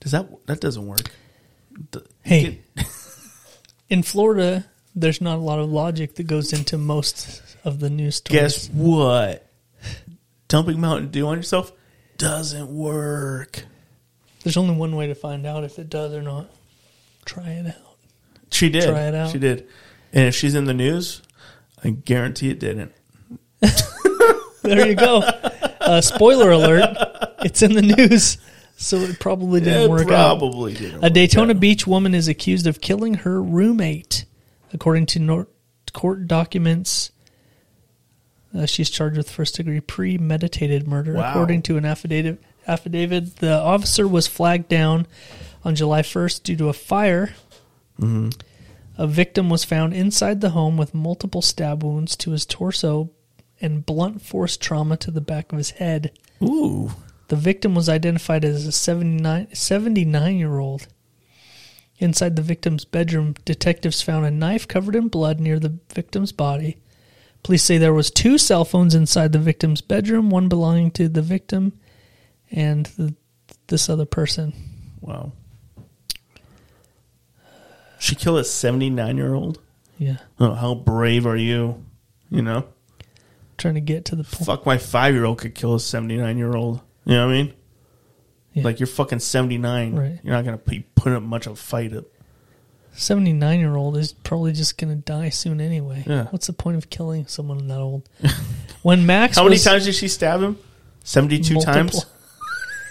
Speaker 2: does that that doesn't work? The-
Speaker 3: Hey, in Florida, there's not a lot of logic that goes into most of the news stories.
Speaker 2: Guess what? Dumping Mountain Dew on yourself doesn't work.
Speaker 3: There's only one way to find out if it does or not. Try it out.
Speaker 2: She did.
Speaker 3: Try it out.
Speaker 2: She did. And if she's in the news, I guarantee it didn't.
Speaker 3: There
Speaker 2: (laughs)
Speaker 3: you go. uh, spoiler alert: it's in the news, so it probably didn't
Speaker 2: It
Speaker 3: work out.
Speaker 2: probably didn't.
Speaker 3: A
Speaker 2: work
Speaker 3: Daytona
Speaker 2: out.
Speaker 3: Beach woman is accused of killing her roommate, according to nor- court documents. Uh, she's charged with first-degree premeditated murder,
Speaker 2: Wow.
Speaker 3: according to an affidavit. Affidavit: The officer was flagged down on July 1st due to a fire. A victim was found inside the home with multiple stab wounds to his torso and blunt force trauma to the back of his head.
Speaker 2: Ooh.
Speaker 3: The victim was identified as a 79 year old. Inside the victim's bedroom, detectives found a knife covered in blood near the victim's body. Police say there was two cell phones inside the victim's bedroom, one belonging to the victim and th this other person.
Speaker 2: Wow. She killed a 79 year old?
Speaker 3: Yeah,
Speaker 2: Oh, how brave are you? You know?
Speaker 3: trying to get to the point.
Speaker 2: Fuck, my five year old could kill a 79 year old. You know what I mean?
Speaker 3: Yeah.
Speaker 2: Like, you're fucking 79.
Speaker 3: Right.
Speaker 2: You're not going to be putting up much of a fight. Up.
Speaker 3: 79 year old is probably just going to die soon anyway.
Speaker 2: Yeah.
Speaker 3: What's the point of killing someone that
Speaker 2: (laughs)
Speaker 3: old? when Max
Speaker 2: How many
Speaker 3: was-
Speaker 2: times did she stab him? 72 times? (laughs)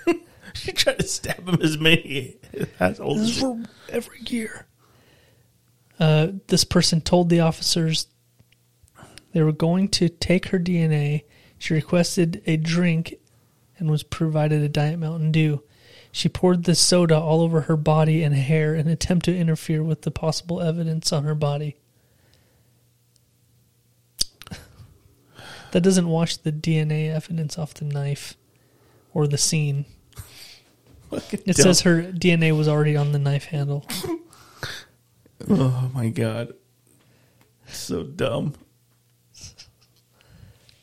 Speaker 3: Multiple.
Speaker 2: she tried to stab him as many. That's old.
Speaker 3: This is for every year. Uh, this person told the officers they were going to take her DNA. She requested a drink and was provided a Diet Mountain Dew. She poured the soda all over her body and hair in an attempt to interfere with the possible evidence on her body. that doesn't wash the DNA evidence off the knife or the scene. It says her DNA was already on the knife handle.
Speaker 2: Oh, my God. So dumb.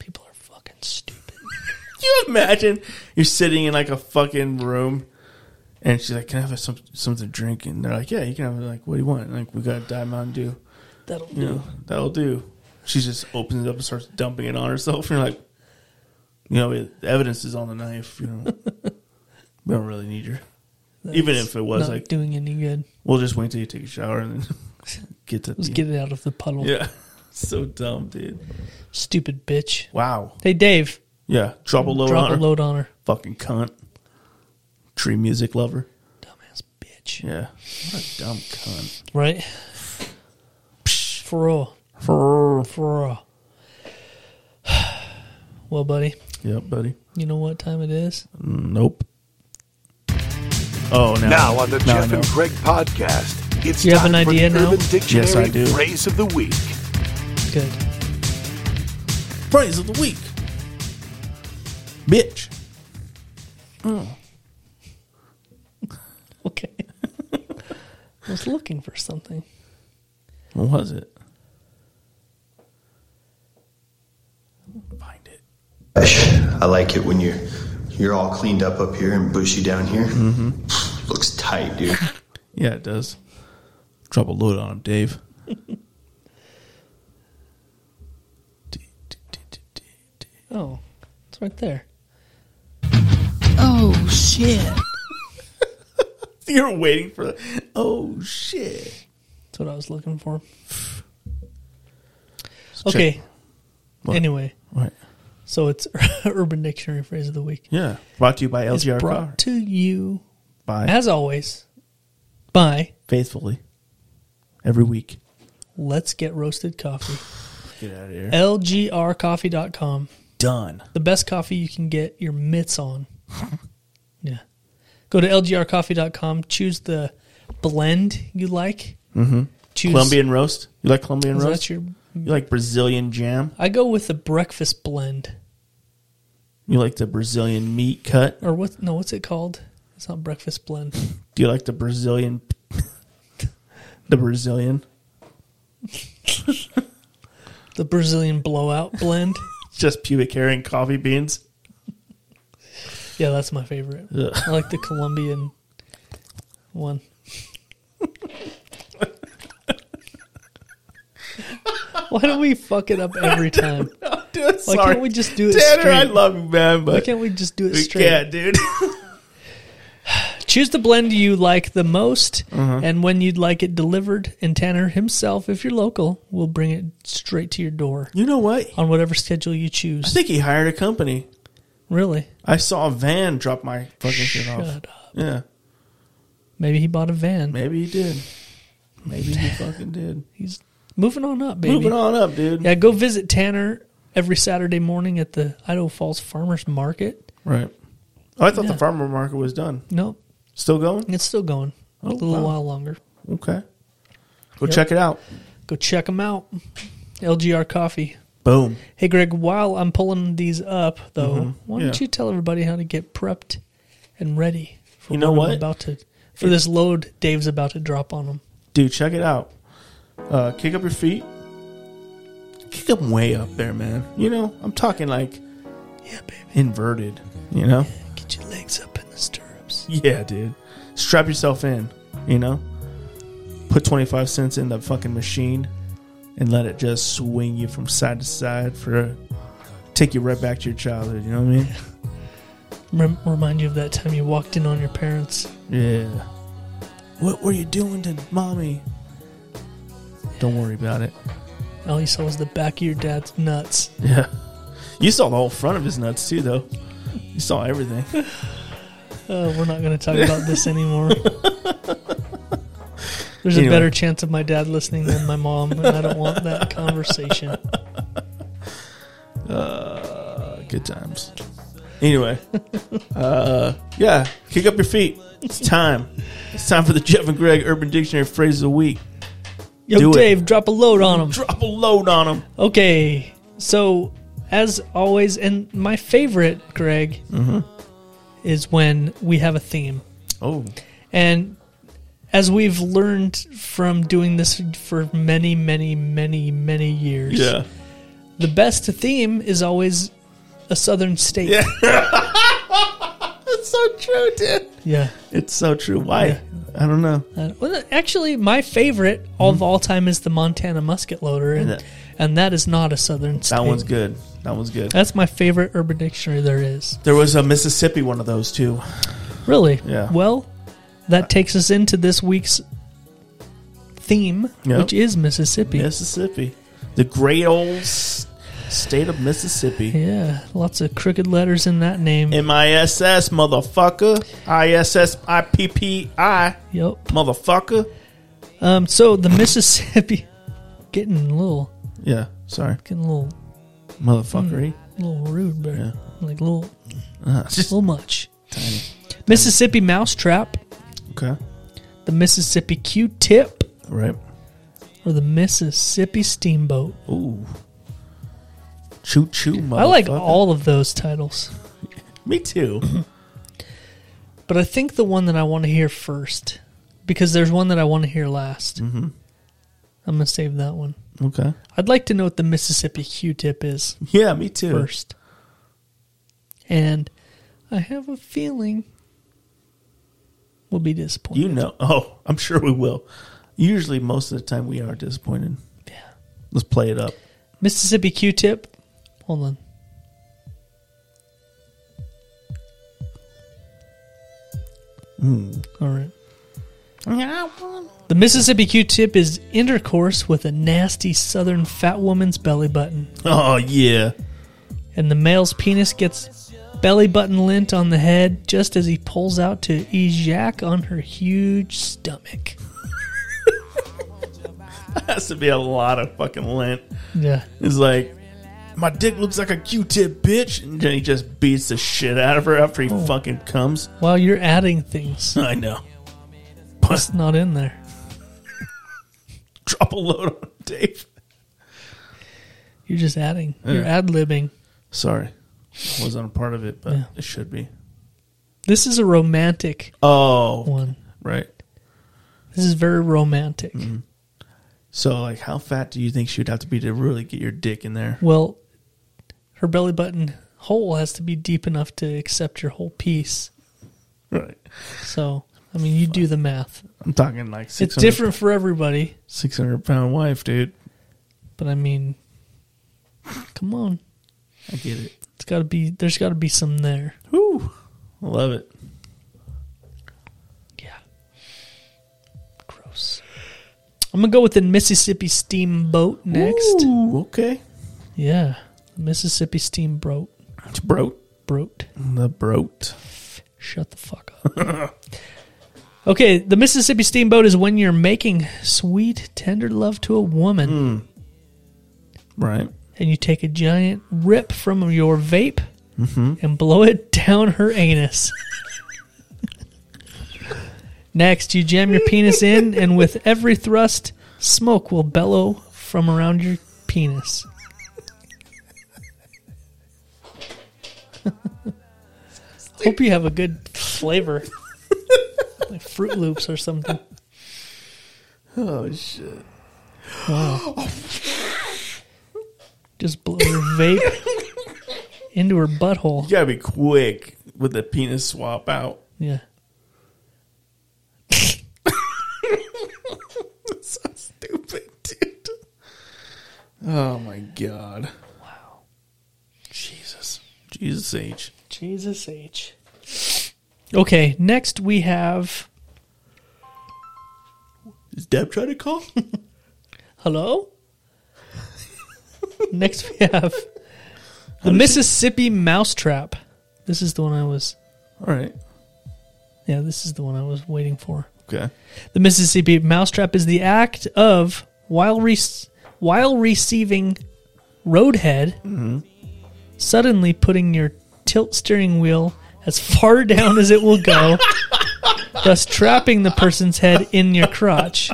Speaker 3: People are fucking stupid.
Speaker 2: you imagine you're sitting in like a fucking room and she's like, Can I have some something to drink? And they're like, Yeah, you can have it. Like, what do you want? And like, we got a Diet Mountain Dew.
Speaker 3: That'll
Speaker 2: You know, that'll do. She just opens it up and starts dumping it on herself. (laughs) And you're like, You know, it, the evidence is on the knife. You know, (laughs) we don't really need her. Even if it was
Speaker 3: not
Speaker 2: like,
Speaker 3: doing any good.
Speaker 2: We'll just wait till you take a shower and then (laughs) get to
Speaker 3: Let's
Speaker 2: the.
Speaker 3: get it out of the puddle.
Speaker 2: yeah. (laughs) So dumb, dude.
Speaker 3: Stupid bitch.
Speaker 2: Wow.
Speaker 3: Hey Dave,
Speaker 2: Yeah. Drop a load
Speaker 3: drop
Speaker 2: on her.
Speaker 3: a load on her.
Speaker 2: Fucking cunt. Tree music lover.
Speaker 3: Dumbass bitch.
Speaker 2: Yeah. What a dumb
Speaker 3: (laughs)
Speaker 2: cunt.
Speaker 3: Right? For real. For real. (sighs) Well, buddy,
Speaker 2: Yep, buddy.
Speaker 3: you know what time it is?
Speaker 2: Nope. Oh, now.
Speaker 7: Now on the
Speaker 2: Now I
Speaker 7: Jeff and
Speaker 2: know.
Speaker 7: Greg podcast, it's
Speaker 3: You have
Speaker 7: time
Speaker 3: an idea
Speaker 7: for
Speaker 3: now?
Speaker 7: the Urban Dictionary
Speaker 2: Yes, I do.
Speaker 7: phrase of the week.
Speaker 3: Good.
Speaker 2: Praise of the week. Bitch.
Speaker 3: Okay. I was looking for something.
Speaker 2: What was it? Find it.
Speaker 4: I like it when you're you're all cleaned up up here and bushy down here. Mm-hmm. Looks tight, dude.
Speaker 2: Yeah, it does. Drop a load on him, Dave. D- d- d- d- d- d-
Speaker 3: Oh, it's right there.
Speaker 5: Oh shit!
Speaker 2: (laughs) You're waiting for that. Oh, shit.
Speaker 3: That's what I was looking for.
Speaker 2: check-
Speaker 3: Okay.
Speaker 2: What?
Speaker 3: Anyway,
Speaker 2: What?
Speaker 3: so it's (laughs) Urban Dictionary phrase of the week.
Speaker 2: Yeah. Brought to you by
Speaker 3: It's
Speaker 2: LGR
Speaker 3: brought to you
Speaker 2: by
Speaker 3: as always by
Speaker 2: faithfully every week.
Speaker 3: Let's Get Roasted Coffee.
Speaker 2: Get out of here.
Speaker 3: LGRcoffee.com.
Speaker 2: Done.
Speaker 3: The best coffee you can get your mitts
Speaker 2: (laughs)
Speaker 3: on. yeah. Go to LGRcoffee.com, choose the blend you like.
Speaker 2: Mm-hmm.
Speaker 3: Choose
Speaker 2: Colombian roast. You like Colombian
Speaker 3: Is that
Speaker 2: roast?
Speaker 3: your-
Speaker 2: you like Brazilian jam?
Speaker 3: I go with the breakfast blend.
Speaker 2: You like the Brazilian meat cut?
Speaker 3: Or what no, what's it called? It's not breakfast blend.
Speaker 2: Do you like the Brazilian? (laughs) the Brazilian.
Speaker 3: The Brazilian blowout blend.
Speaker 2: Just pubic hair and coffee beans.
Speaker 3: Yeah, that's my favorite.
Speaker 2: Ugh.
Speaker 3: I like the Colombian one. Why do we fuck it up every time?
Speaker 2: Dude,
Speaker 3: Why
Speaker 2: sorry.
Speaker 3: can't we just do it
Speaker 2: Tanner,
Speaker 3: straight?
Speaker 2: I love you, man, but
Speaker 3: Why can't we just do it
Speaker 2: we
Speaker 3: straight?
Speaker 2: can't,
Speaker 3: (laughs)
Speaker 2: dude.
Speaker 3: Choose the blend you like the most,
Speaker 2: Uh-huh.
Speaker 3: and when you'd like it delivered, and Tanner himself, if you're local, will bring it straight to your door
Speaker 2: you know what?
Speaker 3: on whatever schedule you
Speaker 2: I
Speaker 3: choose.
Speaker 2: think he hired a company.
Speaker 3: Really?
Speaker 2: I saw a van drop my fucking shit off.
Speaker 3: Shut up.
Speaker 2: Yeah,
Speaker 3: Maybe he bought a van.
Speaker 2: maybe he did. Maybe he fucking did.
Speaker 3: He's moving on up, baby.
Speaker 2: Moving on up, dude.
Speaker 3: Yeah, go visit Tanner every Saturday morning at the Idaho Falls Farmers Market.
Speaker 2: Right. Oh, I thought
Speaker 3: Yeah.
Speaker 2: the farmer market was done.
Speaker 3: No,
Speaker 2: Still going?
Speaker 3: it's still going a
Speaker 2: Oh,
Speaker 3: little
Speaker 2: wow.
Speaker 3: while longer.
Speaker 2: Okay. Go
Speaker 3: Yep.
Speaker 2: check it out.
Speaker 3: Go check them out. LGR Coffee.
Speaker 2: Boom.
Speaker 3: Hey, Greg, while I'm pulling these up, though, why don't
Speaker 2: Yeah.
Speaker 3: you tell everybody how to get prepped and ready for
Speaker 2: You know
Speaker 3: I'm
Speaker 2: what?
Speaker 3: about to, for this load Dave's about to drop on them?
Speaker 2: Dude, check it out. Uh, kick up your feet. Kick them way up there, man. You know, I'm talking like
Speaker 3: Yeah, baby.
Speaker 2: inverted, you know?
Speaker 3: Get your legs up in the stirrups.
Speaker 2: (laughs) Yeah, dude. Strap yourself in, you know? Put 25 cents in the fucking machine and let it just swing you from side to side for take you right back to your childhood, you know what I mean?
Speaker 3: Rem- remind you of that time you walked in on your parents.
Speaker 2: (laughs) Yeah. What were you doing to mommy? Don't worry about it.
Speaker 3: All you saw was the back of your dad's nuts.
Speaker 2: Yeah. You saw the whole front of his nuts too, though. You saw everything.
Speaker 3: Oh, we're not going to talk about
Speaker 2: (laughs)
Speaker 3: this anymore. There's a
Speaker 2: Anyway.
Speaker 3: better chance of my dad listening than my mom, and I don't want that conversation.
Speaker 2: Uh, good times. Anyway, uh, yeah, kick up your feet. It's time. It's time for the Jeff and Greg Urban Dictionary phrase of the week.
Speaker 3: Yo,
Speaker 2: Do it.
Speaker 3: Dave, drop a load on him.
Speaker 2: Drop a load on them.
Speaker 3: Okay, so as always, and my favorite, Greg,
Speaker 2: Mm-hmm.
Speaker 3: is when we have a theme.
Speaker 2: Oh,
Speaker 3: And as we've learned from doing this for many, many, many, many years,
Speaker 2: yeah.
Speaker 3: the best theme is always a southern state. Yeah.
Speaker 2: It's so true, dude. It's so true. Why? I don't know.
Speaker 3: Uh, well, actually, my favorite
Speaker 2: Hmm.
Speaker 3: of all time is the Montana musket loader, and,
Speaker 2: Yeah.
Speaker 3: and that is not a southern state.
Speaker 2: That one's good. That one's good.
Speaker 3: That's my favorite Urban Dictionary there is.
Speaker 2: There was a Mississippi one of those too.
Speaker 3: Really?
Speaker 2: Yeah.
Speaker 3: Well, that takes us into this week's theme,
Speaker 2: Yeah.
Speaker 3: which is Mississippi.
Speaker 2: Mississippi, the great old s- state of Mississippi.
Speaker 3: Yeah, lots of crooked letters in that name.
Speaker 2: M I S S motherfucker. I S S I P P I
Speaker 3: yep.
Speaker 2: motherfucker.
Speaker 3: Um. So the Mississippi, (laughs) getting a little,
Speaker 2: Yeah, sorry,
Speaker 3: getting a little,
Speaker 2: motherfuckery.
Speaker 3: little rude, but
Speaker 2: Yeah.
Speaker 3: like little,
Speaker 2: Uh, (laughs)
Speaker 3: a
Speaker 2: just
Speaker 3: little much. Mississippi mousetrap,
Speaker 2: okay,
Speaker 3: the Mississippi Q-tip,
Speaker 2: right?
Speaker 3: or the Mississippi steamboat.
Speaker 2: Ooh, choo choo.
Speaker 3: I like all of those titles,
Speaker 2: Me
Speaker 3: (clears throat)
Speaker 2: too.
Speaker 3: but I think the one that I want to hear first, because there's one that I want to hear last. Mm-hmm. I'm gonna save that one.
Speaker 2: okay.
Speaker 3: I'd like to know what the Mississippi Q-tip is
Speaker 2: Yeah, me too.
Speaker 3: first, and I have a feeling we'll be disappointed.
Speaker 2: You know. Oh, I'm sure we will. Usually, most of the time, we are disappointed. Yeah. Let's play it up.
Speaker 3: Mississippi Q-tip. Hold on. All right. The Mississippi Q-tip is intercourse with a nasty southern fat woman's belly button,
Speaker 2: Oh yeah.
Speaker 3: and the male's penis gets belly button lint on the head just as he pulls out to ejac on her huge stomach.
Speaker 2: has to be a lot of fucking lint.
Speaker 3: Yeah.
Speaker 2: He's like, my dick looks like a Q-tip, bitch, and then he just beats the shit out of her after
Speaker 3: Oh.
Speaker 2: he fucking comes.
Speaker 3: While you're adding things,
Speaker 2: I know.
Speaker 3: it's not in there.
Speaker 2: Drop a load on Dave.
Speaker 3: You're just adding. You're ad libbing.
Speaker 2: Sorry, I wasn't a part of it, but
Speaker 3: Yeah.
Speaker 2: it should be.
Speaker 3: This is a romantic
Speaker 2: Oh,
Speaker 3: one.
Speaker 2: right.
Speaker 3: This is very romantic.
Speaker 2: So, like, how fat do you think she'd have to be to really get your dick in there?
Speaker 3: Well, her belly button hole has to be deep enough to accept your whole piece.
Speaker 2: Right.
Speaker 3: So, I mean, you do the math.
Speaker 2: I'm talking like
Speaker 3: It's
Speaker 2: 600,
Speaker 3: different for everybody,
Speaker 2: 600 pound wife, dude.
Speaker 3: but I mean, come on.
Speaker 2: I get it.
Speaker 3: It's got to be, there's got to be some there.
Speaker 2: Whew. I love it.
Speaker 3: Yeah. Gross. I'm going to go with the Mississippi Steamboat next.
Speaker 2: Ooh, okay.
Speaker 3: Yeah. Mississippi Steamboat.
Speaker 2: It's broat.
Speaker 3: Broat.
Speaker 2: The broat.
Speaker 3: Shut the fuck up. (laughs) okay, the Mississippi Steamboat is when you're making sweet, tender love to a woman
Speaker 2: Right.
Speaker 3: and you take a giant rip from your vape and blow it down her anus. Next, you jam your penis in, and with every thrust, smoke will bellow from around your penis. Hope you have a good flavor. like Fruit Loops or something.
Speaker 2: Oh, shit.
Speaker 3: Just blow your vape into her butthole.
Speaker 2: You gotta be quick with the penis swap out. (laughs)
Speaker 3: Yeah.
Speaker 2: Stupid dude. Oh my god. Wow. Jesus. Jesus H.
Speaker 3: Jesus H. Okay, next we have
Speaker 2: Is Deb trying to (laughs) call?
Speaker 3: hello. next we have the Mississippi Mousetrap. This is the one I was.
Speaker 2: Alright.
Speaker 3: Yeah, this is the one I was waiting for.
Speaker 2: Okay.
Speaker 3: The Mississippi Mousetrap is the act of while re- while receiving roadhead,
Speaker 2: Mm-hmm.
Speaker 3: suddenly putting your tilt steering wheel as far (laughs) down as it will
Speaker 2: (laughs)
Speaker 3: go, thus trapping the person's head in your crotch.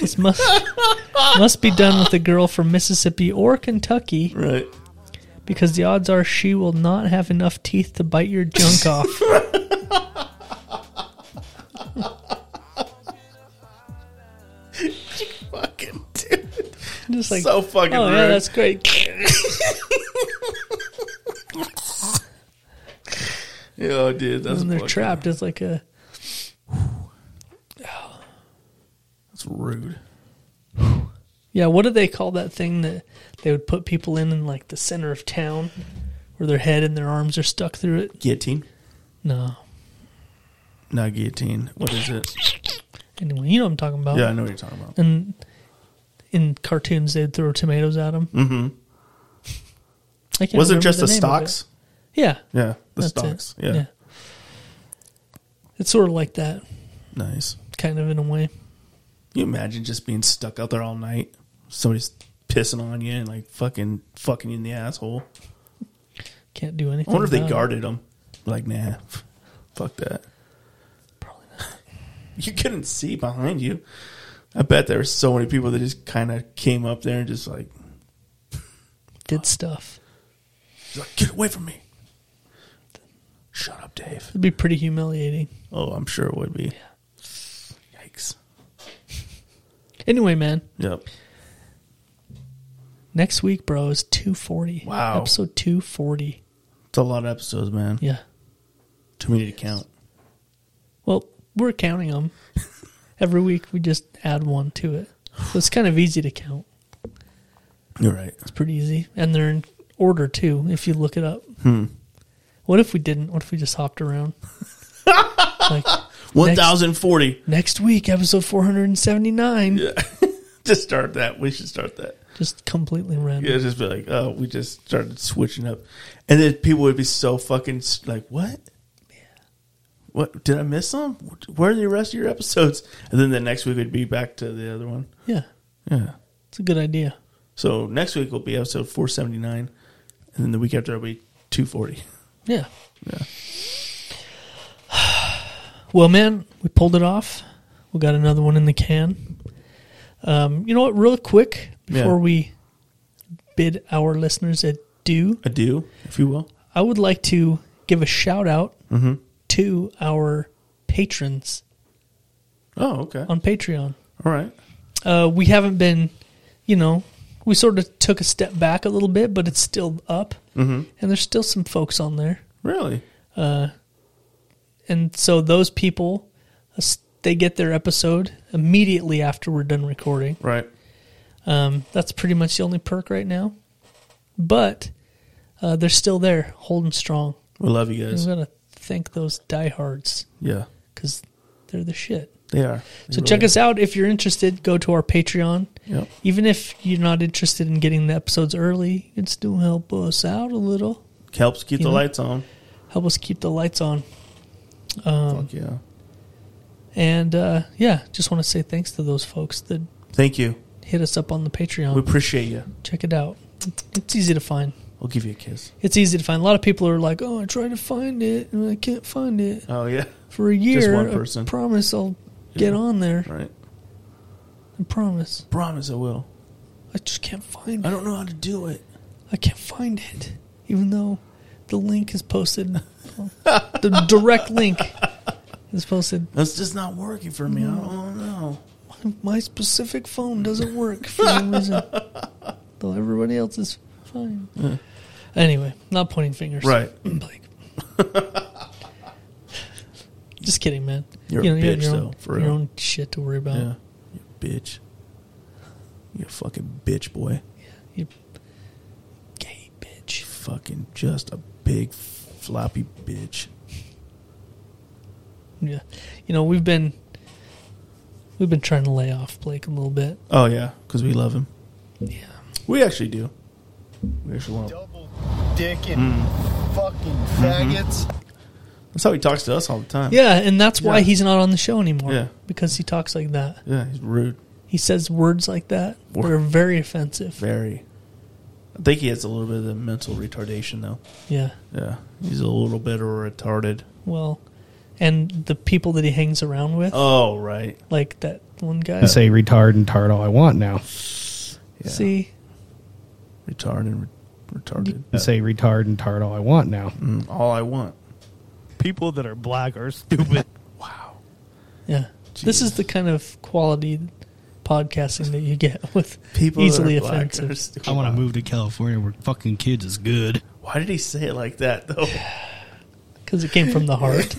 Speaker 3: This must must be done with a girl from Mississippi or Kentucky
Speaker 2: Right.
Speaker 3: because the odds are she will not have enough teeth to bite your junk off. (laughs)
Speaker 2: (laughs) Fucking dude.
Speaker 3: Just like
Speaker 2: so fucking
Speaker 3: Oh
Speaker 2: rude.
Speaker 3: yeah, that's great.
Speaker 2: Yeah, oh, dude, that's
Speaker 3: and they're
Speaker 2: fucking-
Speaker 3: trapped. It's like a
Speaker 2: That's rude.
Speaker 3: yeah. What do they call that thing that they would put people in in like the center of town, where their head and their arms are stuck through it?
Speaker 2: Guillotine?
Speaker 3: No.
Speaker 2: Not guillotine. What is it?
Speaker 3: Anyway, you know what I'm talking about.
Speaker 2: Yeah, I know what you're talking about.
Speaker 3: And in cartoons, they'd throw tomatoes at them. Mm-hmm. I can't
Speaker 2: Was it
Speaker 3: remember
Speaker 2: just
Speaker 3: the
Speaker 2: the
Speaker 3: name of it.
Speaker 2: stocks?
Speaker 3: Yeah.
Speaker 2: Yeah, the
Speaker 3: that's it.
Speaker 2: stocks. yeah.
Speaker 3: It's sort of like that,
Speaker 2: Nice.
Speaker 3: kind of in a way.
Speaker 2: Can you imagine just being stuck out there all night? Somebody's pissing on you and like fucking fucking you in the asshole.
Speaker 3: Can't do
Speaker 2: I
Speaker 3: anything.
Speaker 2: wonder if they
Speaker 3: about it.
Speaker 2: guarded them. Like, nah, (laughs) f- fuck that.
Speaker 3: Probably
Speaker 2: (laughs) You couldn't see behind you. I bet there were so many people that just kind of came up there and just like,
Speaker 3: Did stuff.
Speaker 2: just like, get away from me. Shut up, Dave.
Speaker 3: It'd be pretty humiliating.
Speaker 2: Oh, I'm sure it would be. Yikes.
Speaker 3: Anyway, man.
Speaker 2: Yep.
Speaker 3: Next week, bro, is 240.
Speaker 2: Wow.
Speaker 3: Episode 240.
Speaker 2: It's a lot of episodes, man.
Speaker 3: Yeah.
Speaker 2: Too many to count.
Speaker 3: Well, we're counting them. Every week, we just add one to it. So it's kind of easy to count.
Speaker 2: You're right.
Speaker 3: It's pretty easy. And they're in order, too, if you look it up. Hmm. What if we didn't? What if we just hopped around? like,
Speaker 2: 1040.
Speaker 3: Next week, episode 479.
Speaker 2: Just start that. We should start that.
Speaker 3: Just
Speaker 2: (laughs)
Speaker 3: completely random.
Speaker 2: Yeah, just be like, oh, we just started switching up, and then people would be so fucking s- like, what? What did I miss some? Where are the rest of your episodes? And then the next week we'd be back to the other one.
Speaker 3: Yeah,
Speaker 2: Yeah.
Speaker 3: it's a good idea.
Speaker 2: So next week will be episode four seventy nine, and then the week after will be two forty.
Speaker 3: Yeah. (sighs) Well, man, we pulled it off. We got another one in the can. Um, you know what? Real quick,
Speaker 2: Yeah.
Speaker 3: before we bid our listeners adieu,
Speaker 2: I do, if you will.
Speaker 3: I would like to give a shout out to our patrons
Speaker 2: Oh, okay.
Speaker 3: on Patreon.
Speaker 2: All right.
Speaker 3: Uh, we haven't been, you know, we sort of took a step back a little bit, but it's still up, mm-hmm. and there's still some folks on there.
Speaker 2: Really?
Speaker 3: and so those people s- they get their episode immediately after we're done recording
Speaker 2: Right.
Speaker 3: um, that's pretty much the only perk right now but uh, they're still there holding strong
Speaker 2: We love you
Speaker 3: we
Speaker 2: guys.
Speaker 3: gotta thank those diehards
Speaker 2: Yeah,
Speaker 3: because they're the shit
Speaker 2: they are.
Speaker 3: so check us out if you're interested go to our patreon
Speaker 2: Yep.
Speaker 3: even if you're not interested in getting the episodes early it still help us out a little
Speaker 2: Helps keep
Speaker 3: You
Speaker 2: the
Speaker 3: know?
Speaker 2: lights on.
Speaker 3: help us keep the lights on Um,
Speaker 2: Fuck yeah.
Speaker 3: and uh, yeah just want to say thanks to those folks that
Speaker 2: Thank you.
Speaker 3: hit us up on the patreon
Speaker 2: We appreciate you.
Speaker 3: check it out. It's easy to find.
Speaker 2: We'll give you a kiss.
Speaker 3: It's easy to find. A lot of people are like, "Oh, I tried to find it and I can't find it
Speaker 2: Oh yeah.
Speaker 3: for a year."
Speaker 2: one
Speaker 3: I
Speaker 2: person.
Speaker 3: promise I'll get on there.
Speaker 2: All right.
Speaker 3: I promise.
Speaker 2: Promise I will.
Speaker 3: I just can't find
Speaker 2: I
Speaker 3: it.
Speaker 2: don't know how to do it.
Speaker 3: I can't find it, even though the link is posted. the direct link is posted.
Speaker 2: It's just not working for me. I
Speaker 11: Mm.
Speaker 2: don't know.
Speaker 3: My specific phone doesn't work for some
Speaker 2: (laughs)
Speaker 3: reason, though everybody else is fine. Anyway, not pointing fingers.
Speaker 2: Right.
Speaker 3: Blake. (laughs) Just kidding, man.
Speaker 2: You're a
Speaker 3: you
Speaker 2: bitch,
Speaker 3: have your
Speaker 2: though,
Speaker 3: own,
Speaker 2: for
Speaker 3: your
Speaker 2: real.
Speaker 3: own shit to worry about.
Speaker 2: Yeah. You bitch. You fucking bitch boy.
Speaker 3: You gay bitch.
Speaker 2: Fucking just a big floppy bitch.
Speaker 3: Yeah. You know we've been we've been trying to lay off Blake a little bit.
Speaker 2: Oh yeah, because we love him.
Speaker 3: Yeah.
Speaker 2: We actually do. We actually want. him. Mm. Mm-hmm.
Speaker 11: dick and fucking faggots.
Speaker 2: That's how he talks to us all the time.
Speaker 3: Yeah, and that's why
Speaker 2: Yeah.
Speaker 3: he's not on the show anymore.
Speaker 2: Yeah.
Speaker 3: Because he talks like that.
Speaker 2: Yeah. He's rude.
Speaker 3: He says words like that.
Speaker 2: Wor-
Speaker 3: They're very offensive.
Speaker 2: Very. I think he has a little bit of the mental retardation though.
Speaker 3: Yeah.
Speaker 2: Yeah. He's a little bit retarded.
Speaker 3: Well, and the people that he hangs around with,
Speaker 2: Oh right.
Speaker 3: like that one guy.
Speaker 12: I say retard and tard all I want now.
Speaker 2: Yeah.
Speaker 3: See,
Speaker 2: Retarded. and re- Retarded.
Speaker 12: I say retard and tard all I want now.
Speaker 2: Mm, all I want.
Speaker 13: People that are black are stupid.
Speaker 3: Yeah. This is the kind of quality podcasting that you get with
Speaker 2: People that
Speaker 3: easily
Speaker 2: are black
Speaker 3: offensive.
Speaker 2: are stupid.
Speaker 13: I want to move to California where fucking kids is good.
Speaker 2: Why did he say it like that though? (laughs)
Speaker 3: Because it came from the heart.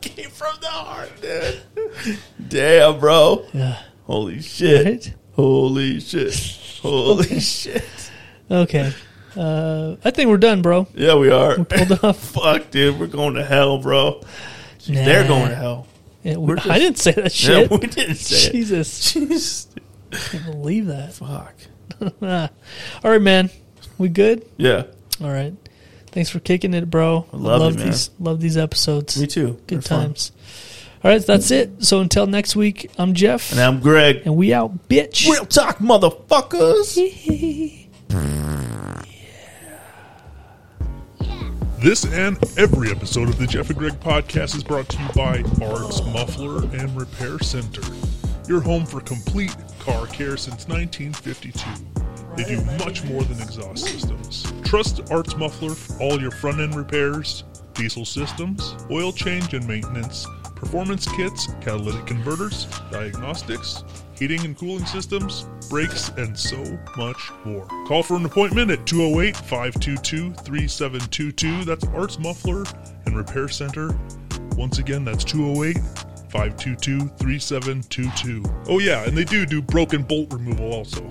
Speaker 2: came from the heart, dude. Damn, bro.
Speaker 3: Yeah.
Speaker 2: Holy shit.
Speaker 3: Right?
Speaker 2: Holy shit. (laughs) Holy shit.
Speaker 3: Okay. Uh, I think we're done, bro.
Speaker 2: Yeah, we are.
Speaker 3: We
Speaker 2: (laughs)
Speaker 3: pulled off.
Speaker 2: Fuck, dude. We're going to hell, bro.
Speaker 3: Nah.
Speaker 2: They're going to hell.
Speaker 3: Yeah, we-
Speaker 2: We're just-
Speaker 3: I didn't say that
Speaker 2: (laughs) Yeah,
Speaker 3: shit.
Speaker 2: we didn't say (laughs) it.
Speaker 3: Jesus.
Speaker 2: Jeez.
Speaker 3: I can't believe that. (laughs)
Speaker 2: Fuck.
Speaker 3: Ah. All right, man. We good?
Speaker 2: Yeah.
Speaker 3: All right. Thanks for kicking it, bro. I
Speaker 2: love you, man.
Speaker 3: these love these episodes.
Speaker 2: Me too. They're
Speaker 3: Good
Speaker 2: fun.
Speaker 3: times. All right, that's it. So until next week, I'm Jeff.
Speaker 2: And I'm Greg.
Speaker 3: and we out, bitch.
Speaker 2: Real talk, motherfuckers.
Speaker 7: This and every episode of the Jeff and Greg podcast is brought to you by Bard's Muffler and Repair Center, your home for complete car care since 1952. They do much more than exhaust systems. Trust Arts Muffler for all your front end repairs, diesel systems, oil change and maintenance, performance kits, catalytic converters, diagnostics, heating and cooling systems, brakes, and so much more. Call for an appointment at 208 522 3722. That's Arts Muffler and Repair Center. Once again, that's 208 Oh, 522 3722. Oh, yeah, and they do do broken bolt removal also.